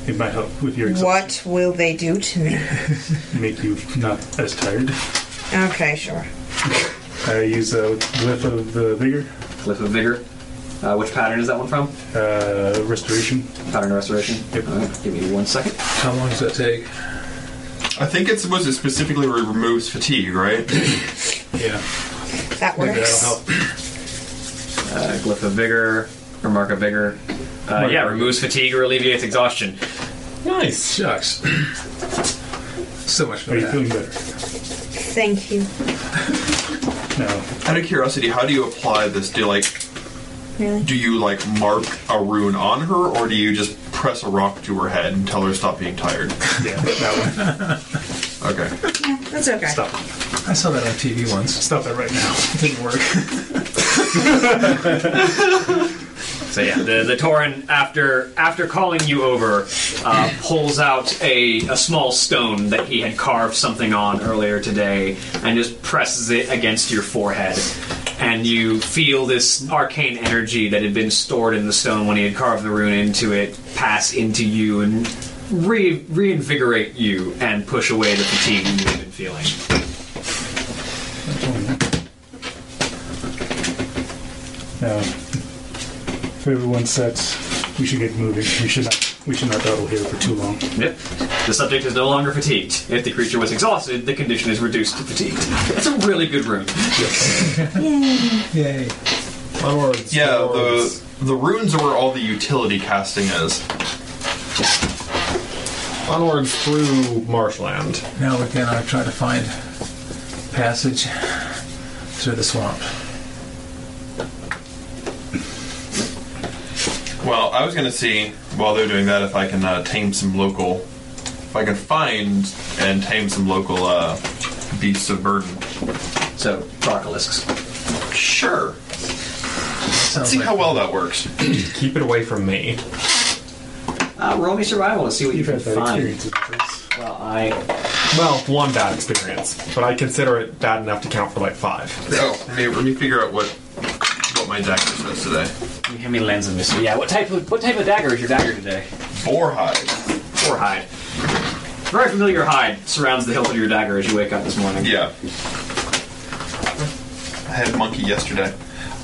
E: It might help with your exhaustion.
G: What will they do to me?
E: Make you not as tired.
G: Okay, sure.
E: I use a glyph of the vigor,
I: Cliff of Vigor. Uh, which pattern is that one from?
E: uh, restoration.
I: Pattern of Restoration?
E: Yep.
I: Alright, give me one second.
D: How long does that take?
H: I think it's supposed to specifically re- removes fatigue, right?
D: Yeah.
G: That
D: Maybe
G: works.
D: that'll help.
I: Uh, Glyph of Vigor, or Mark of Vigor. Uh, yeah, removes fatigue or alleviates exhaustion.
T: Nice.
D: Shucks. so much
E: Are
D: better.
E: you feeling better?
G: Thank you.
E: No.
H: Out of curiosity, how do you apply this? Do you like,
G: Really?
H: do you like mark a rune on her, or do you just press a rock to her head and tell her to stop being tired?
E: Yeah, that one.
H: Okay.
G: Yeah, that's okay.
E: Stop.
D: I saw that on TV once.
E: Stop that right now.
D: It didn't work.
I: So yeah, the the Torin after after calling you over, uh, pulls out a, a small stone that he had carved something on earlier today, and just presses it against your forehead, and you feel this arcane energy that had been stored in the stone when he had carved the rune into it pass into you and re- reinvigorate you and push away the fatigue you had been feeling.
E: Um, if everyone's set, we should get moving. We should not. We should not dawdle here for too long.
B: Yep. The subject is no longer fatigued. If the creature was exhausted, the condition is reduced to fatigued. That's a really good room.
D: Yay.
I: Onwards.
H: Yeah,
I: forwards.
H: the the runes are where all the utility casting is.
I: onwards through marshland.
D: Now we cannot try to find passage through the swamp.
H: Well, I was gonna see while they're doing that if I can uh, tame some local, if I can find and tame some local uh, beasts of burden.
B: So, Barcolisks.
H: Sure.
D: Sounds
H: See
D: like
H: how well that works.
I: Keep it away from me.
B: Uh, roll me survival and see what you
E: You've
B: can
E: had that
B: find.
E: experience with this.
B: Well, I.
I: Well, one bad experience, but I consider it bad enough to count for like five.
H: Oh, let me, let me figure out what what my dagger says today.
B: How many lands in this? Yeah, what type of what type of dagger is your dagger today?
H: Boar hide.
B: Or hide. Very familiar hide surrounds the hilt of your dagger as you wake up this morning.
H: Yeah. I had monkey yesterday.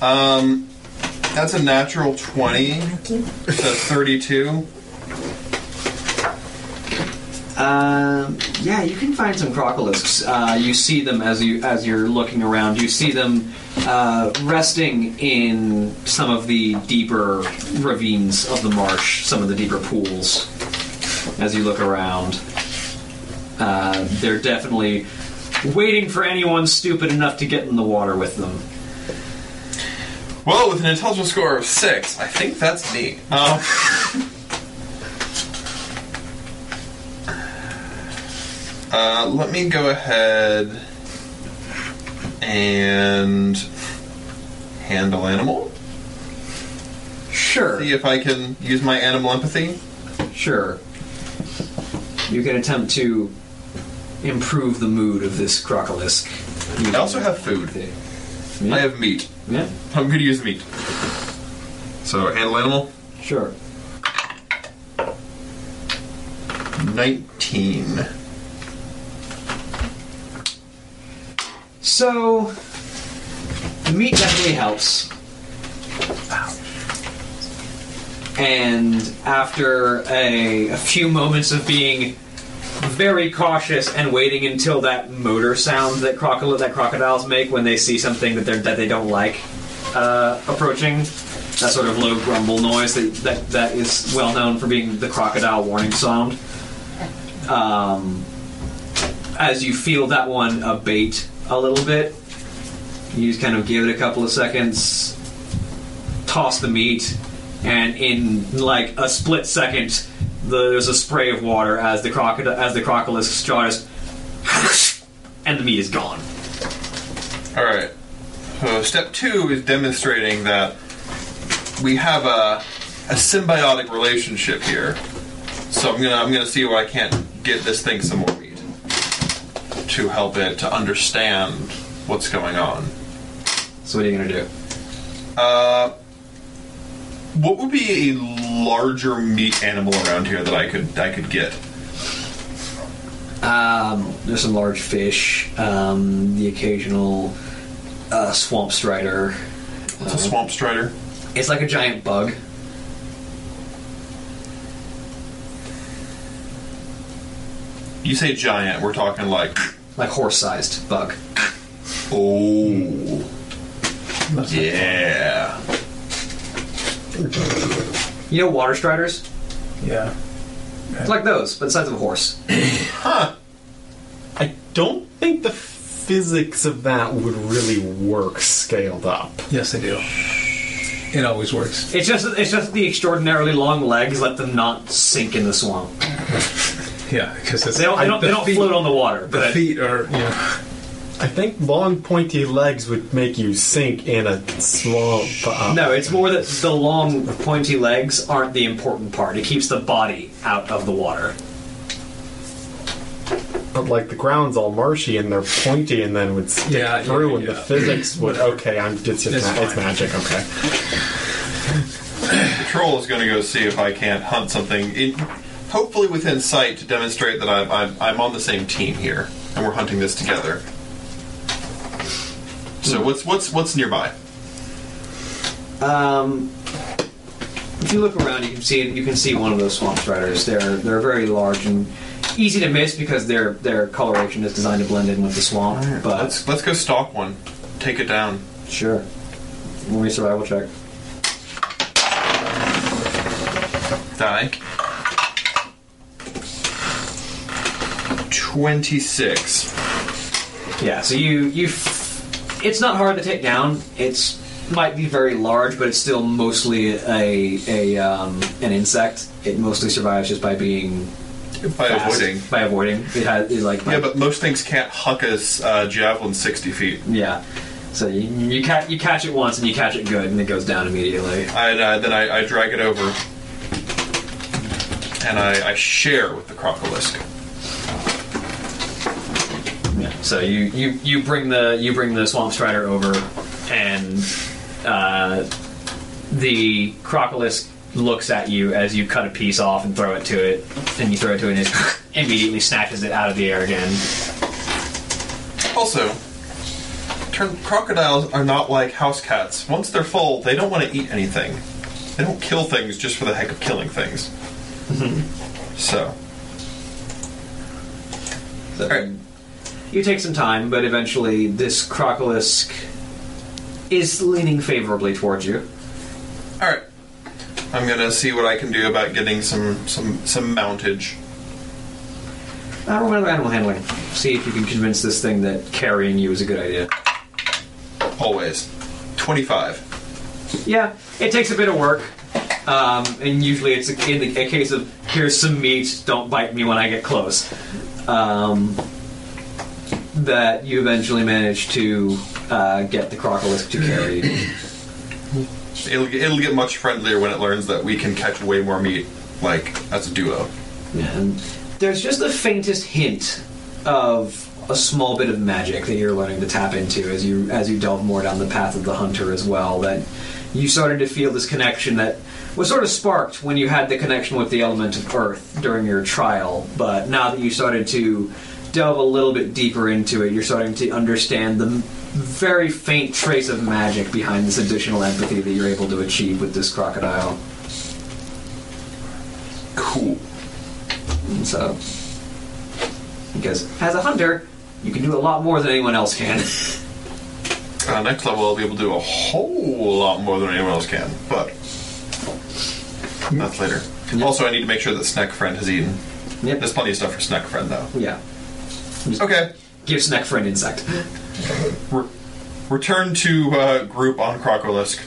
H: Um, that's a natural 20. So 32.
B: Um, yeah, you can find some crocolisks. Uh, you see them as you as you're looking around. You see them uh, resting in some of the deeper ravines of the marsh, some of the deeper pools. As you look around, uh, they're definitely waiting for anyone stupid enough to get in the water with them.
H: Well, with an intelligence score of 6, I think that's me. Um, uh, let me go ahead and handle animal.
B: Sure,
H: See if I can use my animal empathy.
B: sure. You can attempt to improve the mood of this crocolisk.
H: I also have food. I have meat.
B: Yeah,
H: I'm gonna use meat. So handle animal.
B: sure.
H: Nineteen.
B: So, meat definitely helps. And after a, a few moments of being very cautious and waiting until that motor sound that, crocodile, that crocodiles make when they see something that, they're, that they don't like uh, approaching, that sort of low grumble noise that, that, that is well known for being the crocodile warning sound. as you feel that one abate a little bit, you just kind of give it a couple of seconds, toss the meat, and in like a split second, the, there's a spray of water as the crocodile as the crocolisk jaw just, and the meat is gone.
H: All right. So step two is demonstrating that we have a, a symbiotic relationship here. So I'm gonna I'm gonna see why I can't get this thing some more meat to help it to understand what's going on.
B: So what are you gonna do?
H: What would be a larger meat animal around here that I could I could get?
B: There's some large fish, um, the occasional uh, swamp strider.
H: It's a swamp strider.
B: It's like a giant bug.
H: You say giant, we're talking like
B: Like horse-sized bug.
H: oh yeah.
B: You know water striders?
D: Yeah.
B: It's like those, but the size of a horse.
I: I don't think the physics of that would really work scaled up.
D: Yes, they do. It always works.
B: It's just it's just the extraordinarily long legs let them not sink in the swamp.
D: Yeah, because
B: They don't they don't, they don't float on the water.
D: The
B: But
D: feet are, you know,
I: I think long pointy legs would make you sink in a swamp. Uh,
B: no, it's more that the long pointy legs aren't the important part. It keeps the body out of the water.
I: But like the ground's all marshy and they're pointy and then would stick
D: Yeah, yeah,
I: through and the
D: yeah.
I: physics would. Okay, I'm, it's just
D: It's
I: ma- it's
D: fine.
I: magic. Okay.
H: Troll is going to go see if I can't hunt something, in, hopefully within sight, to demonstrate that I'm, I'm, I'm on the same team here and we're hunting this together. So what's what's what's nearby?
B: Um, you look around, you can see you can see one of those swamp spiders. They're they're very large and easy to miss because their their coloration is designed to blend in with the swamp. But
H: Let's let's go stalk one. Take it down.
B: sure, let me survival check.
H: Die. Twenty-six.
B: Yeah, so you you, f- it's not hard to take down. It's might be very large, but it's still mostly a a um, an insect. It mostly survives just by being
H: By
B: fast,
H: avoiding.
B: by avoiding. It has it like
H: Yeah, but most things can't huck us uh, javelin sixty feet.
B: yeah. So you you, ca- you catch it once and you catch it good and it goes down immediately.
H: I, uh, then I, I drag it over, and I, I share with the crocolisk.
B: Yeah. So you, you, you bring the you bring the swamp strider over, and uh, the crocolisk looks at you as you cut a piece off and throw it to it, and you throw it to it, and it immediately snatches it out of the air again.
H: Also, turn, crocodiles are not like house cats. Once they're full, they don't want to eat anything. They don't kill things just for the heck of killing things. so,
B: So
H: Alright.
B: You take some time, but eventually this crocolisk is leaning favorably towards you.
H: all right, I'm gonna see what I can do about getting some some some mountage.
B: Uh, roll another animal handling. See if you can convince this thing that carrying you is a good idea.
H: Always, twenty-five.
B: Yeah, it takes a bit of work, um, and usually it's a, in the, a case of here's some meat, don't bite me when I get close. Um, that you eventually manage to uh, get the crocolisk to carry. you.
H: It'll get- it'll get much friendlier when it learns that we can catch way more meat, like as a duo.
B: and there's just the faintest hint of a small bit of magic that you're learning to tap into as you as you delve more down the path of the hunter as well. That you started to feel this connection that was sort of sparked when you had the connection with the element of earth during your trial, but now that you started to delve a little bit deeper into it, you're starting to understand the very faint trace of magic behind this additional empathy that you're able to achieve with this crocodile.
H: Cool.
B: And so, because as a hunter, you can do a lot more than anyone else can.
H: Uh, next level, I'll be able to do a whole lot more than anyone else can, but that's later. Also, I need to make sure that Snack Friend has eaten.
B: Yep.
H: There's plenty of stuff for Snack Friend, though.
B: yeah.
H: Okay.
B: Give snack for an insect.
H: Re- return to uh, group on Crocolisk.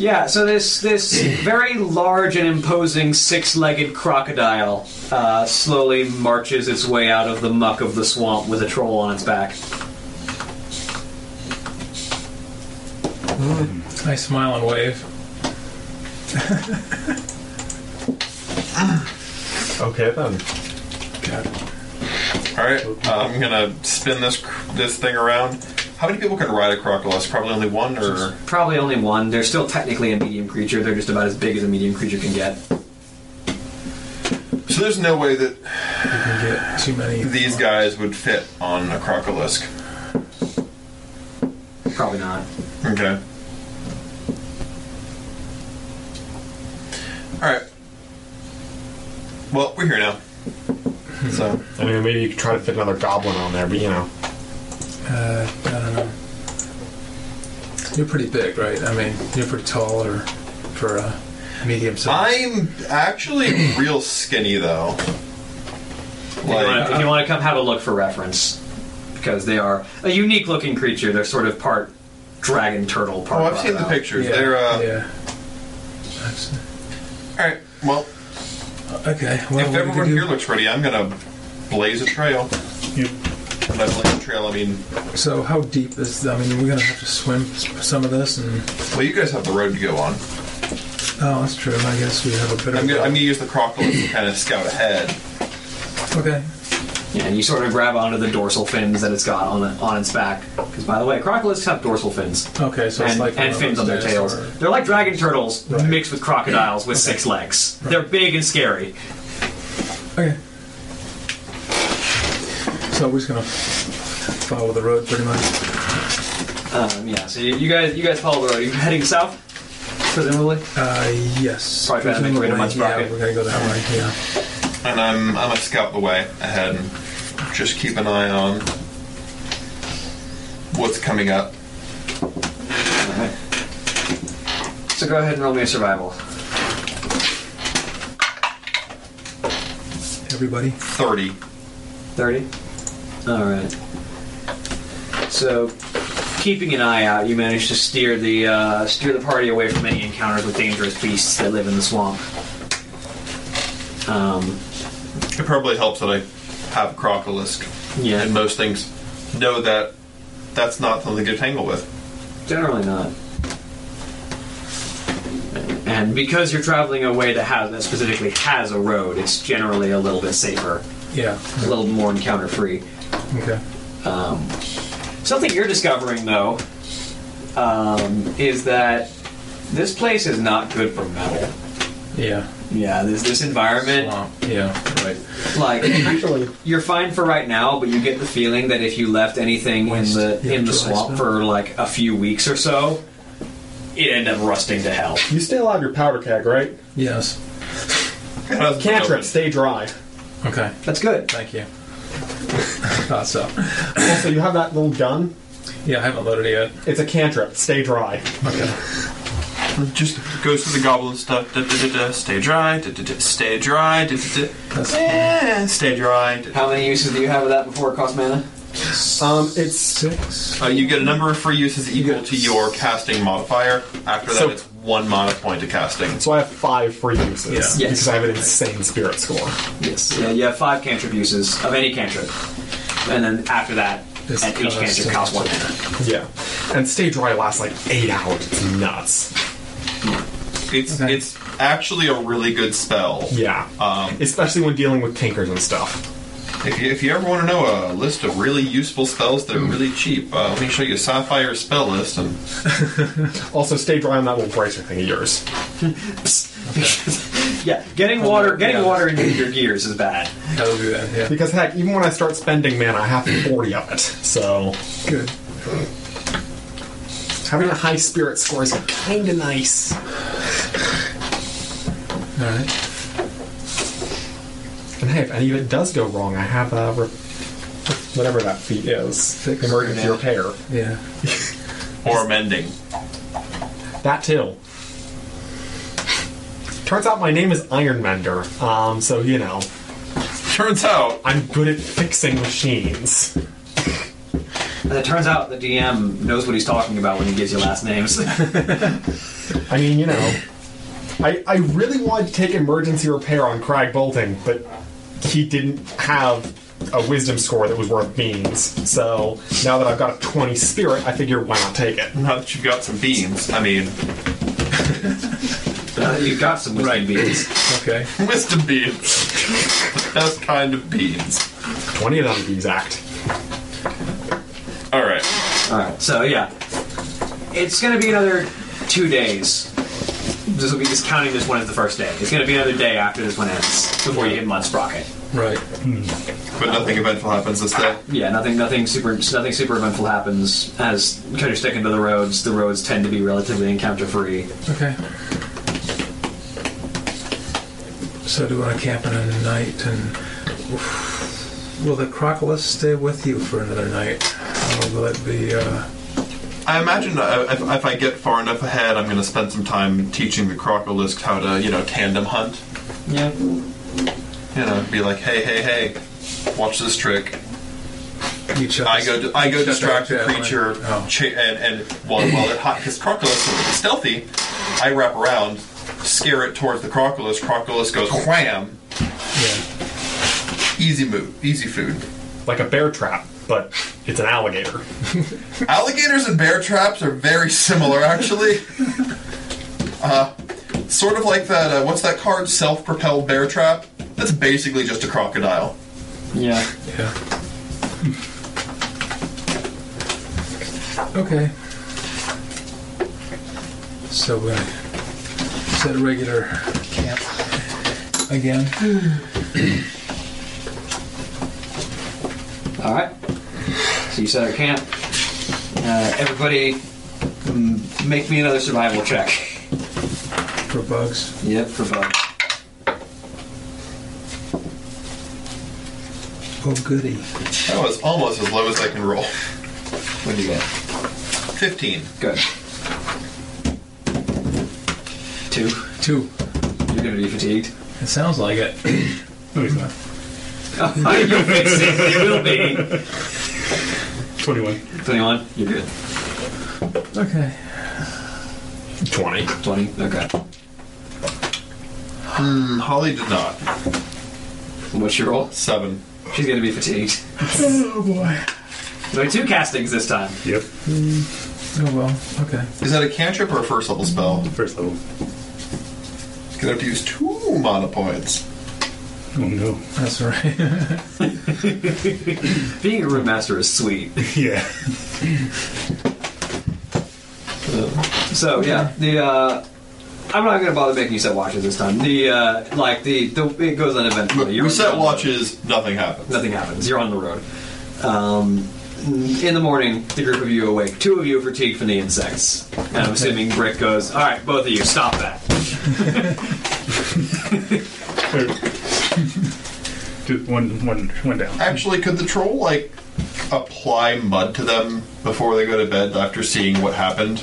B: Yeah. So this this very large and imposing six-legged crocodile uh, slowly marches its way out of the muck of the swamp with a troll on its back.
D: I smile and wave.
I: Okay then.
H: All right. Uh, I'm gonna spin this cr- this thing around. How many people can ride a Crocolisk? Probably only one, or
B: Probably only one. They're still technically a medium creature. They're just about as big as a medium creature can get.
H: so. There's no way that
D: You can get too many.
H: these guys would fit on a Crocolisk.
B: Probably not.
H: Okay. Alright. Well, we're here now. So,
I: I mean, maybe you could try to fit another goblin on there, but you know.
D: Uh, I don't know. You're pretty big, right? I mean, you're pretty tall, or for uh, a medium size.
H: I'm actually real skinny though.
B: If you wanna- if
H: Like, uh,
B: you want to come have a look for reference, because they are a unique looking creature. They're sort of part dragon turtle, part.
H: oh, I've seen the
B: crocodile.
H: pictures. They're, uh,
D: yeah. That's-
H: alright, well,
D: Okay. Well,
H: if
D: what do we
H: everyone
D: do?
H: here looks ready, I'm gonna blaze a trail.
U: Yep.
H: And by blaze a trail, I mean,
D: So how deep is? I mean, we're gonna have to swim s- some of this, and
H: well, you guys have the road to go on.
D: oh, that's true. I guess we have a bit of.
H: I'm gonna, I'm gonna use the crocodile to kind of scout ahead.
D: okay.
B: Yeah, and you sort of grab onto the dorsal fins that it's got on the, on its back. Because by the way, crocodiles have dorsal fins
D: Okay, so it's
B: and,
D: like one
B: and
D: of
B: fins
D: those
B: on their
D: days
B: tails.
D: where-
B: They're like dragon turtles
D: Right.
B: mixed with crocodiles with six legs. They're big and scary.
D: Okay. So we're just gonna follow the road pretty much.
B: Um, yeah, so you, you guys you guys follow the road. You're heading south. presumably.
D: Uh, yes.
B: Probably better make a random one's
D: yeah,
B: bracket.
D: we're gonna go that way. Yeah.
H: And I'm I'm gonna scout the way ahead and just keep an eye on what's coming up.
B: So go ahead and roll me a survival.
D: Everybody.
H: Thirty.
B: 30? Alright. So, keeping an eye out, you manage to steer the uh, steer the party away from any encounters with dangerous beasts that live in the swamp. Um,
H: It probably helps that I have Crocolisk.
B: Yeah.
H: And most things know that that's not something to tangle with.
B: generally not. And because you're traveling a way that has that specifically has a road, it's generally a little bit safer,
D: Yeah.
B: a little more encounter free.
D: Okay.
B: Something you're discovering, though, um, is that this place is not good for metal.
D: Yeah.
B: Yeah, this this environment,
D: Swamp. Yeah. Right.
B: like
V: Actually,
B: you're fine for right now, but you get the feeling that if you left anything in the
D: Yeah,
B: in the
D: dry
B: swamp
D: spell.
B: for like a few weeks or so, it end up rusting to hell.
I: You still have your powder keg, right?
D: Yes.
I: Cantrip, stay dry.
D: Okay.
B: That's good.
D: Thank you. Thought so.
I: Also, you have that little gun.
D: Yeah, I haven't loaded it yet.
I: It's a cantrip. Stay dry.
H: Just goes to the goblin stuff. Da, da, da, da, stay dry. Da, da, da, stay dry. Da, da, da.
D: That's-
H: Eh, stay dry. da, da.
B: How many uses do you have of that before it costs mana?
I: Um, it's
D: Six.
H: Uh, you get a number of free uses equal to your casting modifier. After that,
I: So-
H: it's one mana point to casting.
I: so I have five free uses
D: Yeah. Yes.
I: because I have an insane spirit score.
B: Yes. Yeah, you have five cantrip uses of any cantrip, and then after that,
D: This
B: and each
D: costs-
B: cantrip costs one mana.
I: Yeah, and stay dry lasts like eight hours. It's nuts.
H: It's
D: Okay.
H: it's actually a really good spell.
I: Yeah,
H: Um,
I: especially when dealing with tinkers and stuff.
H: If you, if you ever want to know a list of really useful spells that are really cheap, uh, let me show you a Sapphire spell list. And
I: Also, stay dry on that little bracer thing of yours.
B: Yeah, getting water, getting water into your gears is bad.
D: That'll do that. Yeah.
I: Because heck, even when I start spending mana, I have forty of it. So
D: Good.
I: having a high spirit score is kind of nice.
D: All right.
I: And hey, if any of it does go wrong, I have a re- whatever that feat is, emergency repair.
D: Yeah.
H: or mending.
I: That too. Turns out my name is Ironmender, um, so you know
H: Turns out
I: I'm good at fixing machines.
B: And it turns out the DM knows what he's talking about when he gives you last names.
I: I mean, you know, I I really wanted to take emergency repair on Crag Bolting, but he didn't have a wisdom score that was worth beans. So now that I've got a 20 spirit, I figure why not take it?
H: now that you've got some beans, I mean
B: You've got some wisdom beads.
D: Okay.
H: wisdom beans. That's kind of beans.
I: 20 of them to be exact.
H: All right.
B: All right, so yeah, it's gonna be another two days. This will be just counting this one as the first day. It's gonna be another day after this one ends before you hit Mudsprocket.
D: Right.
H: But nothing eventful happens this day.
B: Yeah, nothing, nothing super, nothing super eventful happens. As because you're sticking to the roads, the roads tend to be relatively encounter free.
D: Okay. So do you want to camp in a night and. Will the crocolis stay with you for another night? Or will it be. Uh,
H: I imagine uh, if, if I get far enough ahead, I'm going to spend some time teaching the Crocolisk how to, you know, tandem hunt.
B: Yeah,
H: You know, be like, hey, hey, hey, watch this trick.
D: you chuck-
H: I go, I go
D: chuck
H: distract the
D: that down.
H: creature,
D: Oh.
H: cha- and, and while, while it hot, because Crocolis is stealthy, I wrap around, scare it towards the Crocolis. Crocolis goes wham,
D: Yeah.
H: easy move, easy food.
I: Like a bear trap, but it's an alligator.
H: Alligators and bear traps are very similar, actually. uh, sort of like that. Uh, what's that card? Self-propelled bear trap. That's basically just a crocodile.
B: yeah.
D: Yeah. Okay. So we're gonna set a regular camp again.
B: All right. So you set our camp. Uh, everybody, mm, make me another survival check.
D: for bugs.
B: Yep, for bugs.
D: Oh, goody.
H: That was almost as low as I can roll.
B: What'd you get?
H: 15.
B: Good. Two.
D: Two.
B: You're gonna be fatigued.
D: It sounds like it.
E: No, he's not.
B: You'll fix it. You will be.
E: 21.
B: 21. You're good.
D: Okay.
W: 20.
B: 20. Okay.
H: Mm, Holly did not.
B: What's your roll?
H: Seven.
B: She's gonna be fatigued.
D: Oh, boy.
B: Only two castings this time.
E: Yep.
D: Oh, well. Okay.
H: Is that a cantrip or a first level spell?
E: First level.
H: Gonna have to use two mana points.
E: Oh no.
D: That's right.
B: Being a room master is sweet.
E: yeah.
B: So yeah, the uh, I'm not gonna bother making you set watches this time. The uh, like the, the it goes on eventually.
H: We set
B: on the road.
H: watches, nothing happens.
B: Nothing happens. You're on the road. Um, in the morning, the group of you awake. Two of you are fatigued from the insects, and I'm assuming Brick goes. All right, both of you, stop that.
E: Or- Just one, one, one down.
H: Actually, could the troll, like, apply mud to them before they go to bed after seeing what happened?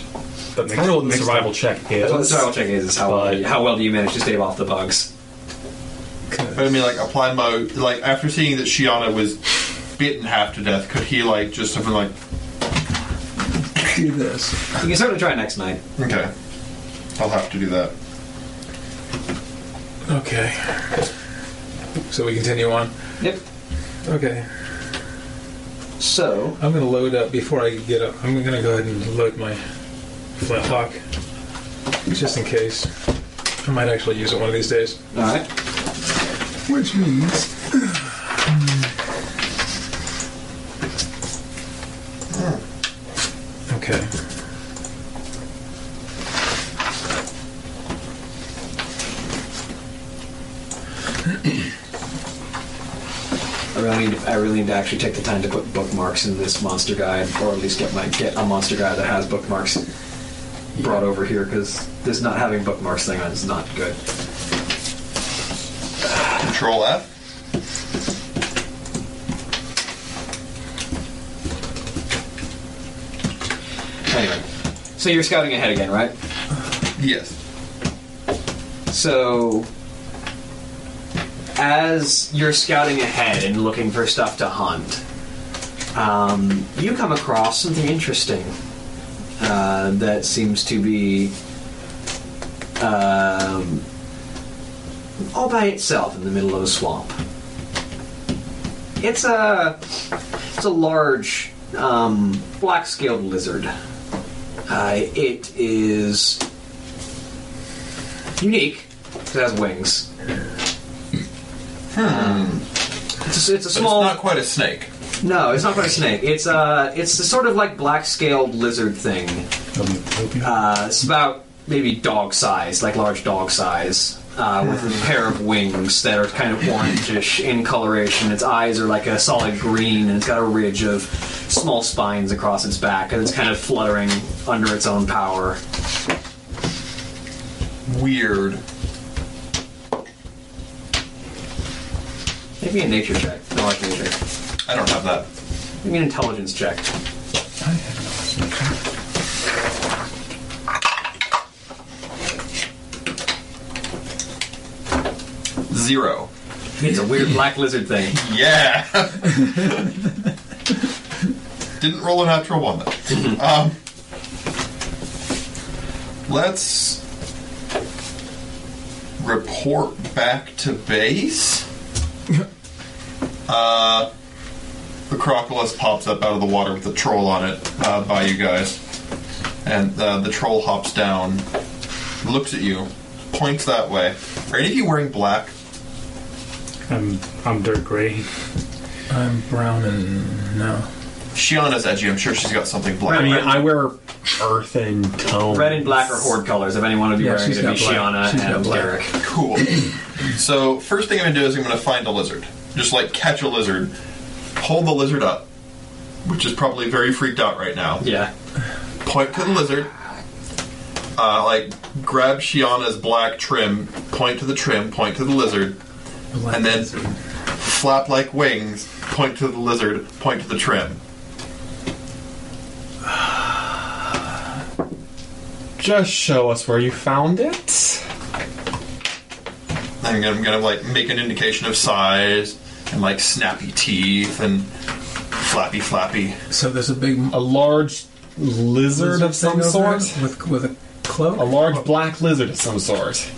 W: That's kind of what the survival check is.
B: That's what the survival check is: is how well,
W: But-
B: how well do you manage to stave off the bugs?
H: But I mean, like, apply mud, like, after seeing that Shiana was bitten half to death, could he, like, just something like,
D: Do this.
B: You can certainly try next night.
H: okay, I'll have to do that.
D: Okay. So we continue on.
B: Yep.
D: Okay.
B: So
D: I'm gonna load up before I get up. I'm gonna go ahead and load my flintlock, just in case. I might actually use it one of these days.
B: all right,
D: Which means okay.
B: I really need to, I really need to actually take the time to put bookmarks in this monster guide, or at least get my get a monster guide that has bookmarks brought over here because this not having bookmarks thing is not good.
H: Control F?
B: Anyway, so you're scouting ahead again, right?
H: Yes.
B: So, as you're scouting ahead and looking for stuff to hunt, um, you come across something interesting uh, that seems to be um, all by itself in the middle of a swamp. It's a it's a large um, black-scaled lizard. Uh, it is unique because it has wings. Um, it's a, it's a
H: Hmm. But
B: small.
H: it's not quite a snake.
B: no, it's not quite a snake. It's uh, it's the sort of like black scaled lizard thing. Uh, it's about maybe dog size, like large dog size, uh, with a pair of wings that are kind of orangish in coloration. Its eyes are like a solid green, and it's got a ridge of small spines across its back, and it's kind of fluttering under its own power.
H: Weird.
B: Maybe a nature check, no art nature.
H: I don't have that.
B: Maybe an intelligence check.
D: I have no idea.
H: Zero.
B: It's a weird black lizard thing.
H: Yeah. Didn't roll a natural one. though. um, let's report back to base. Uh, the Crocolis pops up out of the water with the troll on it uh, by you guys, and uh, the troll hops down, looks at you, points that way. Are any of you wearing black?
E: I'm I'm dirt gray.
D: I'm brown and no.
H: Shiana's edgy. I'm sure she's got something black.
W: I mean, I wear earth and tone.
B: Red and black are horde colors. If anyone would be
D: Yeah,
B: wearing it,
D: she's
B: it'd be
D: got
B: Shiana
D: black. She's got
B: and
D: black.
B: Derek.
H: Cool. so first thing I'm gonna do is I'm gonna find a lizard. Just like catch a lizard, hold the lizard up, which is probably very freaked out right now.
B: Yeah.
H: Point to the lizard, uh, like grab Shiana's black trim, point to the trim, point to the lizard, and then flap like wings, point to the lizard, point to the trim.
I: Just show us where you found it.
H: I'm gonna, I'm gonna like make an indication of size and like snappy teeth and flappy flappy.
D: So there's a big
I: A large lizard,
D: lizard
I: of some
D: thing over
I: sort.
D: it with with a cloak.
I: A large black lizard of some sort.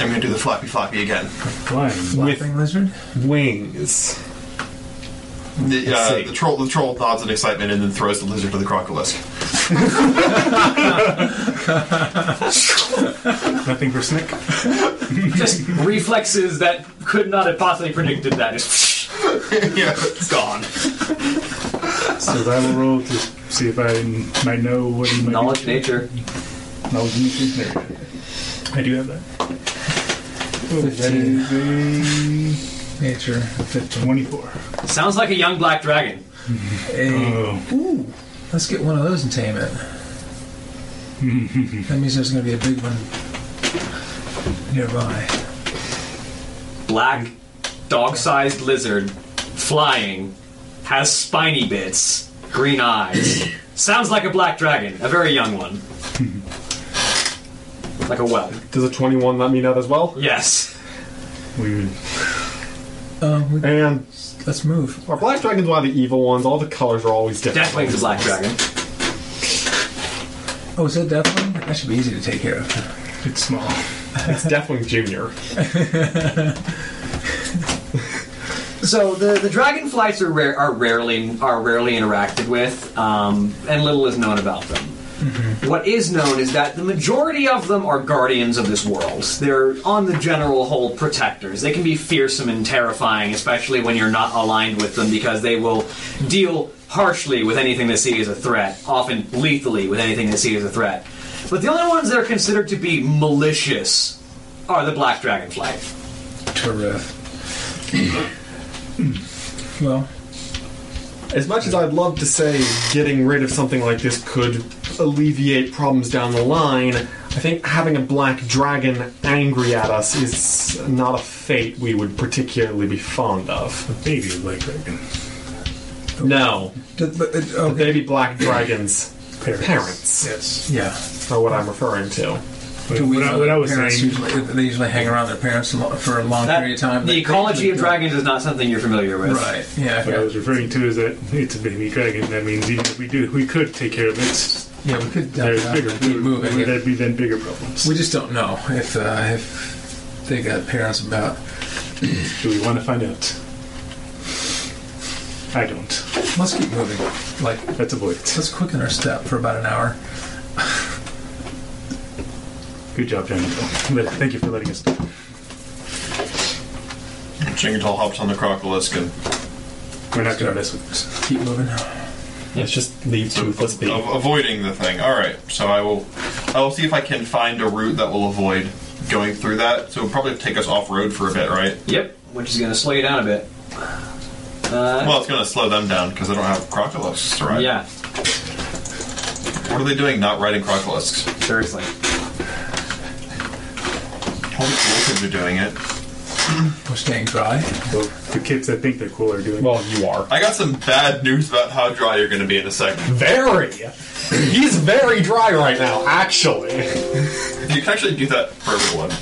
H: I'm gonna do the flappy flappy again.
E: Flying.
D: flapping lizard.
I: Wings.
H: The, uh,
I: see.
H: the troll the troll nods in excitement and then throws the lizard to the crocodilus.
E: Nothing for Snick.
B: Just reflexes that could not have possibly predicted that. Just
H: yeah.
B: it's gone.
E: So I will roll to see if I might know what he might
B: Knowledge
E: be.
B: nature.
E: Knowledge nature. There we go. I do have that. Oh, that is
D: Nature.
E: a 24.
B: Sounds like a young black dragon.
D: Hey,
E: Oh,
D: let's get one of those and tame it. that means there's going to be a big one nearby.
B: Black, dog-sized lizard, flying, has spiny bits, green eyes. Sounds like a black dragon, a very young one. Like a whelp.
I: Does a 21 let me know that as well?
B: Yes.
E: weird.
D: Um, we,
I: And
D: let's move.
I: our black dragons are one of the evil ones. All the colors are always different.
B: Deathwing's a black dragon.
D: Oh, is that that one? That should be easy to take care of.
E: It's small.
I: It's Deathwing Junior.
B: So the, the dragonflies are rare, are rarely are rarely interacted with, um, and little is known about them. What is known is that the majority of them are guardians of this world. They're on the general whole protectors. They can be fearsome and terrifying, especially when you're not aligned with them, because they will deal harshly with anything they see as a threat, often lethally with anything they see as a threat. But the only ones that are considered to be malicious are the black dragonfly.
D: Terrific. well,
I: As much as I'd love to say getting rid of something like this could alleviate problems down the line, I think having a black dragon angry at us is not a fate we would particularly be fond of.
E: Baby black dragon.
I: No,
D: d- but, uh,
I: the
D: okay.
I: baby black dragons.
E: Parents.
I: Parents
E: Yes.
D: Yeah.
I: are what I'm referring to.
E: But
D: Do we
E: what, I,
D: know
E: what I
D: that
E: was
D: parents
E: saying.
D: usually, they usually hang around their parents a lo- for a long
B: That-
D: period of time.
B: The
D: They-
B: ecology
D: they-
B: of dragons is not something you're familiar with.
D: Right. Yeah.
E: What I was referring to is that it's a baby dragon. That means even if we do, we could take care of it.
D: Yeah, we could
E: There's
D: uh,
E: bigger.
D: keep moving.
E: Would
D: if-
E: that be then bigger problems?
D: We just don't know if uh, if they got parents about.
E: Do we want to find out? I don't.
D: Let's keep moving. Like
E: Let's avoid it.
D: let's quicken our step for about an hour.
E: Good job, Jonathan. But Thank you for letting us.
H: Chingatol hops on the crocodilus and
E: We're not going to mess with this.
D: Keep moving.
I: Let's just leave Toothless be.
H: Av- avoiding the thing. All right, so I will. I will see if I can find a route that will avoid going through that. So it'll probably take us off road for a bit, right?
B: Yep, which is going to slow you down a bit.
H: Well, it's going to slow them down because they don't have crocodiluses to ride.
B: Yeah,
H: What are they doing? Not riding crocodiluses?
B: seriously.
H: All the cool kids are doing it.
D: We're staying dry.
E: Well, the kids that think they're cool are doing.
I: Well, you are.
H: I got some bad news about how dry you're going to be in a second.
I: Very! He's very dry right now, actually.
H: You can actually do that for everyone.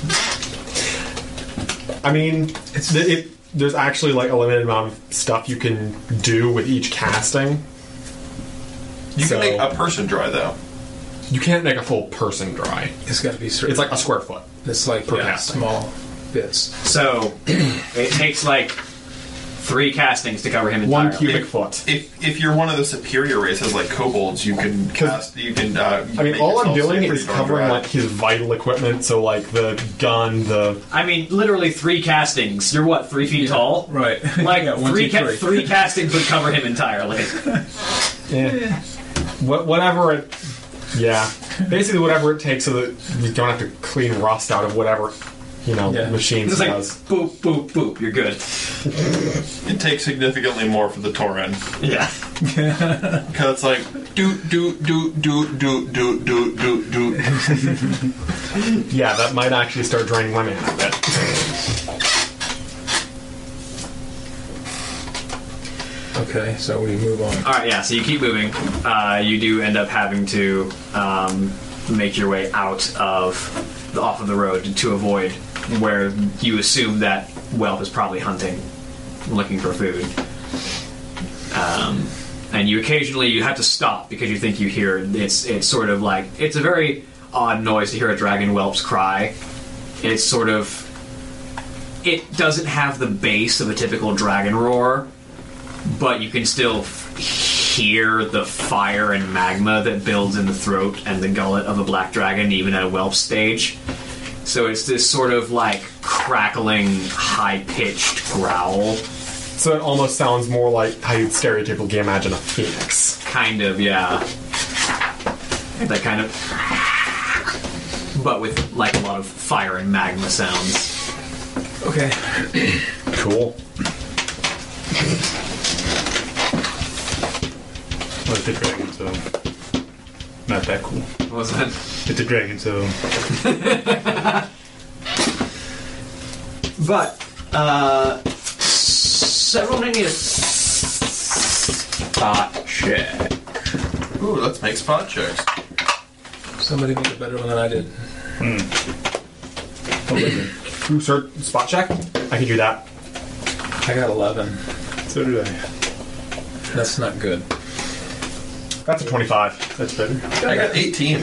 I: I mean, it's th- it, there's actually like a limited amount of stuff you can do with each casting.
H: You
I: So-
H: can make a person dry though.
I: You can't make a full person dry.
D: It's got to be certain.
I: It's like a square foot.
D: it's like
I: per
D: yeah,
I: casting.
D: small bits.
B: So it takes like three castings to cover him entirely.
I: One cubic foot.
H: If if you're one of the superior races like kobolds, you can cast. You can. Uh,
I: I mean,
H: make
I: all I'm
H: yourself
I: doing
H: pretty
I: is
H: darn
I: covering
H: dry.
I: like his vital equipment, so like the gun, the
B: I mean, literally three castings. You're what, three feet tall?
D: Right.
B: Like
D: Yeah, one,
B: three,
D: two,
B: ca-
D: three.
B: three castings would cover him entirely.
I: eh, wha- whatever it. Yeah, basically whatever it takes, so that you don't have to clean rust out of whatever you know,
D: Yeah.
I: machines
B: It's like
I: does.
B: boop, boop, boop. You're good.
H: It takes significantly more for the Torin.
B: Yeah.
H: Because it's like, do, do, do, do, do, do, do, do, do.
I: Yeah, that might actually start draining my mana a bit.
D: Okay, so we move on.
B: All right. Yeah. So you keep moving. Uh, you do end up having to um, make your way out of the, off of the road to avoid where you assume that whelp is probably hunting, looking for food. Um, and you occasionally you have to stop because you think you hear it's it's sort of like it's a very odd noise to hear a dragon whelp's cry. It's sort of it doesn't have the bass of a typical dragon roar, but you can still f- hear the fire and magma that builds in the throat and the gullet of a black dragon, even at a whelp stage. So it's this sort of like crackling, high pitched growl,
I: So it almost sounds more like how you'd stereotypically imagine a phoenix.
B: kind of, yeah. That kind of. But with like a lot of fire and magma sounds.
D: Okay.
I: Cool.
E: Well, it's a dragon, so not that cool.
B: What was that?
E: It's a dragon, so
B: But, uh. Several negative. Thought check.
H: Ooh, let's make spot checks.
D: Somebody made a better one than I did.
I: Ooh, sir, spot check? I can do that.
D: I got 11.
E: so do I.
D: That's not good.
I: That's a 25.
E: That's better.
H: I got 18.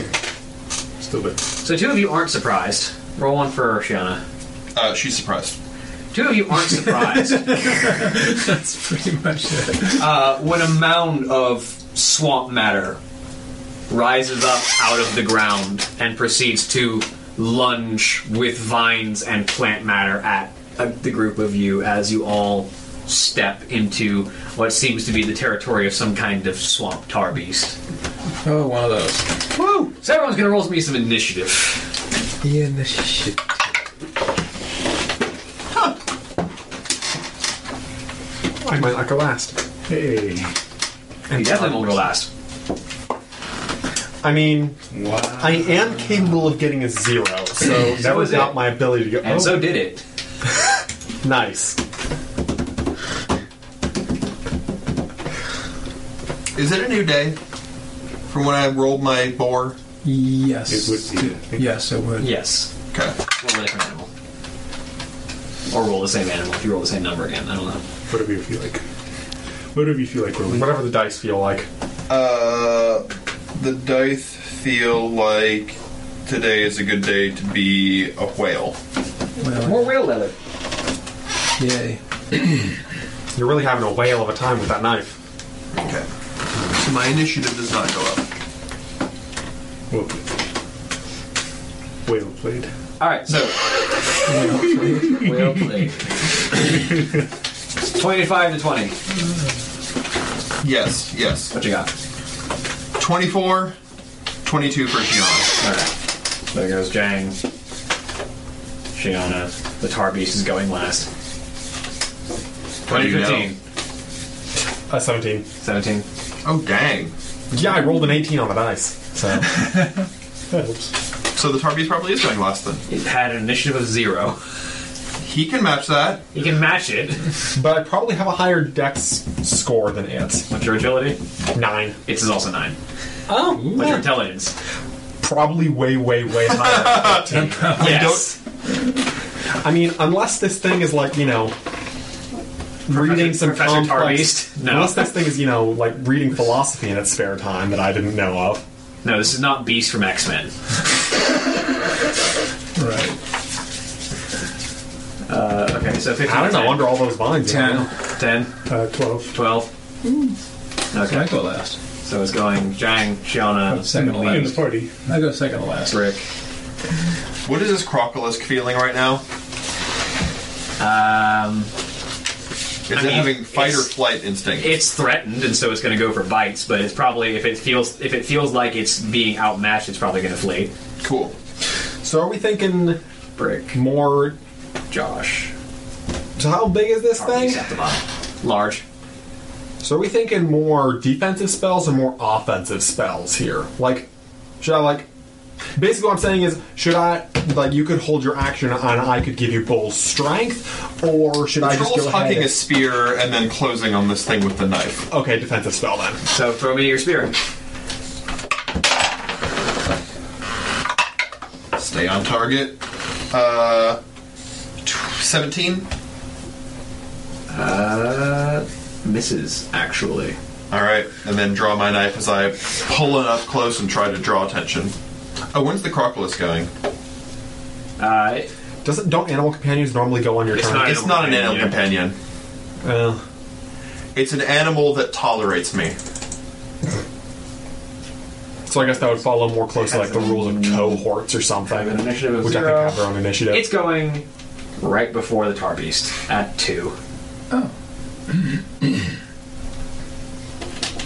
E: Still better.
B: So two of you aren't surprised. Roll one for Shiana.
H: Uh, she's surprised.
B: Two of you aren't surprised
D: That's pretty much it.
B: uh, when a mound of swamp matter rises up out of the ground and proceeds to lunge with vines and plant matter at uh, the group of you as you all step into what seems to be the territory of some kind of swamp tar beast.
D: Oh, one of those.
B: Woo! So everyone's gonna roll me some initiative.
D: Yeah, the shit.
I: I might not go last.
E: Hey.
B: You definitely won't go last.
I: I mean,
E: Wow.
I: I am capable of getting a zero, so that was
B: is
I: not
B: it.
I: my ability to go.
B: And
I: oh,
B: so did it.
I: nice.
H: Is it a new day from when I rolled my boar?
D: Yes.
E: It would be.
D: Yes, it would.
B: Yes.
H: Okay.
B: Roll a different animal. Or roll the same animal if you roll the same number again. I don't know.
E: Whatever you feel like. Whatever you feel like rolling.
I: Whatever the dice feel like.
H: Uh, the dice feel like today is a good day to be a whale.
D: Well,
B: whale leather.
D: yay.
I: You're really having a whale of a time with that knife.
H: Okay. So my initiative does not go up.
E: Well played. Well played.
B: Alright, so. whale play. 25 to 20.
H: Yes, yes.
B: What you got?
H: 24, 22 for Gianna.
B: Alright. There goes Jang. Shiana. The tar beast is going last.
H: How do you
B: 2015.
I: A 17.
B: 17.
H: Oh, dang.
I: Uh, Yeah, I rolled an 18 on the dice. So
E: That helps.
H: So the Tarby's probably is going last then.
B: It had an initiative of zero.
H: He can match that.
B: You can match it.
I: But I probably have a higher dex score than it.
B: What's your agility?
I: Nine.
B: It's is also nine.
I: Oh,
B: What's your intelligence?
I: probably way, way, way higher. than 15.
B: Yes.
I: I mean, unless this thing is like you know, reading some
B: Professor
I: complex.
B: Tarbeast? No.
I: Unless this thing is you know like reading philosophy in its spare time that I didn't know of.
B: No, this is not Beast from X Men.
D: Right.
B: Okay, so 15.
I: I don't know.
B: 10.
I: Under all those vines. you
D: Ten.
I: know.
B: 10,
E: Uh, 12.
B: 12.
D: Can I
B: Okay,
D: go last?
B: so it's going Jang, Shiona,
D: second
B: second
E: In the
B: left,
E: party.
D: I go second to last.
B: Rick.
H: What is this crocolisk feeling right now?
B: Um,
H: Is
B: I
H: it
B: mean,
H: having fight or
B: it's-
H: flight instinct?
B: it's threatened, and so it's going to go for bites. But it's probably if it feels if it feels like it's being outmatched, it's probably going to flee.
H: cool.
I: So are we thinking
B: brick.
I: More.
H: Josh.
I: So how big is this
B: Or at
I: thing?
B: least at the bottom. Large.
I: So are we thinking more defensive spells or more offensive spells here? Like, should I like? Basically, what I'm saying is, should I like you could hold your action and I could give you bull strength, or should I just
C: Troll's
I: go
C: hugging
I: ahead?
C: a spear and then closing on this thing with the knife.
I: okay, defensive spell then.
B: So throw me your spear.
C: Stay on target. Uh, tw- 17.
B: Uh, misses actually.
C: All right, and then draw my knife as I pull it up close and try to draw attention. Oh, when's the Croculus going?
B: Uh,
I: Doesn't don't animal companions normally go on your
B: It's
I: turn?
B: not-
C: It's not an animal companion.
I: Uh,
C: It's an animal that tolerates me.
I: so I guess that would follow more closely like the rules of cohorts or something,
B: an initiative of
I: which
B: zero.
I: I think have their own initiative.
B: it's going right before the tar beast at two.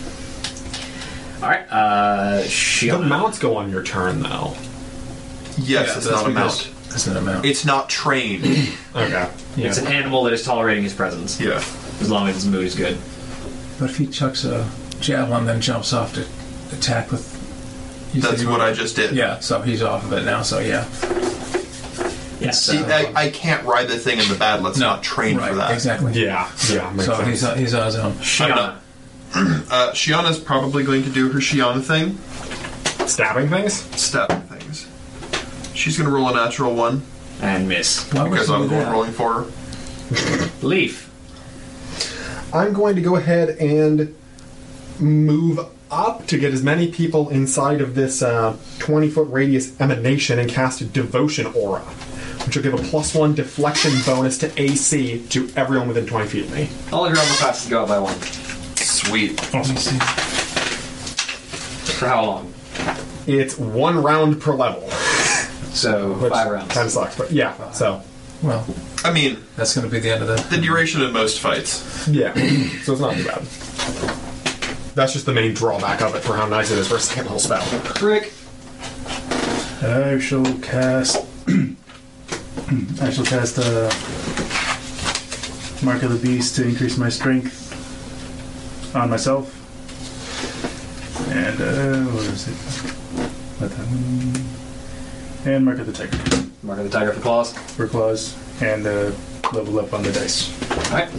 B: Oh. All right. Uh,
I: the
B: Shiona.
I: mounts go on your turn though.
C: Yes,
D: Yeah,
C: it's
D: that's
C: not a
D: because-
C: mount.
D: That's not a mount.
C: It's not trained.
I: Okay.
D: yeah.
B: It's an animal that is tolerating his presence
C: yeah.
B: as long as his mood is good.
D: But if he chucks a javelin, then jumps off to attack with. you said
C: That's
D: you
C: what
D: were-
C: I just did.
D: Yeah, so he's off of it now. So yeah,
B: Yes.
C: See, I, I can't ride the thing in the battle. It's not trained
D: right,
C: for that.
D: exactly.
I: Yeah. Yeah. Makes
D: So
I: sense.
D: he's on, he's on his own.
B: Shiona.
C: Uh, Shiana's probably going to do her Shiana thing.
I: Stabbing things.
C: Stab things. She's going to roll a natural one
B: And miss.
D: Why
C: because
D: he
C: I'm
D: do
C: the one
D: that?
C: rolling for her.
B: Leaf.
I: I'm going to go ahead and move up to get as many people inside of this uh, 20 foot radius emanation and cast a devotion aura, which will give a plus one deflection bonus to AC to everyone within 20 feet of me.
B: All of your armor classes go up by one.
C: Sweet.
D: Let me see.
B: For how long?
I: It's one round per level.
B: So
I: Which
B: five rounds.
I: Kind of sucks, but yeah, so.
D: Well,
C: I mean,
D: that's going to be the end of the.
C: the duration of most fights.
I: Yeah, so it's not too bad. That's just the main drawback of it for how nice it is for a second level spell.
B: Rick.
E: I shall cast. I shall cast uh, Mark of the Beast to increase my strength on myself. And uh, what is it? Let that one- And Mark of the Tiger
B: Mark of the tiger for claws.
E: for claws and uh, level up on the dice.
B: Alright.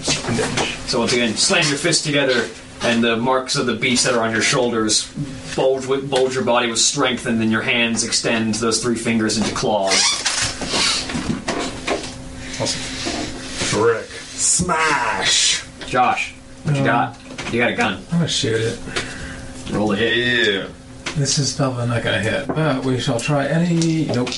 B: So once again, slam your fists together, and the marks of the beast that are on your shoulders bulge, with, bulge your body with strength, and then your hands extend those three fingers into claws.
I: Brick. Smash!
B: Josh, what you got? You got a gun.
D: I'm going to shoot it.
B: Roll a hit.
C: Yeah.
D: This is probably not going to hit, but we shall try any. Nope.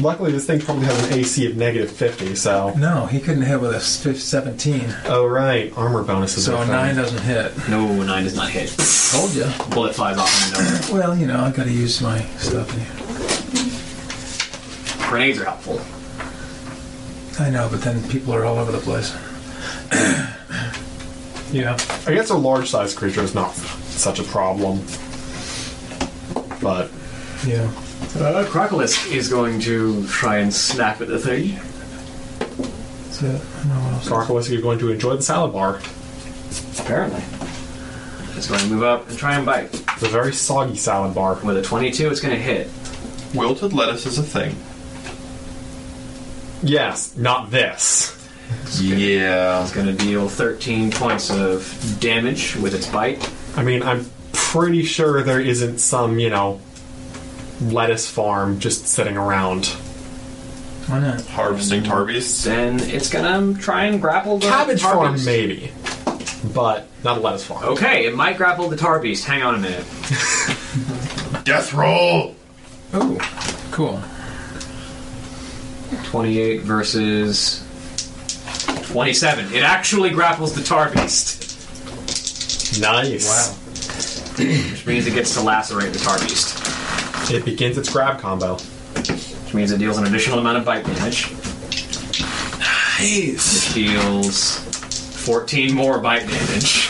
I: Luckily, this thing probably has an AC of negative 50, so.
D: No, he couldn't hit with a s- fif- 17,
I: Oh, right. Armor bonuses.
D: so
I: are
D: a
I: fun.
D: 9 doesn't hit.
B: No, nine does not hit.
D: Told you.
B: Bullet flies off and another.
D: Well, you know, i got to use my stuff in here.
B: Grenades are helpful.
D: I know, but then people are all over the place. yeah.
I: I guess a large sized creature is not such a problem. But.
D: Yeah.
B: Uh, Crocolisk is going to try and snap at the thing.
D: So, I don't know what else.
I: Sarkolis, you're going to enjoy the salad bar.
B: Apparently. It's going to move up and try and bite.
I: It's a very soggy salad bar.
B: With a 22, it's going to hit.
C: Wilted lettuce is a thing.
I: Yes, not this.
C: Yeah.
B: It's going to deal 13 points of damage with its bite.
I: I mean, I'm pretty sure there isn't some, you know, lettuce farm just sitting around.
D: Why not?
C: Harvesting tar beasts.
B: Then it's going to try and grapple the
I: Cabbage
B: tar
I: farm,
B: beast.
I: maybe. But not a lettuce farm.
B: Okay, it might grapple the tar beast. Hang on a minute.
C: Death roll.
D: Oh, cool.
B: 28 versus 27. It actually grapples the tar beast,
I: Nice.
D: Wow.
B: which means it gets to lacerate the tar beast,
I: It begins its grab combo.
B: which means it deals an additional amount of bite damage.
C: Nice.
B: deals 14 more bite damage.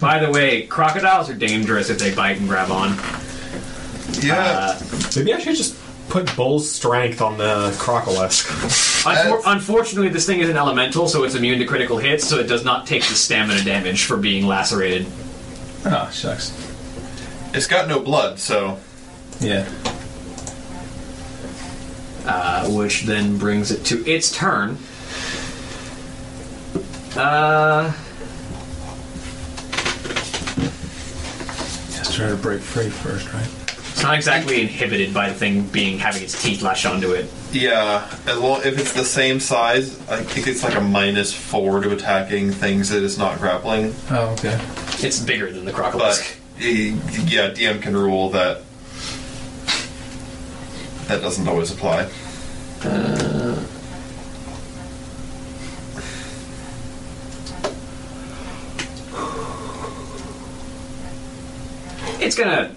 B: By the way, crocodiles are dangerous if they bite and grab on.
C: Yeah.
B: Uh,
I: Maybe I should just put bull's strength on the crocolisk.
B: Unfor- unfortunately, this thing is an elemental, so it's immune to critical hits, so it does not take the stamina damage for being lacerated.
D: Ah, shucks.
H: It's got no blood, so
D: Yeah.
B: Uh, which then brings it to its turn. Uh,
D: Just try to break free first, right?
B: it's not exactly inhibited by the thing being having its teeth lash onto it.
H: yeah. As long if it's the same size, I think it's like a minus four to attacking things that it's not grappling.
D: Oh, okay.
B: It's bigger than the crocolisk.
H: But eh, yeah, DM can rule that that doesn't always apply.
B: It's gonna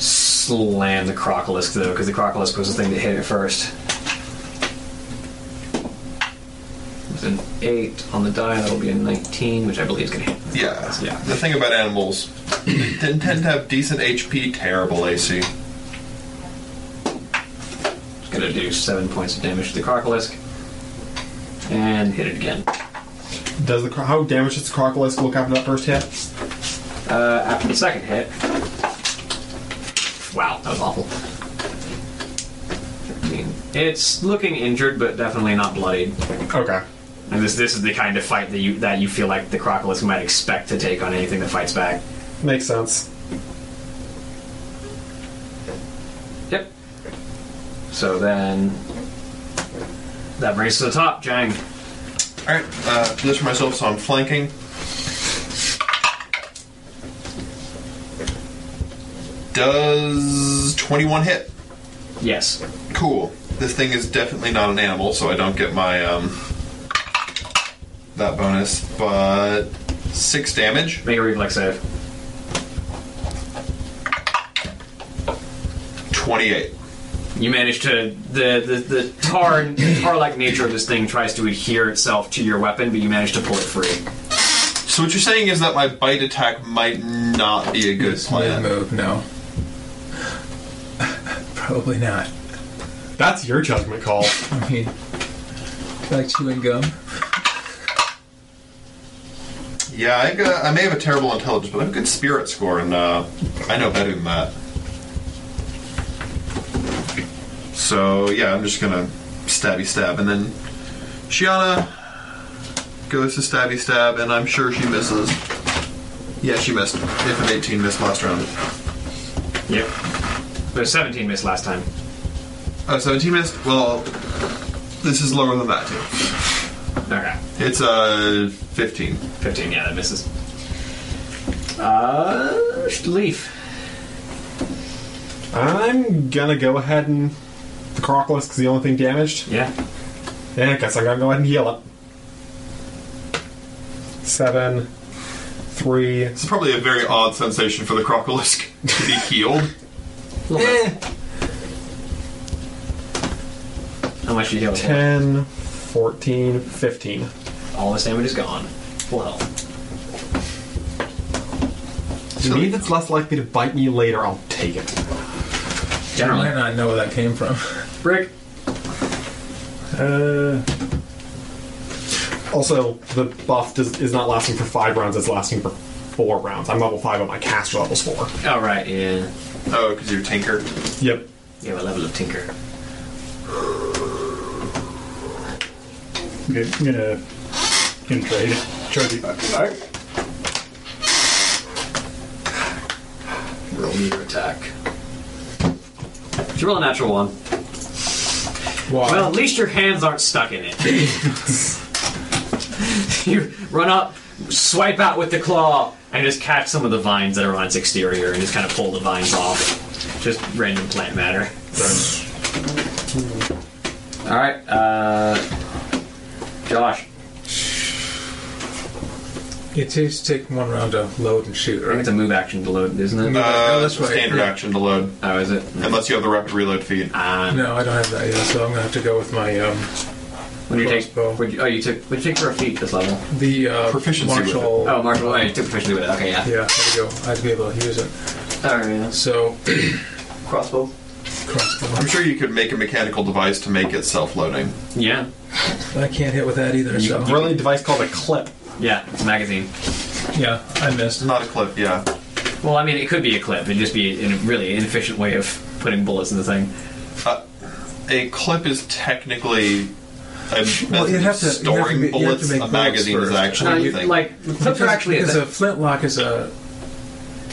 B: slam the crocolisk though, because the crocolisk was the thing that hit it first. With an eight on the die, that'll be a nineteen, which I believe is gonna hit.
H: Yeah.
B: Yeah.
H: The thing about animals, they tend tend to have decent HP, terrible AC.
B: It's gonna do seven points of damage to the crocolisk, and hit it again.
I: Does the cro- how damaged does the crocolisk look after that first hit?
B: Uh, after the second hit. Wow, that was awful. I mean, It's looking injured, but definitely not bloodied.
I: Okay.
B: And this this is the kind of fight that you that you feel like the crocolisk might expect to take on anything that fights back.
I: Makes sense.
B: Yep. So then that brings us to the top, Jang.
H: All right. Uh, position myself so I'm flanking. Does 21 hit?
B: Yes.
H: Cool. This thing is definitely not an animal, so I don't get my um that bonus. But six damage.
B: Make a reflex save.
H: 28.
B: You manage to the the, the tar the tar like nature of this thing tries to adhere itself to your weapon, but you manage to pull it free.
H: So what you're saying is that my bite attack might not be a good
D: Mid
H: plan.
D: move, no. Probably not.
I: That's your judgment call.
D: I mean, like chewing gum.
H: Yeah, I, got, I may have a terrible intelligence, but I have a good spirit score, and uh, I know better than that. So yeah, I'm just gonna stabby stab, and then Shiana goes to stabby stab, and I'm sure she misses. Yeah, she missed. If an 18 missed last round.
B: Yep. There's 17 missed last time.
H: Oh, 17 missed. Well, this is lower than that too.
B: Okay.
H: It's uh 15.
B: 15, yeah, that misses. Uh, leaf.
I: I'm gonna go ahead and the crocolisk is the only thing damaged.
B: Yeah.
I: Yeah, I guess I'm gonna go ahead and heal it. Seven, three.
H: It's probably a very odd sensation for the crocolisk to be healed.
B: Eh. How much you heal?
I: 10, 14, 15.
B: All this damage is gone. Full health.
I: To me, that's less likely to bite me later. I'll take it.
D: I might
B: Generally.
D: not know where that came from.
B: Brick.
E: Uh,
I: Also, the buff does, is not lasting for five rounds. It's lasting for four rounds. I'm level five, but my caster level's four.
B: All right, yeah.
H: Oh, because you're Tinker.
I: Yep.
B: You have a level of Tinker.
E: I'm gonna, I'm gonna gonna try to charge it.
B: Roll me your attack. Did you roll a natural one?
D: Why?
B: Well, at least your hands aren't stuck in it. you run up, swipe out with the claw, and just catch some of the vines that are on its exterior and just kind of pull the vines off. Just random plant matter. Alright, uh. Josh.
D: it takes take one round to load and shoot,
B: I think
D: right?
B: it's a move action to load, isn't it?
H: Uh,
D: Oh, that's right.
H: Standard
D: Yeah.
H: action to load,
B: Oh, is it?
H: unless you have the rapid reload feed.
B: Um,
D: No, I don't have that yet, so I'm gonna have to go with my um,
B: When you take,
D: Crossbow.
B: would you, oh, you took, would you take for a feat this level?
D: the uh,
H: Proficiency with it.
D: martial.
B: Oh, Marshall, oh, you took proficiency with it. Okay, yeah.
D: Yeah, I had to go. I had to be able to use it.
B: All right,
D: So
B: crossbow.
D: crossbow.
H: I'm sure you could make a mechanical device to make it self-loading.
B: Yeah.
D: I can't hit with that either. So
I: Really, a device called a clip.
B: Yeah, it's a magazine.
D: yeah, I missed.
H: Not a clip, yeah.
B: Well, I mean, it could be a clip. It'd just be a really inefficient way of putting bullets in the thing.
H: Uh, a clip is technically a method
D: Well, you'd
H: of
D: have to- you'd have to
H: storing
D: be- you'd have to
H: bullets.
D: make
H: A
D: bullets
H: magazine is
D: first.
B: No,
H: actually a
B: you,
H: thing.
B: like the clips are actually a
D: because a
B: thing.
D: flintlock is a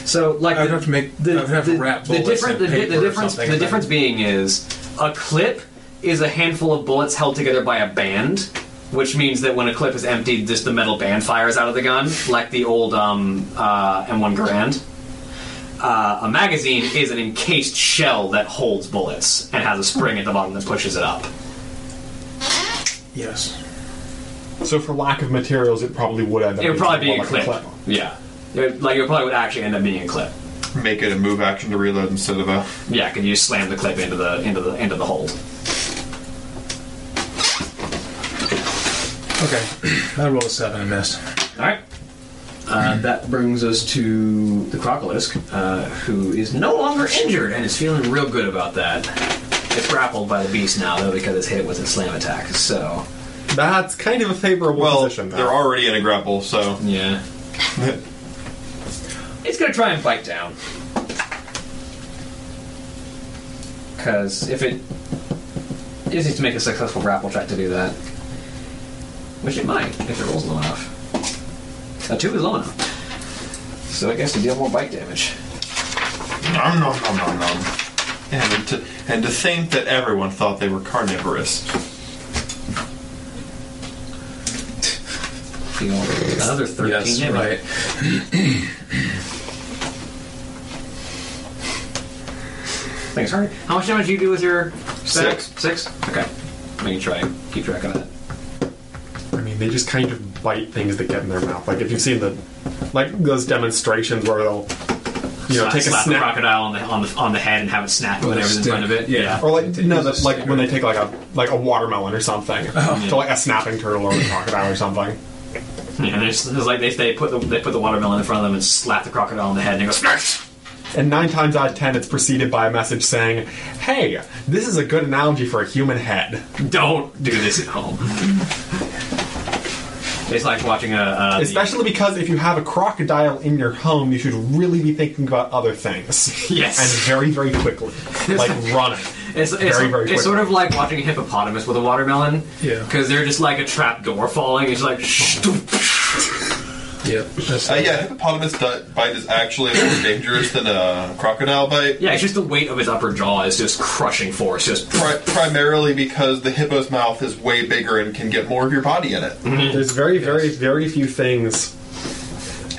B: So, like,
D: I would
B: the-
D: have to make- I would have to wrap
B: the
D: bullets
B: different-
D: in
B: the, di-
D: paper
B: the
D: or
B: difference,
D: something,
B: the
D: and
B: difference being is a clip is a handful of bullets held together by a band, which means that when a clip is emptied, just the metal band fires out of the gun, like the old um, uh, M1 Garand. Uh, a magazine is an encased shell that holds bullets and has a spring at the bottom that pushes it up.
D: yes.
I: So for lack of materials, it probably would end up.
B: It would probably be
I: being
B: a
I: more
B: clip.
I: like
B: Yeah. It- like, it probably would actually end up being a clip.
H: Make it a move action to reload instead of a.
B: Yeah, because you slam the clip into the into the into the hold.
D: Okay, I rolled a seven and missed.
B: All right. Uh, that brings us to the Crocolisk, uh, who is no longer injured and is feeling real good about that. It's grappled by the beast now, though, because it's hit with its slam attack. So,
I: That's kind of a favorable
H: Well,
I: position. Though.
H: they're already in a grapple, so
B: yeah. it's going to try and bite down. Because if it. It needs to make a successful grapple check to do that. Which it might, if it rolls low enough. A 2 is low enough. So I guess to deal more bite damage.
H: nom nom nom nom nom. And to, and to think that everyone thought they were carnivorous.
B: You know, another 13
D: Yes,
B: damage.
D: right.
B: Thanks, Hardy. How much damage do you do with your stack?
H: Six.
B: Six? Okay. I can try and keep track of that.
I: I mean, they just kind of bite things that get in their mouth. Like if you've seen the, like those demonstrations where they'll, you know,
B: Slap-
I: take a
B: slap the
I: snap.
B: crocodile on the, on the on the head and have it snap
D: With
B: with
D: a
B: everything in
D: stick.
B: front of it.
D: Yeah.
I: Or like no, that's like
D: cigarette.
I: when they take like a like a watermelon or something,
B: Oh,
I: to like a snapping turtle or a crocodile or something.
B: Yeah, there's, there's like they, they put the they put the watermelon in front of them and slap the crocodile on the head and it goes snarf!
I: And nine times out of ten, it's preceded by a message saying, "Hey, this is a good analogy for a human head."
B: Oh, Don't do this at home. it's like watching a, a
I: Especially because if you have a crocodile in your home, you should really be thinking about other things.
B: Yes.
I: and very very quickly, like running.
B: It's, it's,
I: Very, very
B: it's
I: quickly.
B: sort of like watching a hippopotamus with a watermelon.
D: Yeah.
B: Because they're just like a trap door falling. It's like, shh,
D: Yep. That's
H: Uh, yeah, hippopotamus di- bite is actually more dangerous than a crocodile bite.
B: yeah, it's just the weight of his upper jaw is just crushing force. Just
H: Pri- primarily because the hippo's mouth is way bigger and can get more of your body in it.
B: Mm.
I: There's very very very few things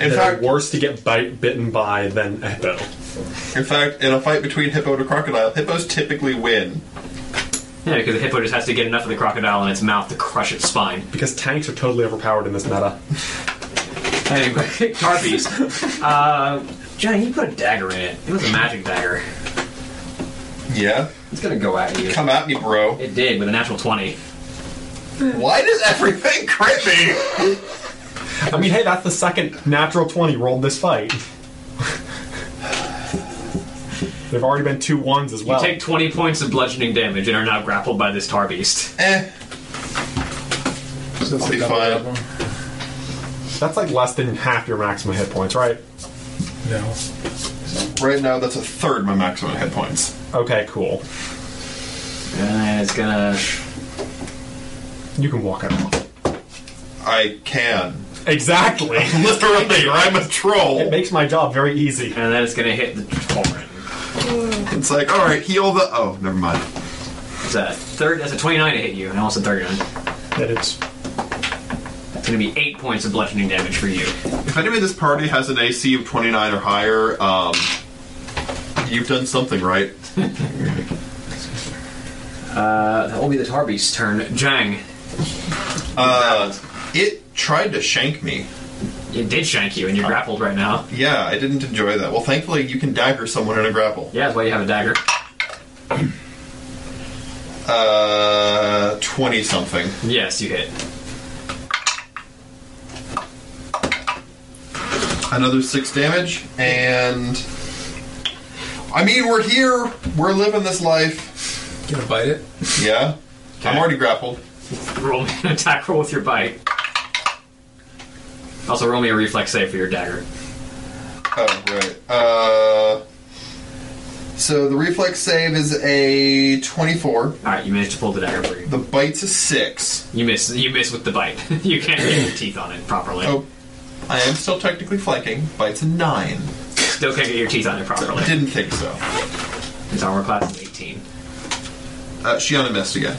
H: In
I: that
H: fact,
I: are worse to get bite bitten by than a hippo.
H: in fact, in a fight between hippo to crocodile, hippos typically win.
B: yeah, because the hippo just has to get enough of the crocodile in its mouth to crush its spine.
I: Because tanks are totally overpowered in this meta.
B: Anyway, Tarpies. Uh, Johnny, you put a dagger in it. It was a magic dagger.
H: Yeah,
B: It's gonna go at you.
H: come at me, bro.
B: It did with a natural twenty.
H: Why does everything crit me?
I: I mean, hey, that's the second natural 20 rolled this fight. There've already been two ones as well.
B: You take twenty points of bludgeoning damage and are now grappled by this tar beast.
H: Eh,
D: that's
H: I'll be
D: the double
H: fine.
D: double.
I: that's like less than half your maximum hit points, right?
D: No.
H: right now that's a third my maximum hit points.
I: Okay, cool.
B: And it's gonna.
I: You can walk it out.
H: I can.
I: Exactly.
H: Literally, I'm a
I: it
H: troll.
I: makes my job very easy.
B: And then it's gonna hit the torrent.
H: It's like, all right, heal the. Oh, never mind.
B: It's a third. That's a twenty-nine to hit you, and almost a thirty-nine.
I: That it's
B: That's gonna be eight points of bludgeoning damage for you.
H: If any of this party has an AC of 29 or higher, um, you've done something right.
B: Uh, that will be the tar beast's turn. Jang,
H: Uh, it tried to shank me.
B: it did shank you, and you're grappled right now.
H: Yeah, I didn't enjoy that. Well, thankfully, you can dagger someone in a grapple.
B: Yeah, that's why you have a dagger.
H: Uh, 20 something.
B: Yes, you hit.
H: Another 6 damage, and. I mean, we're here. We're living this life.
D: Gonna bite it.
H: Yeah. I'm already grappled.
B: Roll me an attack roll with your bite. Also, roll me a reflex save for your dagger.
H: Oh, right. Uh, so the reflex save is a 24.
B: All right, you managed to pull the dagger free.
H: The bite's a 6.
B: You miss. You miss with the bite. you can't get your teeth on it properly.
H: Oh, I am still technically flanking. Bite's a 9.
B: Still can't get your teeth on it properly.
H: Didn't think so.
B: His armor class is 18.
H: Uh, Shiana missed again.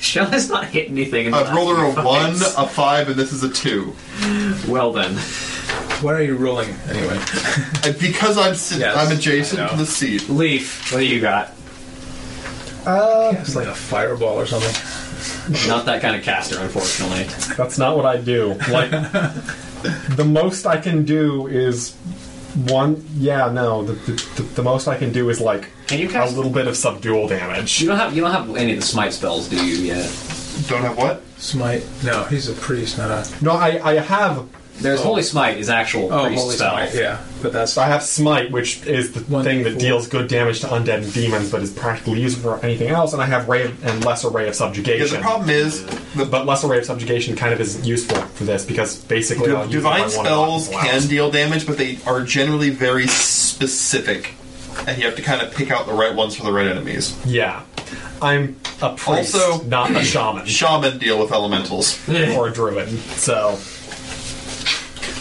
B: Shell has not hit anything. In the
H: I've
B: last
H: rolled her
B: few
H: Uh, a 1,
B: fights.
H: a 5, and this is a 2.
B: Well then,
D: What are you rolling anyway?
H: Uh, Because I'm sit-
D: Yes,
H: I'm adjacent
D: I
H: to
D: know.
H: the seat.
B: Leaf, what do you got?
D: It's like a fireball or something.
B: Not that kind of caster, unfortunately.
I: That's not what I do. Like the most I can do is one. Yeah, no. The, the, the most I can do is like
B: Can you
I: a
B: cast?
I: little bit of subdual damage.
B: You don't have. You don't have any of the smite spells, do you? Yet.
H: Don't have what?
D: Smite. No, he's a priest, not a.
I: No, I, I have
D: Oh.
B: There's holy smite is actual priest spell.
D: Yeah, but that's.
I: I have smite, which is the
D: One
I: thing that
D: d4.
I: deals good damage to undead and demons, but is practically useful for anything else. And I have ray of, and lesser ray of
H: Yeah,
I: subjugation.
H: the problem is, the
I: but lesser ray of subjugation kind of isn't useful for this because basically I'll
H: Div-
I: use
H: divine
I: it when I want
H: spells
I: to, not when I want.
H: can deal damage, but they are generally very specific, and you have to kind of pick out the right ones for the right enemies.
I: Yeah, I'm a priest,
H: Also-
I: not a shaman
H: Shaman deal with elementals.
I: or a druid. So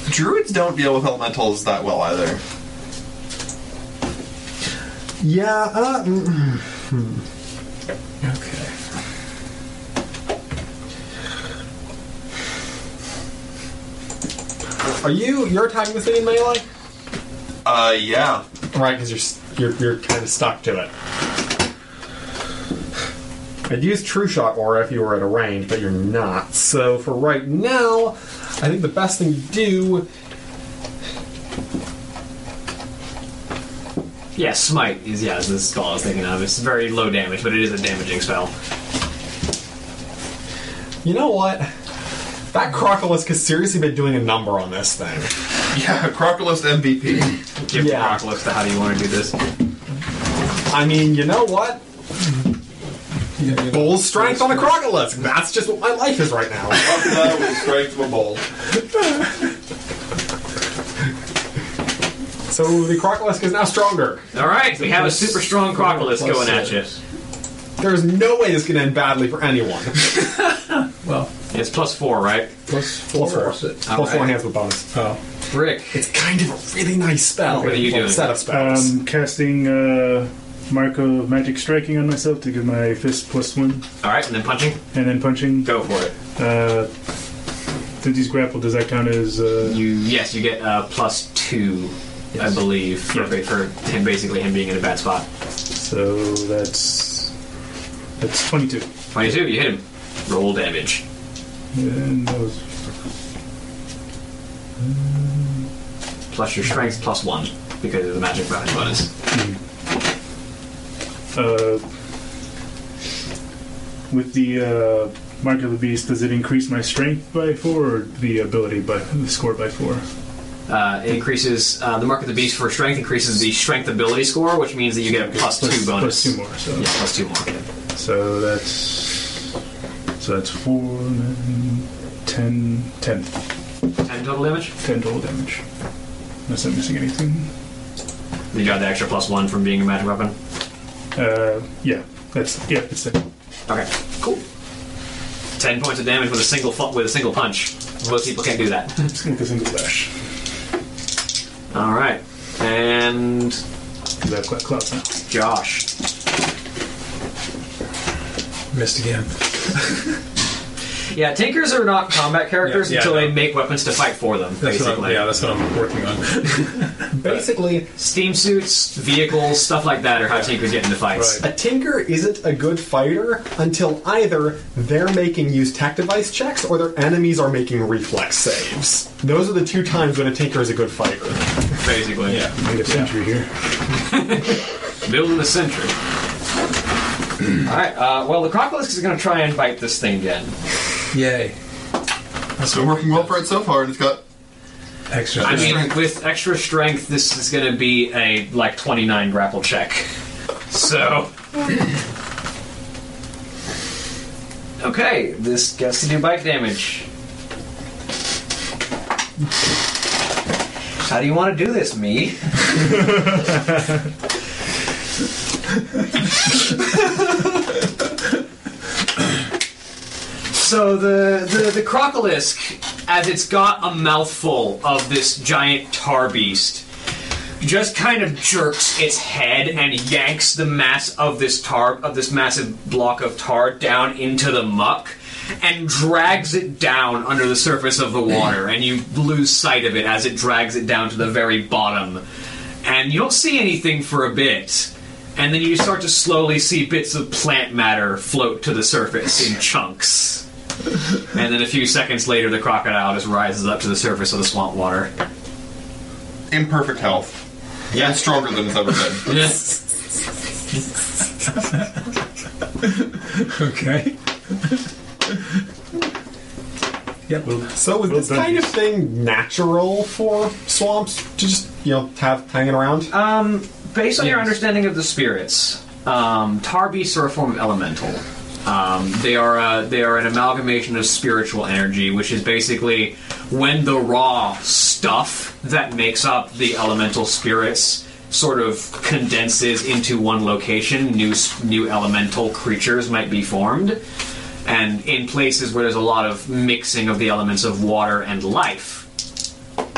H: Druids don't deal with elementals that well either.
I: yeah, uh, mm,
D: Okay.
I: are you you're attacking this thing in melee?
H: Uh, yeah.
I: Right, because you're, s- you're you're kind of stuck to it. I'd use True Shot Aura if you were at a range, but you're not. So for right now, I think the best thing to do.
B: Yeah, smite is yeah is the spell I was thinking of. It's very low damage, but it is a damaging spell.
I: You know what? That Crocolis has seriously been doing a number on this thing.
H: Yeah, Crocolis MVP.
B: Give
I: Yeah.
B: yeah. Crocolis to how do you want to do this?
I: I mean, you know what?
D: You gonna do
I: Bull strength on a Crocolis. That's just what my life is right now.
H: that was straight to a bowl.
I: So the Crocolis is now stronger.
B: All right, we have a super strong Crocolis
D: Plus
B: going at you.
D: six.
I: There's no way this can end badly for anyone.
D: Well,
B: It's plus four, right?
D: plus four.
I: Plus four.
D: is it?
I: Plus four
B: Alright.
I: hands with bonus.
D: Oh,
B: Rick,
I: It's kind of a really nice spell.
B: What are you
I: Well,
B: doing?
I: Set of spells.
E: Um, casting uh, Mark of Magic Striking on myself to give my fist plus one,
B: all right, and then punching.
E: and then punching.
B: Go for it.
E: Uh, since he's grappled, does that count as. Uh,
B: You yes, you get uh, plus two, I believe, for, for him basically him being in a bad spot.
E: so that's. That's 22.
B: Twenty-two, you hit him. Roll damage.
E: And that was
B: Plus your strength plus one because of the magic damage bonus.
E: Uh, with the uh, mark of the beast, does it increase my strength by four or the ability by the score by four?
B: Uh, it increases uh, the mark of the beast for strength increases the strength ability score, which means that you get a plus two bonus.
E: Plus two more. So,
B: Yeah, plus two more.
E: so that's so that's four, nine, ten, ten,
B: Ten total damage.
E: ten total damage. Unless I'm missing anything.
B: You got the extra plus one from being a magic weapon.
E: Uh, yeah, that's yeah, it's ten.
B: Okay, cool. Ten points of damage with a single fu- with a single punch. Most people can't do that.
E: With a single dash.
B: All right, and
E: Because I've got clout now.
B: Josh.
D: missed again.
B: Yeah, tinkers are not combat characters
D: Yeah, yeah,
B: until
D: no.
B: they make weapons to fight for them,
D: That's what I'm,
B: basically.
D: yeah, that's what I'm working on.
I: Basically,
B: Steam suits, vehicles, stuff like that are how tinkers get into fights.
I: a tinker isn't a good fighter until either they're making use tech device checks or their enemies are making reflex saves. Those are the two times when a tinker is a good fighter.
B: Basically.
D: Yeah.
E: Made a century here.
B: Building the century. Alright, uh, well, the Crocolis is going to try and bite this thing again.
D: Yay.
H: It's been working well for it so far, and it's got
D: Extra.
B: I mean, with extra strength, this is going to be a like 29 grapple check. So. Okay, this gets to do bike damage. How do you want to do this, me? So the, the, the crocolisk, as it's got a mouthful of this giant tar beast, just kind of jerks its head and yanks the mass of this tar of this massive block of tar down into the muck and drags it down under the surface of the water and you lose sight of it as it drags it down to the very bottom and you don't see anything for a bit and then you start to slowly see bits of plant matter float to the surface in chunks and then a few seconds later the crocodile just rises up to the surface of the swamp water
C: Imperfect health. Yeah, and stronger than it's ever been.
D: okay. yep.
I: So is this
E: done.
I: kind of thing natural for swamps to just you know have hanging around?
B: based on your understanding of the spirits, um, tar beasts are a form of elemental. Um, they are uh, they are an amalgamation of spiritual energy, which is basically when the raw stuff that makes up the elemental spirits sort of condenses into one location. New s- new elemental creatures might be formed, and in places where there's a lot of mixing of the elements of water and life,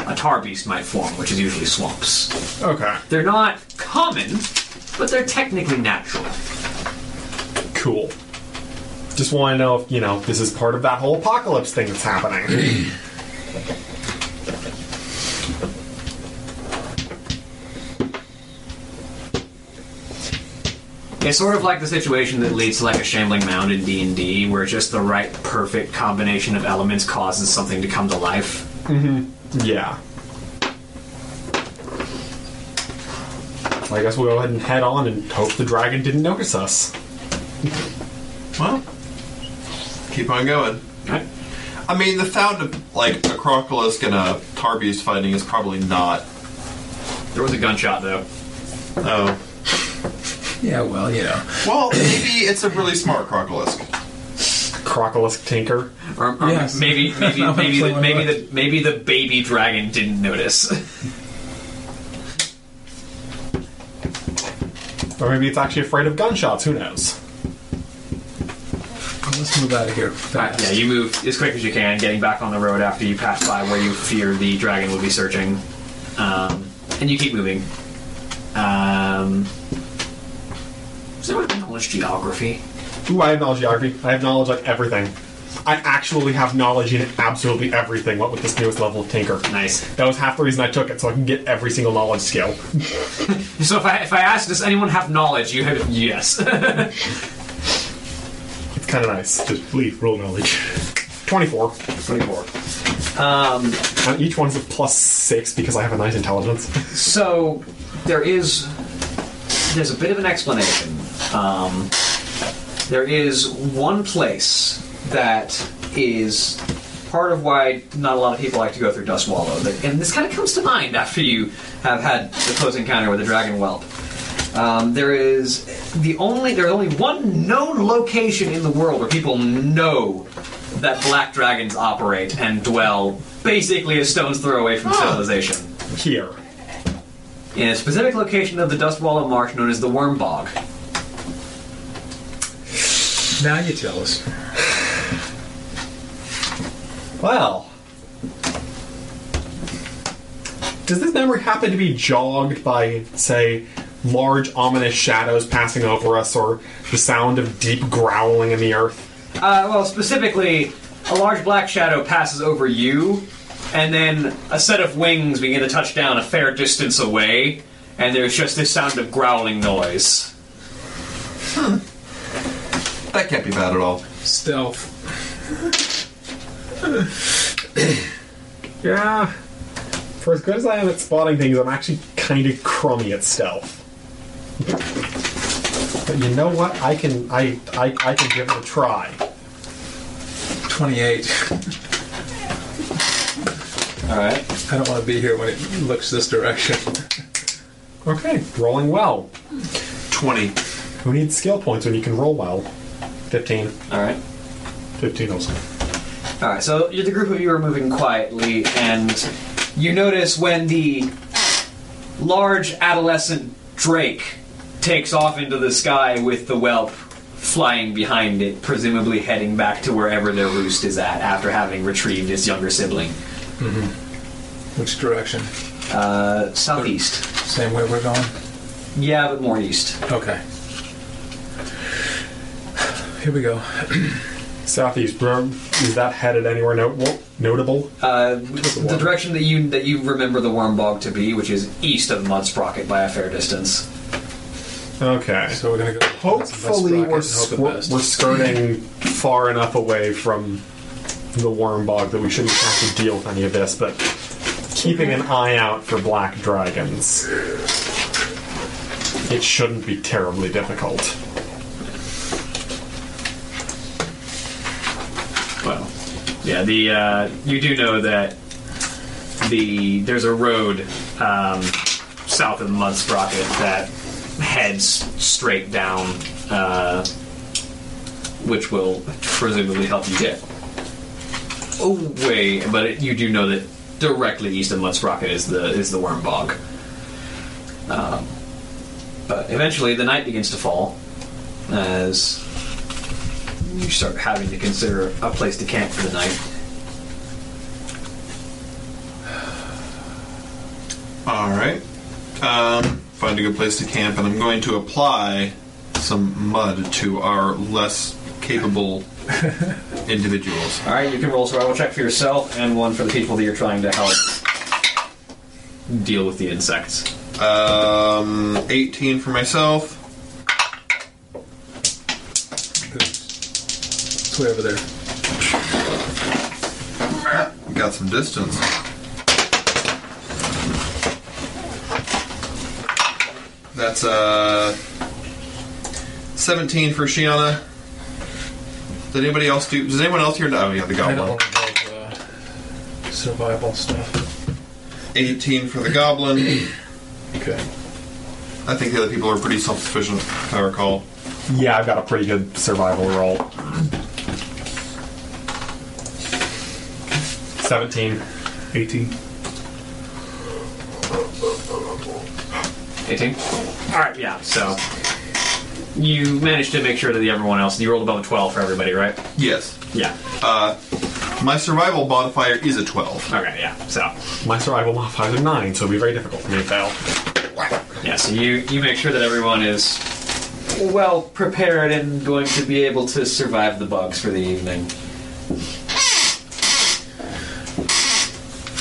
B: a tar beast might form, which is usually swamps.
I: okay,
B: They're not common, but they're technically natural.
I: cool. Just want to know if you know this is part of that whole apocalypse thing that's happening.
B: It's sort of like the situation that leads to like a shambling mound in D and D, where just the right perfect combination of elements causes something to come to life.
I: yeah. I guess we'll go ahead and head on and hope the dragon didn't notice us.
C: Well, keep on going.
B: Right?
C: I mean, the sound of like a crocodilus and a tar beast fighting is probably not.
B: There was a gunshot though.
C: Oh,
D: Yeah. Well, you know.
C: well, maybe it's a really smart crocodilus.
I: Crocolisk tinker.
B: Or, or
D: Yes.
B: maybe maybe
D: I'm
B: maybe the,
D: pulling
B: maybe
D: my
B: the maybe the baby dragon didn't notice.
I: Or maybe it's actually afraid of gunshots. Who knows?
D: Well, let's move out of here fast.
B: yeah, you move as quick as you can, getting back on the road after you pass by where you fear the dragon will be searching, um, and you keep moving. Um, is there knowledge geography?
I: Ooh, I have knowledge geography. I have knowledge like everything. I actually have knowledge in absolutely everything. What with this newest level of tinker.
B: Nice.
I: That was half the reason I took it, so I can get every single knowledge skill.
B: So if I if I ask, does anyone have knowledge? You have yes.
I: It's kind of nice.
E: Just leave, roll knowledge.
I: Twenty-four.
B: Twenty-four.
E: Um,
I: And each one's a plus six because I have a nice intelligence.
B: So there is there's a bit of an explanation. Um, there is one place that is part of why not a lot of people like to go through Dust Wallow, That- and this kind of comes to mind after you have had the close encounter with the dragon whelp. Um, there is the only there's only one known location in the world where people know that black dragons operate and dwell basically a stone's throw away from civilization
I: Here.
B: in a specific location of the Dust Wall of Marsh known as the Worm Bog.
D: Now you tell us.
I: Well. Does this memory happen to be jogged by, say, large ominous shadows passing over us or the sound of deep growling in the earth?
B: Uh, well, specifically, a large black shadow passes over you, and then a set of wings begin to touch down a fair distance away, and there's just this sound of growling noise.
C: That can't be bad at all.
D: Stealth.
I: Yeah. For as good as I am at spotting things, I'm actually kind of crummy at stealth. But you know what? I can I I, I can give it a try.
D: Twenty-eight.
B: All right.
D: I don't want to be here when it looks this direction.
I: Okay, rolling well.
C: 20.
I: Who needs skill points when you can roll well? 15.
B: All right.
I: 15 also.
B: All right, so you- the group of you are moving quietly, and you notice when the large adolescent drake takes off into the sky with the whelp flying behind it, presumably heading back to wherever their roost is at after having retrieved its younger sibling.
D: Which direction?
B: Uh, southeast.
D: Same way we're going?
B: Yeah, but more east.
D: Okay. Here we go.
I: Southeast, bro, is that headed anywhere no- notable?
B: Uh, the direction that you that you remember the worm bog to be, which is east of Mud Sprocket by a fair distance.
I: Okay.
D: So we're going to go.
I: Hopefully, we're,
D: Let's rock it and
I: squ-
D: hope the best.
I: we're skirting far enough away from the worm bog that we shouldn't have to deal with any of this, but keeping an eye out for black dragons. It shouldn't be terribly difficult.
B: Well, yeah. The uh, you do know that the there's a road um, south of Mud Sprocket that heads straight down, uh, which will presumably help you get away. But it, you do know that directly east of Mud Sprocket is the is the Worm Bog. Um, but eventually, the night begins to fall as you start having to consider a place to camp for the night.
C: All right. Um, find a good place to camp, and I'm going to apply some mud to our less capable individuals.
B: All right, you can roll survival check for yourself and one for the people that you're trying to help deal with the insects.
C: Um, 18 for myself.
D: It's way over there.
C: Got some distance. That's uh, 17 for Shiana. Does anybody else do? Does anyone else here? Oh yeah, the
D: I don't
C: goblin.
D: want to go uh, survival stuff.
C: 18 for the goblin.
D: Okay.
C: I think the other people are pretty self-sufficient, if I recall.
I: Yeah, I've got a pretty good survival roll. 17.
E: 18.
B: 18? All right, yeah, so you managed to make sure that the everyone else, you rolled above a 12 for everybody, right?
C: Yes.
B: Yeah.
C: My survival modifier is a 12.
B: Okay, yeah, so.
I: My survival modifier is a 9, so it'll be very difficult for me to fail.
B: Yeah, so you, you make sure that everyone is well prepared and going to be able to survive the bugs for the evening.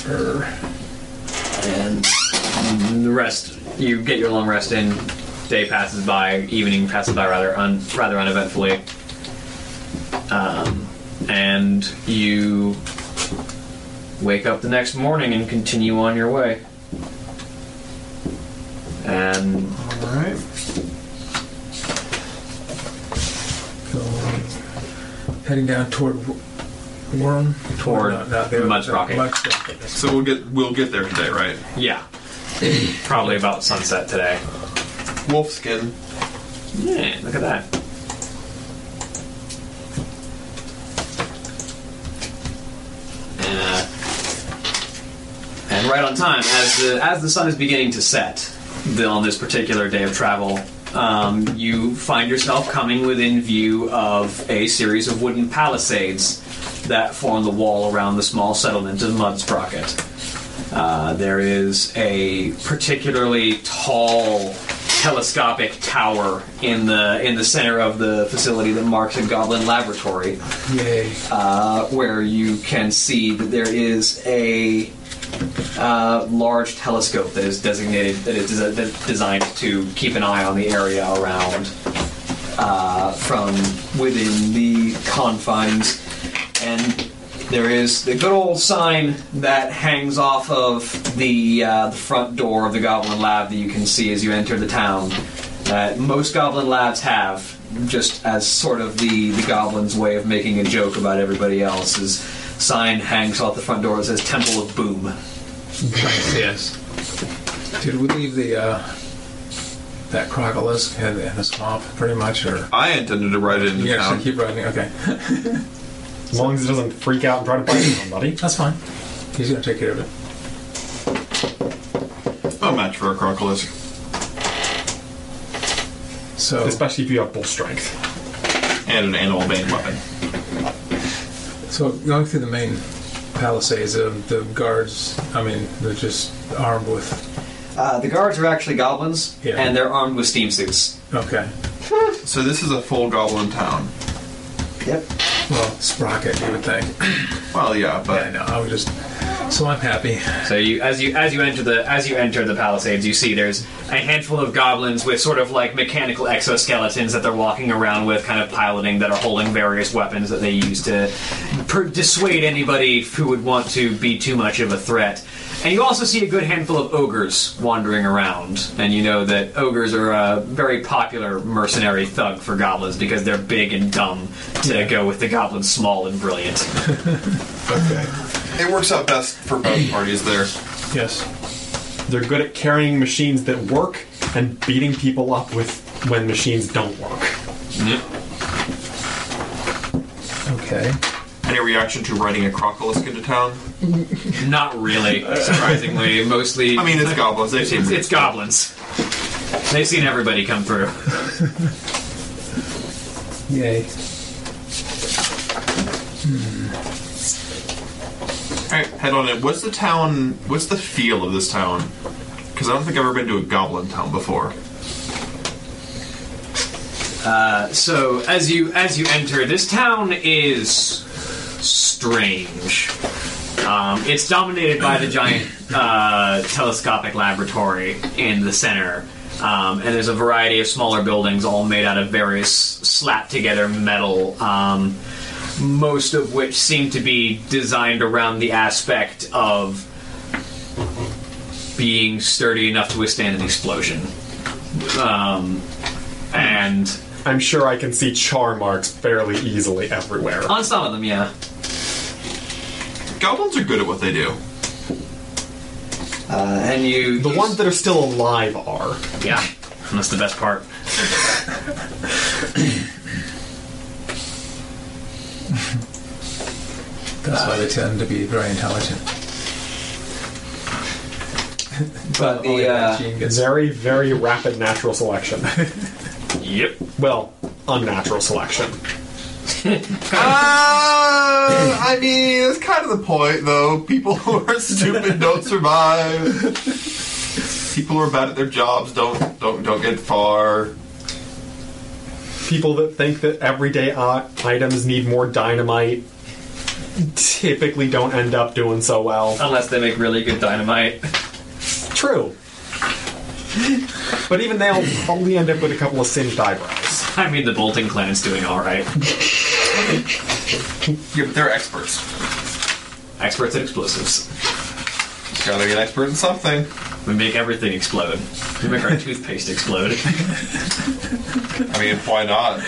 B: Er, And the rest, you get your long rest in. Day passes by, evening passes by rather un, rather uneventfully. Um, and you wake up the next morning and continue on your way. And
C: Alright.
D: So, heading down toward Wo- Worm.
B: Toward
D: not, not there,
B: Mud's
D: uh,
B: Rocket.
D: Mud's Rocket. That's-
C: So we'll get we'll get there today, right?
B: Yeah. Probably about sunset today.
C: Wolf skin.
B: Yeah, look at that. And, uh, and right on time, as the as the sun is beginning to set the, on this particular day of travel, um, you find yourself coming within view of a series of wooden palisades that form the wall around the small settlement of Mud Sprocket. Uh, there is a particularly tall telescopic tower in the in the center of the facility that marks a goblin laboratory
D: Yay.
B: uh, where you can see that there is a uh, large telescope that is designated that is des- that's designed to keep an eye on the area around uh, from within the confines, and there is the good old sign that hangs off of the uh, the front door of the Goblin Lab that you can see as you enter the town. That most Goblin Labs have, just as sort of the the Goblin's way of making a joke about everybody else, is sign hangs out the front door that says Temple of Boom.
D: yes. Did we leave the uh, that crocolisk in, in the swamp pretty much, or
C: I intended to ride it into
D: yeah?
C: town.
D: Should keep riding. Okay,
I: As long as it doesn't freak out and try to bite somebody.
D: that's fine. He's gonna take care of it.
H: No match for a crocodile.
D: So
I: Especially if you have bull strength.
H: And an animal bane weapon.
D: So going through the main palisades, uh, the guards, I mean, they're just armed with.
B: Uh, the guards are actually goblins,
D: Yeah.
B: and they're armed with steam suits.
D: Okay.
C: So this is a full goblin town.
B: Yep.
D: Well, sprocket, you would think.
C: Well, yeah,
D: Yeah,
C: but
D: no, I would just. So I'm happy.
B: So you, as you as you enter the as you enter the palisades, you see there's a handful of goblins with sort of like mechanical exoskeletons that they're walking around with, kind of piloting that are holding various weapons that they use to per- dissuade anybody who would want to be too much of a threat. And you also see a good handful of ogres wandering around, and you know that ogres are a very popular mercenary thug for goblins because they're big and dumb to go with the goblins small and brilliant.
C: it works out best for both parties there.
D: Yes.
I: They're good at carrying machines that work and beating people up with when machines don't work.
D: Okay.
C: Any reaction to riding a crocolisk into town?
B: Not really, surprisingly. Mostly,
C: I mean, it's goblins. They seem
B: It's, it's goblins. They've seen everybody come through.
D: Yay.
C: All right, head on in. What's the town? What's the feel of this town? Because I don't think I've ever been to a goblin town before.
B: So as you as you enter, this town is strange. Um, it's dominated by the giant uh, telescopic laboratory in the center, um, and there's a variety of smaller buildings, all made out of various slapped together metal. Um, most of which seem to be designed around the aspect of being sturdy enough to withstand an explosion. Um, and
I: I'm sure I can see char marks fairly easily everywhere.
B: on some of them, yeah.
C: Goblins are good at what they do.
B: Uh, and you
I: The ones that are still alive are.
B: yeah, and that's the best part.
D: That's why they tend to be very intelligent.
B: But
D: Only
B: the
D: that
B: uh,
D: gene gets-
I: Very, very rapid natural selection.
B: yep,
I: well, unnatural selection.
H: Uh, I mean, it's kind of the point, though. People who are stupid don't survive. People who are bad at their jobs don't don't don't get far.
I: People that think that everyday uh, items need more dynamite typically don't end up doing so well.
B: unless they make really good dynamite.
I: True. But even they'll probably end up with a couple of singed eyebrows.
B: I mean, the Bolting clan's doing all right.
C: Yeah, but they're experts.
B: Experts at explosives.
C: Gotta be an expert in something.
B: We make everything explode. We make our toothpaste explode.
C: I mean, why not?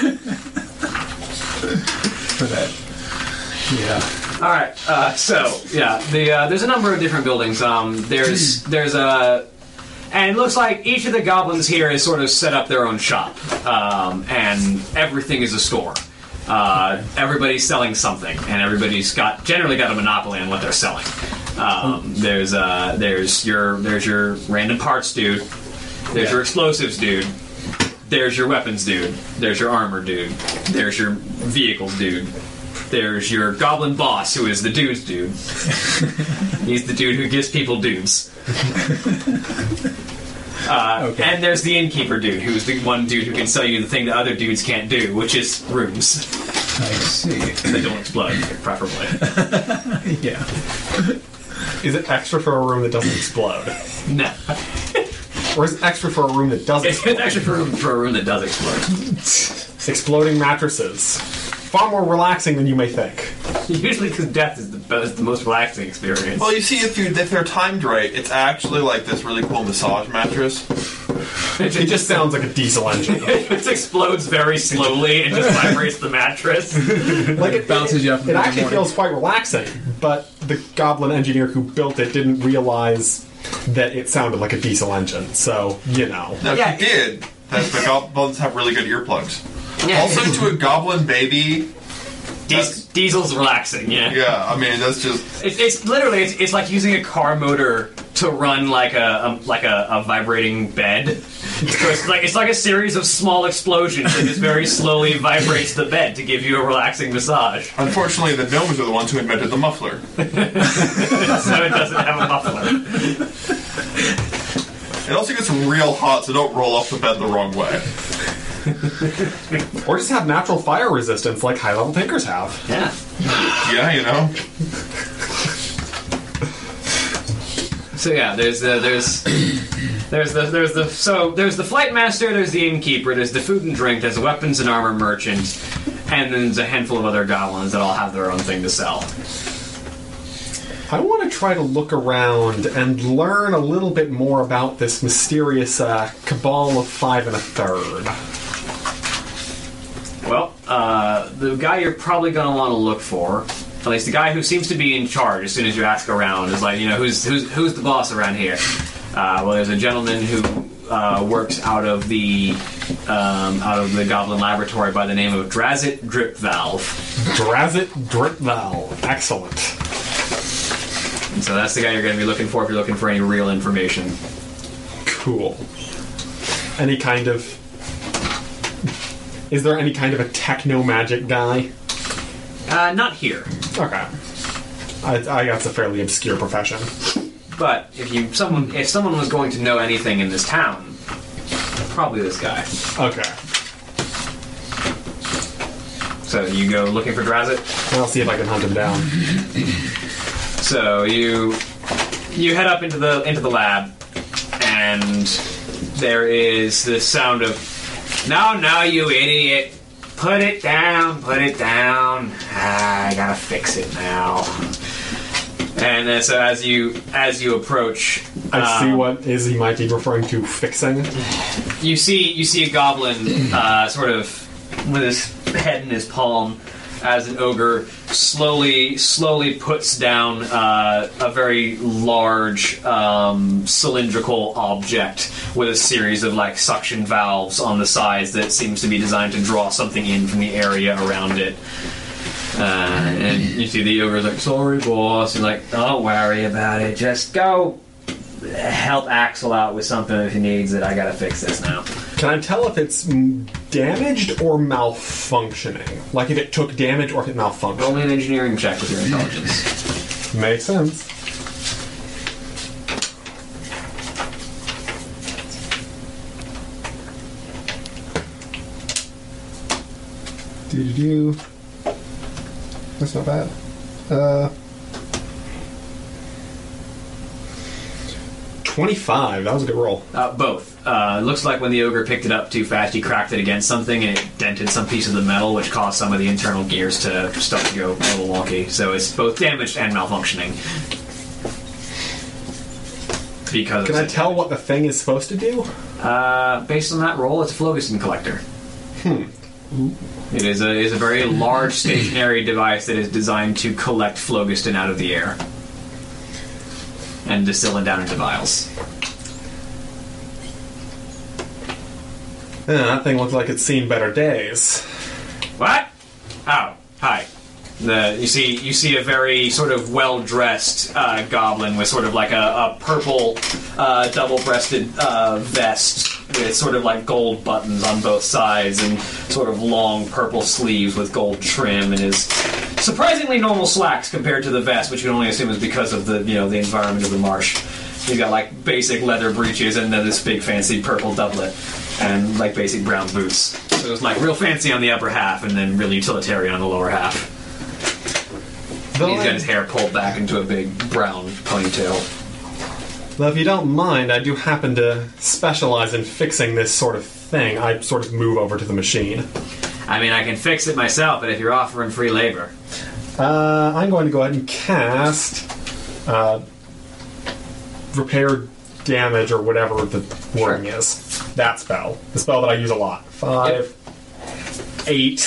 D: for that. Yeah.
B: All right. Uh, so yeah, the uh, there's a number of different buildings. Um, there's there's a and it looks like each of the goblins here has sort of set up their own shop, um, and everything is a store. Uh, everybody's selling something, and everybody's got generally got a monopoly on what they're selling. Um, there's uh, there's your there's your random parts dude. There's your explosives dude. There's your weapons dude. There's your armor dude. There's your vehicles dude. There's your goblin boss, who is the dude's dude. He's the dude who gives people dudes. Uh,
D: Okay.
B: And there's the innkeeper dude, who's the one dude who can sell you the thing that other dudes can't do, which is rooms.
D: I see.
B: they don't explode, preferably.
D: Yeah.
I: Is it extra for a room that doesn't explode?
B: No,
I: Or is it extra for a room that doesn't
B: it's it's
I: explode?
B: actually for a, for a room that does explode.
I: Exploding mattresses. Far more relaxing than you may think.
B: Usually, because death is the best, the most relaxing experience.
C: Well, you see, if you if they're timed right, it's actually like this really cool massage mattress.
I: It just sounds like a diesel engine.
B: it just explodes very slowly and just vibrates the mattress.
I: like it
D: Bounces you up in
I: It
D: the
I: actually
D: morning.
I: feels quite relaxing, but the goblin engineer who built it didn't realize that it sounded like a diesel engine. So you know,
C: Now,
B: Yeah.
C: if you did, that's the goblins have really good earplugs.
B: Yeah.
C: Also, to a goblin baby,
B: Dies- Diesel's relaxing. Yeah.
C: yeah, I mean, that's just.
B: It's, it's literally it's, it's like using a car motor to run like a, um like a, a vibrating bed. So it's like it's like a series of small explosions that just very slowly vibrates the bed to give you a relaxing massage.
C: Unfortunately, the gnomes are the ones who invented the muffler.
B: So it doesn't have a muffler.
C: It also gets real hot, so don't roll off the bed the wrong way.
I: or just have natural fire resistance like high level tinkers have.
B: Yeah.
C: Yeah, you know.
B: So yeah, there's the there's there's the there's the so there's the flight master, there's the innkeeper, there's the food and drink, there's the weapons and armor merchant, and then there's a handful of other goblins that all have their own thing to sell.
I: I want to try to look around and learn a little bit more about this mysterious uh, cabal of five and a third.
B: Well, uh, the guy you're probably gonna want to look for, at least the guy who seems to be in charge. As soon as you ask around, is like, you know, who's who's who's the boss around here? Uh, well, there's a gentleman who uh, works out of the um, out of the Goblin Laboratory by the name of Drazit Drip Valve.
I: Drazit Dripval. Excellent.
B: And so that's the guy you're gonna be looking for if you're looking for any real information.
I: Cool. Any kind of. Is there any kind of a techno magic guy?
B: Uh, not here,
I: Okay. I, I that's a fairly obscure profession.
B: but if you someone if someone was going to know anything in this town, probably this guy.
I: Okay.
B: So you go looking for Drazit.
I: I'll see if I can hunt him down.
B: So you you head up into the into the lab, and there is the sound of "No, no, you idiot! Put it down, put it down! Ah, I gotta fix it now." And uh, so as you as you approach,
I: I see
B: um,
I: what is he might be referring to fixing.
B: you see you see a goblin uh, sort of with his head in his palm as an ogre slowly slowly puts down uh, a very large um, cylindrical object with a series of like suction valves on the sides that seems to be designed to draw something in from the area around it uh, and you see the ogre's like sorry boss and like don't worry about it just go help axel out with something if he needs it i gotta fix this now
I: Can I tell if it's mm, damaged or malfunctioning? Like if it took damage or if it malfunctioned?
B: Roll me an engineering check with your intelligence.
I: Makes sense.
X: Do do do. That's not bad. Uh,
I: 25. That was a good roll.
B: Uh, both. Uh, looks like when the ogre picked it up too fast, he cracked it against something and it dented some piece of the metal, which caused some of the internal gears to start to go a little wonky. So it's both damaged and malfunctioning. Because
I: Can
B: of
I: I tell what the thing is supposed to do?
B: Uh, based on that roll, it's a phlogiston collector.
I: Hmm.
B: It is a is a very large stationary device that is designed to collect phlogiston out of the air and distill it down into vials.
I: Uh, that thing looks like it's seen better days.
B: What? Oh, hi. The, you see, you see a very sort of well-dressed uh, goblin with sort of like a, a purple uh, double-breasted uh, vest with sort of like gold buttons on both sides and sort of long purple sleeves with gold trim and his surprisingly normal slacks compared to the vest, which you can only assume is because of the you know the environment of the marsh. He's got like basic leather breeches and then this big fancy purple doublet and like basic brown boots. So it's like real fancy on the upper half and then really utilitarian on the lower half.
I: Though
B: He's got
I: I-
B: his hair pulled back into a big brown ponytail.
I: Now, if you don't mind, I do happen to specialize in fixing this sort of thing. I sort of move over to the machine.
B: I mean, I can fix it myself, but if you're offering free labor,
I: Uh, I'm going to go ahead and cast uh, repair damage or whatever the wording is. That spell. The spell that I use a lot. Five, eight.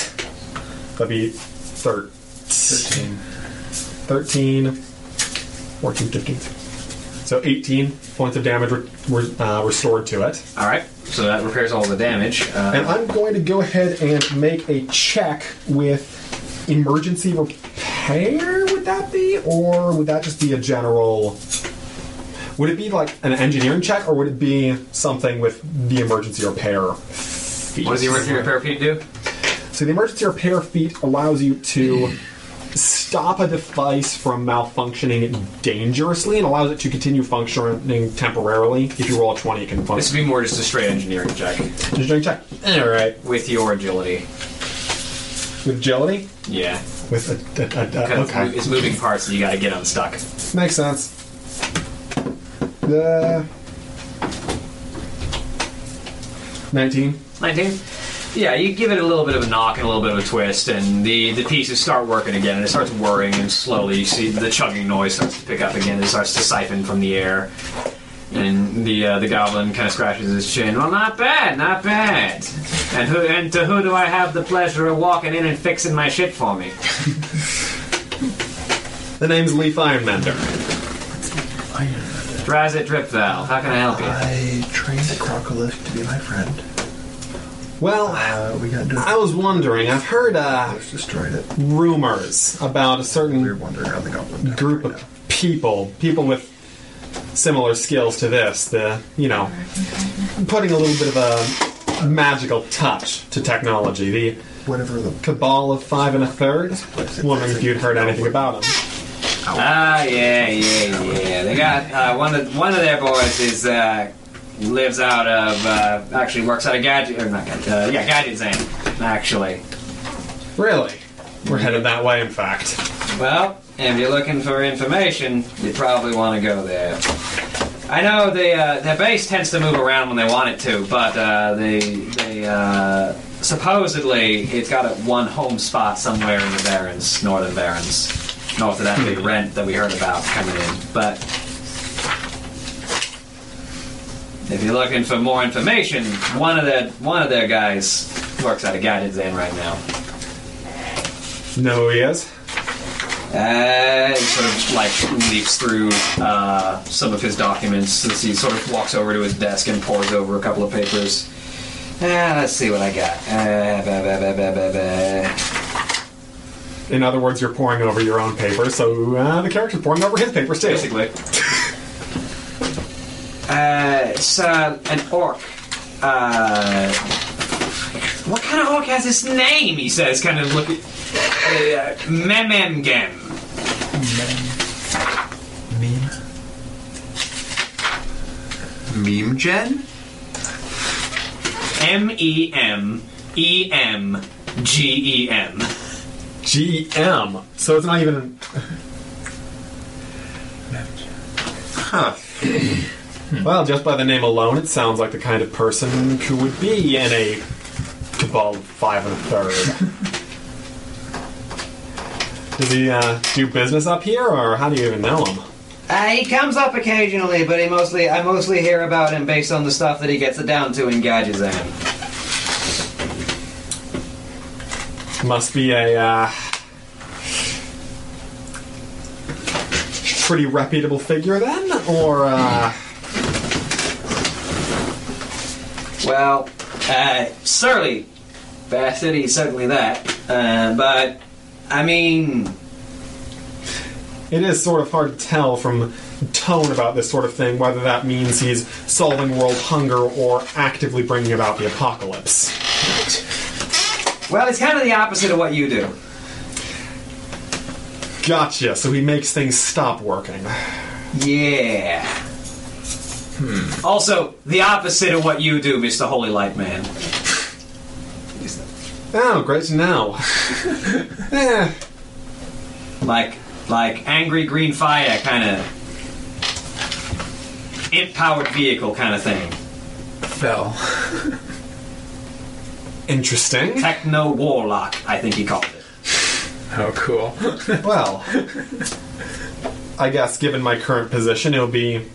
I: That'd be thir-
D: 13.
I: 13, 14, 15. So 18 points of damage re- re- uh, restored to it.
B: All right, so that repairs all the damage.
I: And
B: Uh,
I: I'm going to go ahead and make a check with emergency repair, would that be? Or would that just be a general. Would it be like an engineering check, or would it be something with the emergency repair feat?
B: what does the emergency repair feat do?
I: So the emergency repair feat allows you to stop a device from malfunctioning dangerously and allows it to continue functioning temporarily. If you roll a 20, it can
B: This
I: function.
B: would be more just a straight engineering check
I: Engineering check. Alright.
B: with your agility.
I: With agility?
B: Yeah,
I: With a, a, a, a
B: 'cause
I: okay.
B: it's moving parts, and you got to get unstuck.
I: Makes sense.
X: The
I: 19.
B: 19? Yeah, you give it a little bit of a knock and a little bit of a twist, and the, the pieces start working again, and it starts whirring, and slowly you see the chugging noise starts to pick up again, and it starts to siphon from the air. And the uh, the goblin kind of scratches his chin. Well, not bad, not bad. And who and to who do I have the pleasure of walking in and fixing my shit for me?
I: The name's Leaf Ironmender.
B: Dries it drip valve. How can I help you?
H: I trained the Crocolith to be my friend.
I: Well,
H: Uh, we got
I: I was wondering, I've heard uh,
H: destroyed it.
I: rumors about a certain
H: wondering how the goblin died
I: group
H: right
I: of people, people with similar skills to this, the, you know, putting a little bit of a magical touch to technology. The
H: now. Whatever the
I: Cabal of Five and a Third? Wondering if you'd heard anything about them.
B: Ah, yeah, yeah, yeah. They got uh, one of one of their boys is uh, lives out of uh, actually works out of gadget or not gadget, uh, yeah, gadget zone actually.
I: Really? We're headed that way, in fact.
B: Well, if you're looking for information, you probably want to go there. I know they, uh, their base tends to move around when they want it to, but uh, they they uh, supposedly it's got a one home spot somewhere in the Barrens, Northern Barrens, north of that big rent that we heard about coming in. But if you're looking for more information, one of their one of their guys works out of Guided Zen right now.
I: Know who he is?
B: Uh, he sort of like leaps through uh, some of his documents since he sort of walks over to his desk and pores over a couple of papers. Uh, let's see what I got. Uh, ba, ba, ba, ba, ba, ba.
I: In other words, you're pouring over your own papers, so uh, the character's pouring over his papers too.
B: Basically. Uh, it's uh, an orc. Uh, what kind of orc has this name? He says, kind of looking. Uh, Mememgem.
H: meme. Meme Gen?
B: M E M E M G E M.
I: GM. So it's not even. Huh. well, just by the name alone, it sounds like the kind of person who would be in a cabal of five and a third. Does he uh, do business up here, or how do you even know him?
B: Uh, he comes up occasionally, but he mostly I mostly hear about him based on the stuff that he gets it down to in Gadgezan.
I: Must be a uh, pretty reputable figure then, or uh,
B: Well, uh, surly bastard, he's certainly that. Uh, but I mean,
I: it is sort of hard to tell from tone about this sort of thing whether that means he's solving world hunger or actively bringing about the apocalypse.
B: well, it's kind of the opposite of what you do.
I: Gotcha. So he makes things stop working.
B: Yeah. Also, the opposite of what you do, Mister Holy Light Man.
I: Oh, great to know. Eh,
B: Like, like angry green fire kind of imp powered vehicle kind of thing.
D: Fell.
I: interesting.
B: Techno Warlock, I think he called it.
C: Oh, cool.
I: well, I guess given my current position, it'll be.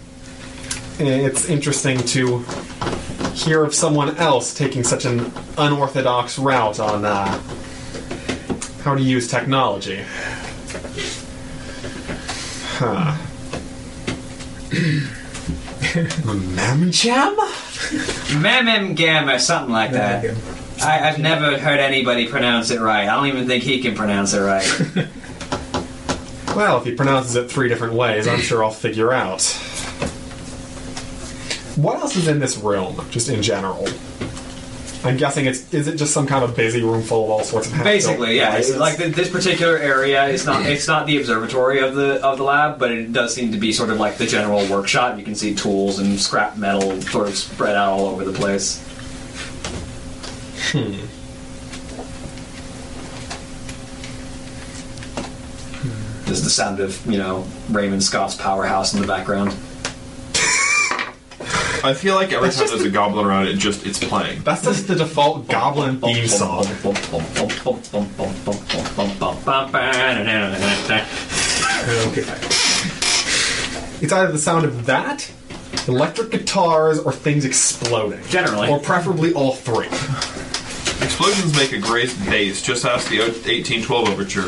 I: It's interesting to hear of someone else taking such an unorthodox route on uh, how to use technology. Huh. Mammon jam?
B: Mamem Gam or something like that. I, I've never heard anybody pronounce it right. I don't even think he can pronounce it right.
I: Well, if he pronounces it three different ways, I'm sure I'll figure out. What else is in this room, just in general? I'm guessing it's is it just some kind of busy room full of all sorts of half-built
B: Basically, yeah. It's
I: devices?
B: like th this particular area is not it's not the observatory of the of the lab, but it does seem to be sort of like the general workshop. You can see tools and scrap metal sort of spread out all over the place. There's the sound of you know Raymond Scott's powerhouse in the background.
C: I feel like every time there's a goblin around, it just it's playing.
I: that's just the default goblin theme song.
D: Okay.
I: It's either the sound of that, electric guitars, or things exploding.
B: Generally.
I: Or preferably all three.
C: Explosions make a great bass. Just ask the 1812 overture.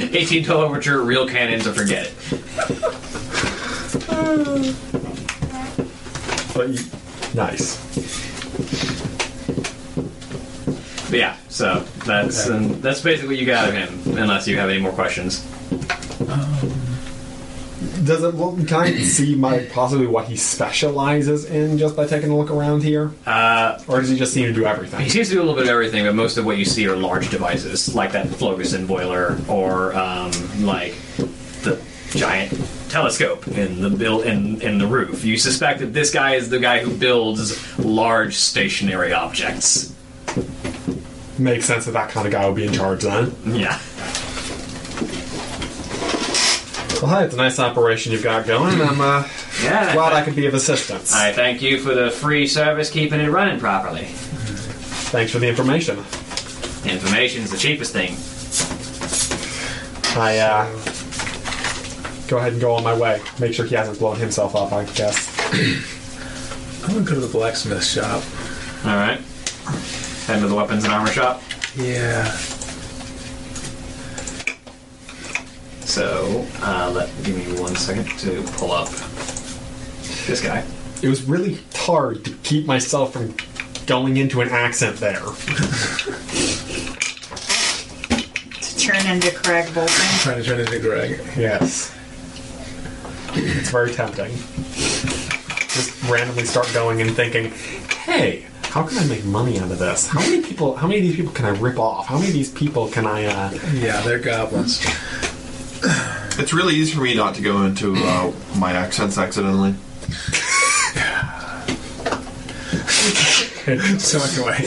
B: 18 total overture, real cannons, or forget it.
I: But you, nice.
B: But yeah, so that's and that's basically what you got of him, unless you have any more questions.
I: Does it look, can I see my possibly what he specializes in just by taking a look around here?
B: Uh,
I: Or does he just seem to do everything?
B: he seems to do a little bit of everything, but most of what you see are large devices, like that Flogerson boiler, or um, like the giant telescope in the build in in the roof. You suspect that this guy is the guy who builds large stationary objects.
I: Makes sense that that kind of guy would be in charge then.
B: Yeah.
I: Well, hey, it's a nice operation you've got going, and I'm uh,
B: Yeah.
I: glad I could be of assistance.
B: I thank you for the free service keeping it running properly.
I: Thanks for the information.
B: Information's the cheapest thing.
I: I uh, go ahead and go on my way. Make sure he hasn't blown himself up, I guess.
D: I'm gonna go to the blacksmith shop.
B: All right. Head to the weapons and armor shop.
D: Yeah.
B: So, uh, let give me one second to pull up this guy.
I: It was really hard to keep myself from going into an accent there.
G: To turn into Craig Bolton.
D: Trying to turn into Greg.
I: Yes. It's very tempting. Just randomly start going and thinking, hey, how can I make money out of this? How many people how many of these people can I rip off? How many of these people can I uh
D: Yeah, they're goblins.
C: It's really easy for me not to go into uh, my accents accidentally.
D: so much away.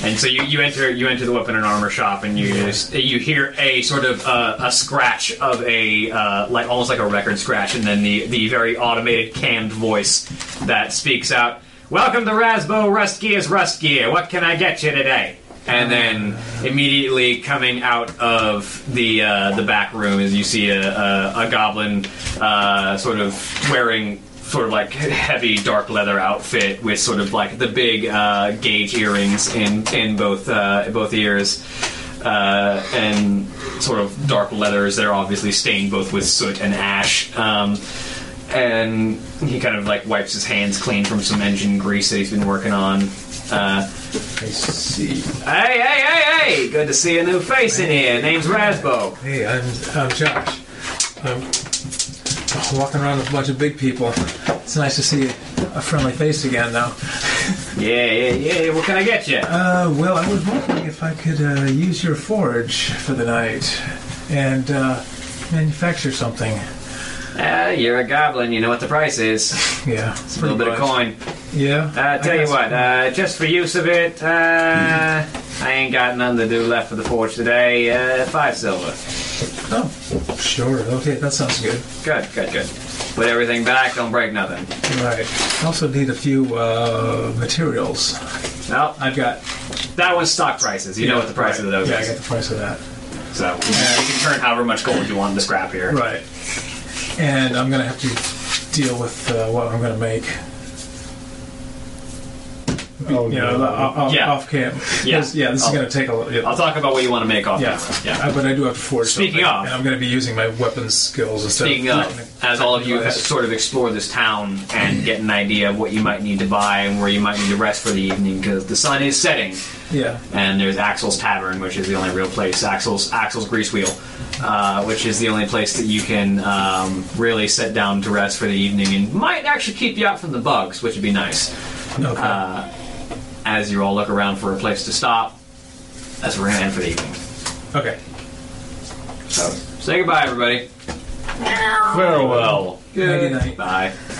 B: And so you, you enter you enter the weapon and armor shop, and you just- you hear a sort of uh, a scratch of a uh, like almost like a record scratch, and then the the very automated canned voice that speaks out. Welcome to Rasbo Rustgear's Rust Gear. What can I get you today? And then immediately coming out of the uh, the back room is you see a, a, a goblin uh, sort of wearing sort of like heavy dark leather outfit with sort of like the big uh, gauge earrings in in both uh, both ears. Uh, and sort of dark leathers that are obviously stained both with soot and ash. Um, and he kind of like wipes his hands clean from some engine grease that he's been working on. Uh, Hey, hey, hey, hey! Good to see a new face in here. Name's Rasbo.
D: Hey, I'm, I'm Josh. I'm walking around with a bunch of big people. It's nice to see a friendly face again, though.
B: Yeah, yeah, yeah. What can I get you?
D: Uh, well, I was wondering if I could uh, use your forge for the night and uh, manufacture something.
B: Uh, you're a goblin. You know what the price is.
D: Yeah, it's
B: A little bit of coin.
D: Yeah.
B: Uh,
D: I
B: tell you
D: got
B: what, uh, just for use of it, uh, I ain't got nothing to do left for the forge today. Uh, five silver.
D: some- Oh, sure. Okay, that sounds good.
B: Good, good, good. Put everything back, don't break nothing.
D: Right. I also need a few uh, materials.
B: Well,
D: I've got.
B: that was stock prices. You know what the price of those
D: Yeah, I
B: is.
D: got the price of that.
B: So yeah, you can turn however much gold you want in the scrap here.
D: Right. And I'm going to have to deal with uh, what I'm going to make.
X: Oh,
D: You know,
X: no.
D: off, off,
B: Yeah.
D: uh, off camp.
B: Yeah. Oh.
D: This- yeah, this is
B: I'll-
D: going to take a little.
B: I'll talk about what you want to make off
D: Yeah,
B: this.
D: Uh, but I do have to forge.
B: Speaking
D: something,
B: of-
D: and I'm going to be using my weapons skills instead.
B: Speaking
D: of,
B: of, as all of you have sort of explore this town and get an idea of what you might need to buy and where you might need to rest for the evening, because the sun is setting,
D: yeah,
B: and there's Axel's Tavern, which is the only real place. Axel's Axel's Grease Wheel, uh, which is the only place that you can um, really sit down to rest for the evening, and might actually keep you out from the bugs, which would be nice.
D: okay.
B: Uh, As you all look around for a place to stop, that's where we're gonna end for the evening.
D: okay.
B: So say goodbye, everybody.
I: Farewell.
D: Nighty night.
B: Bye.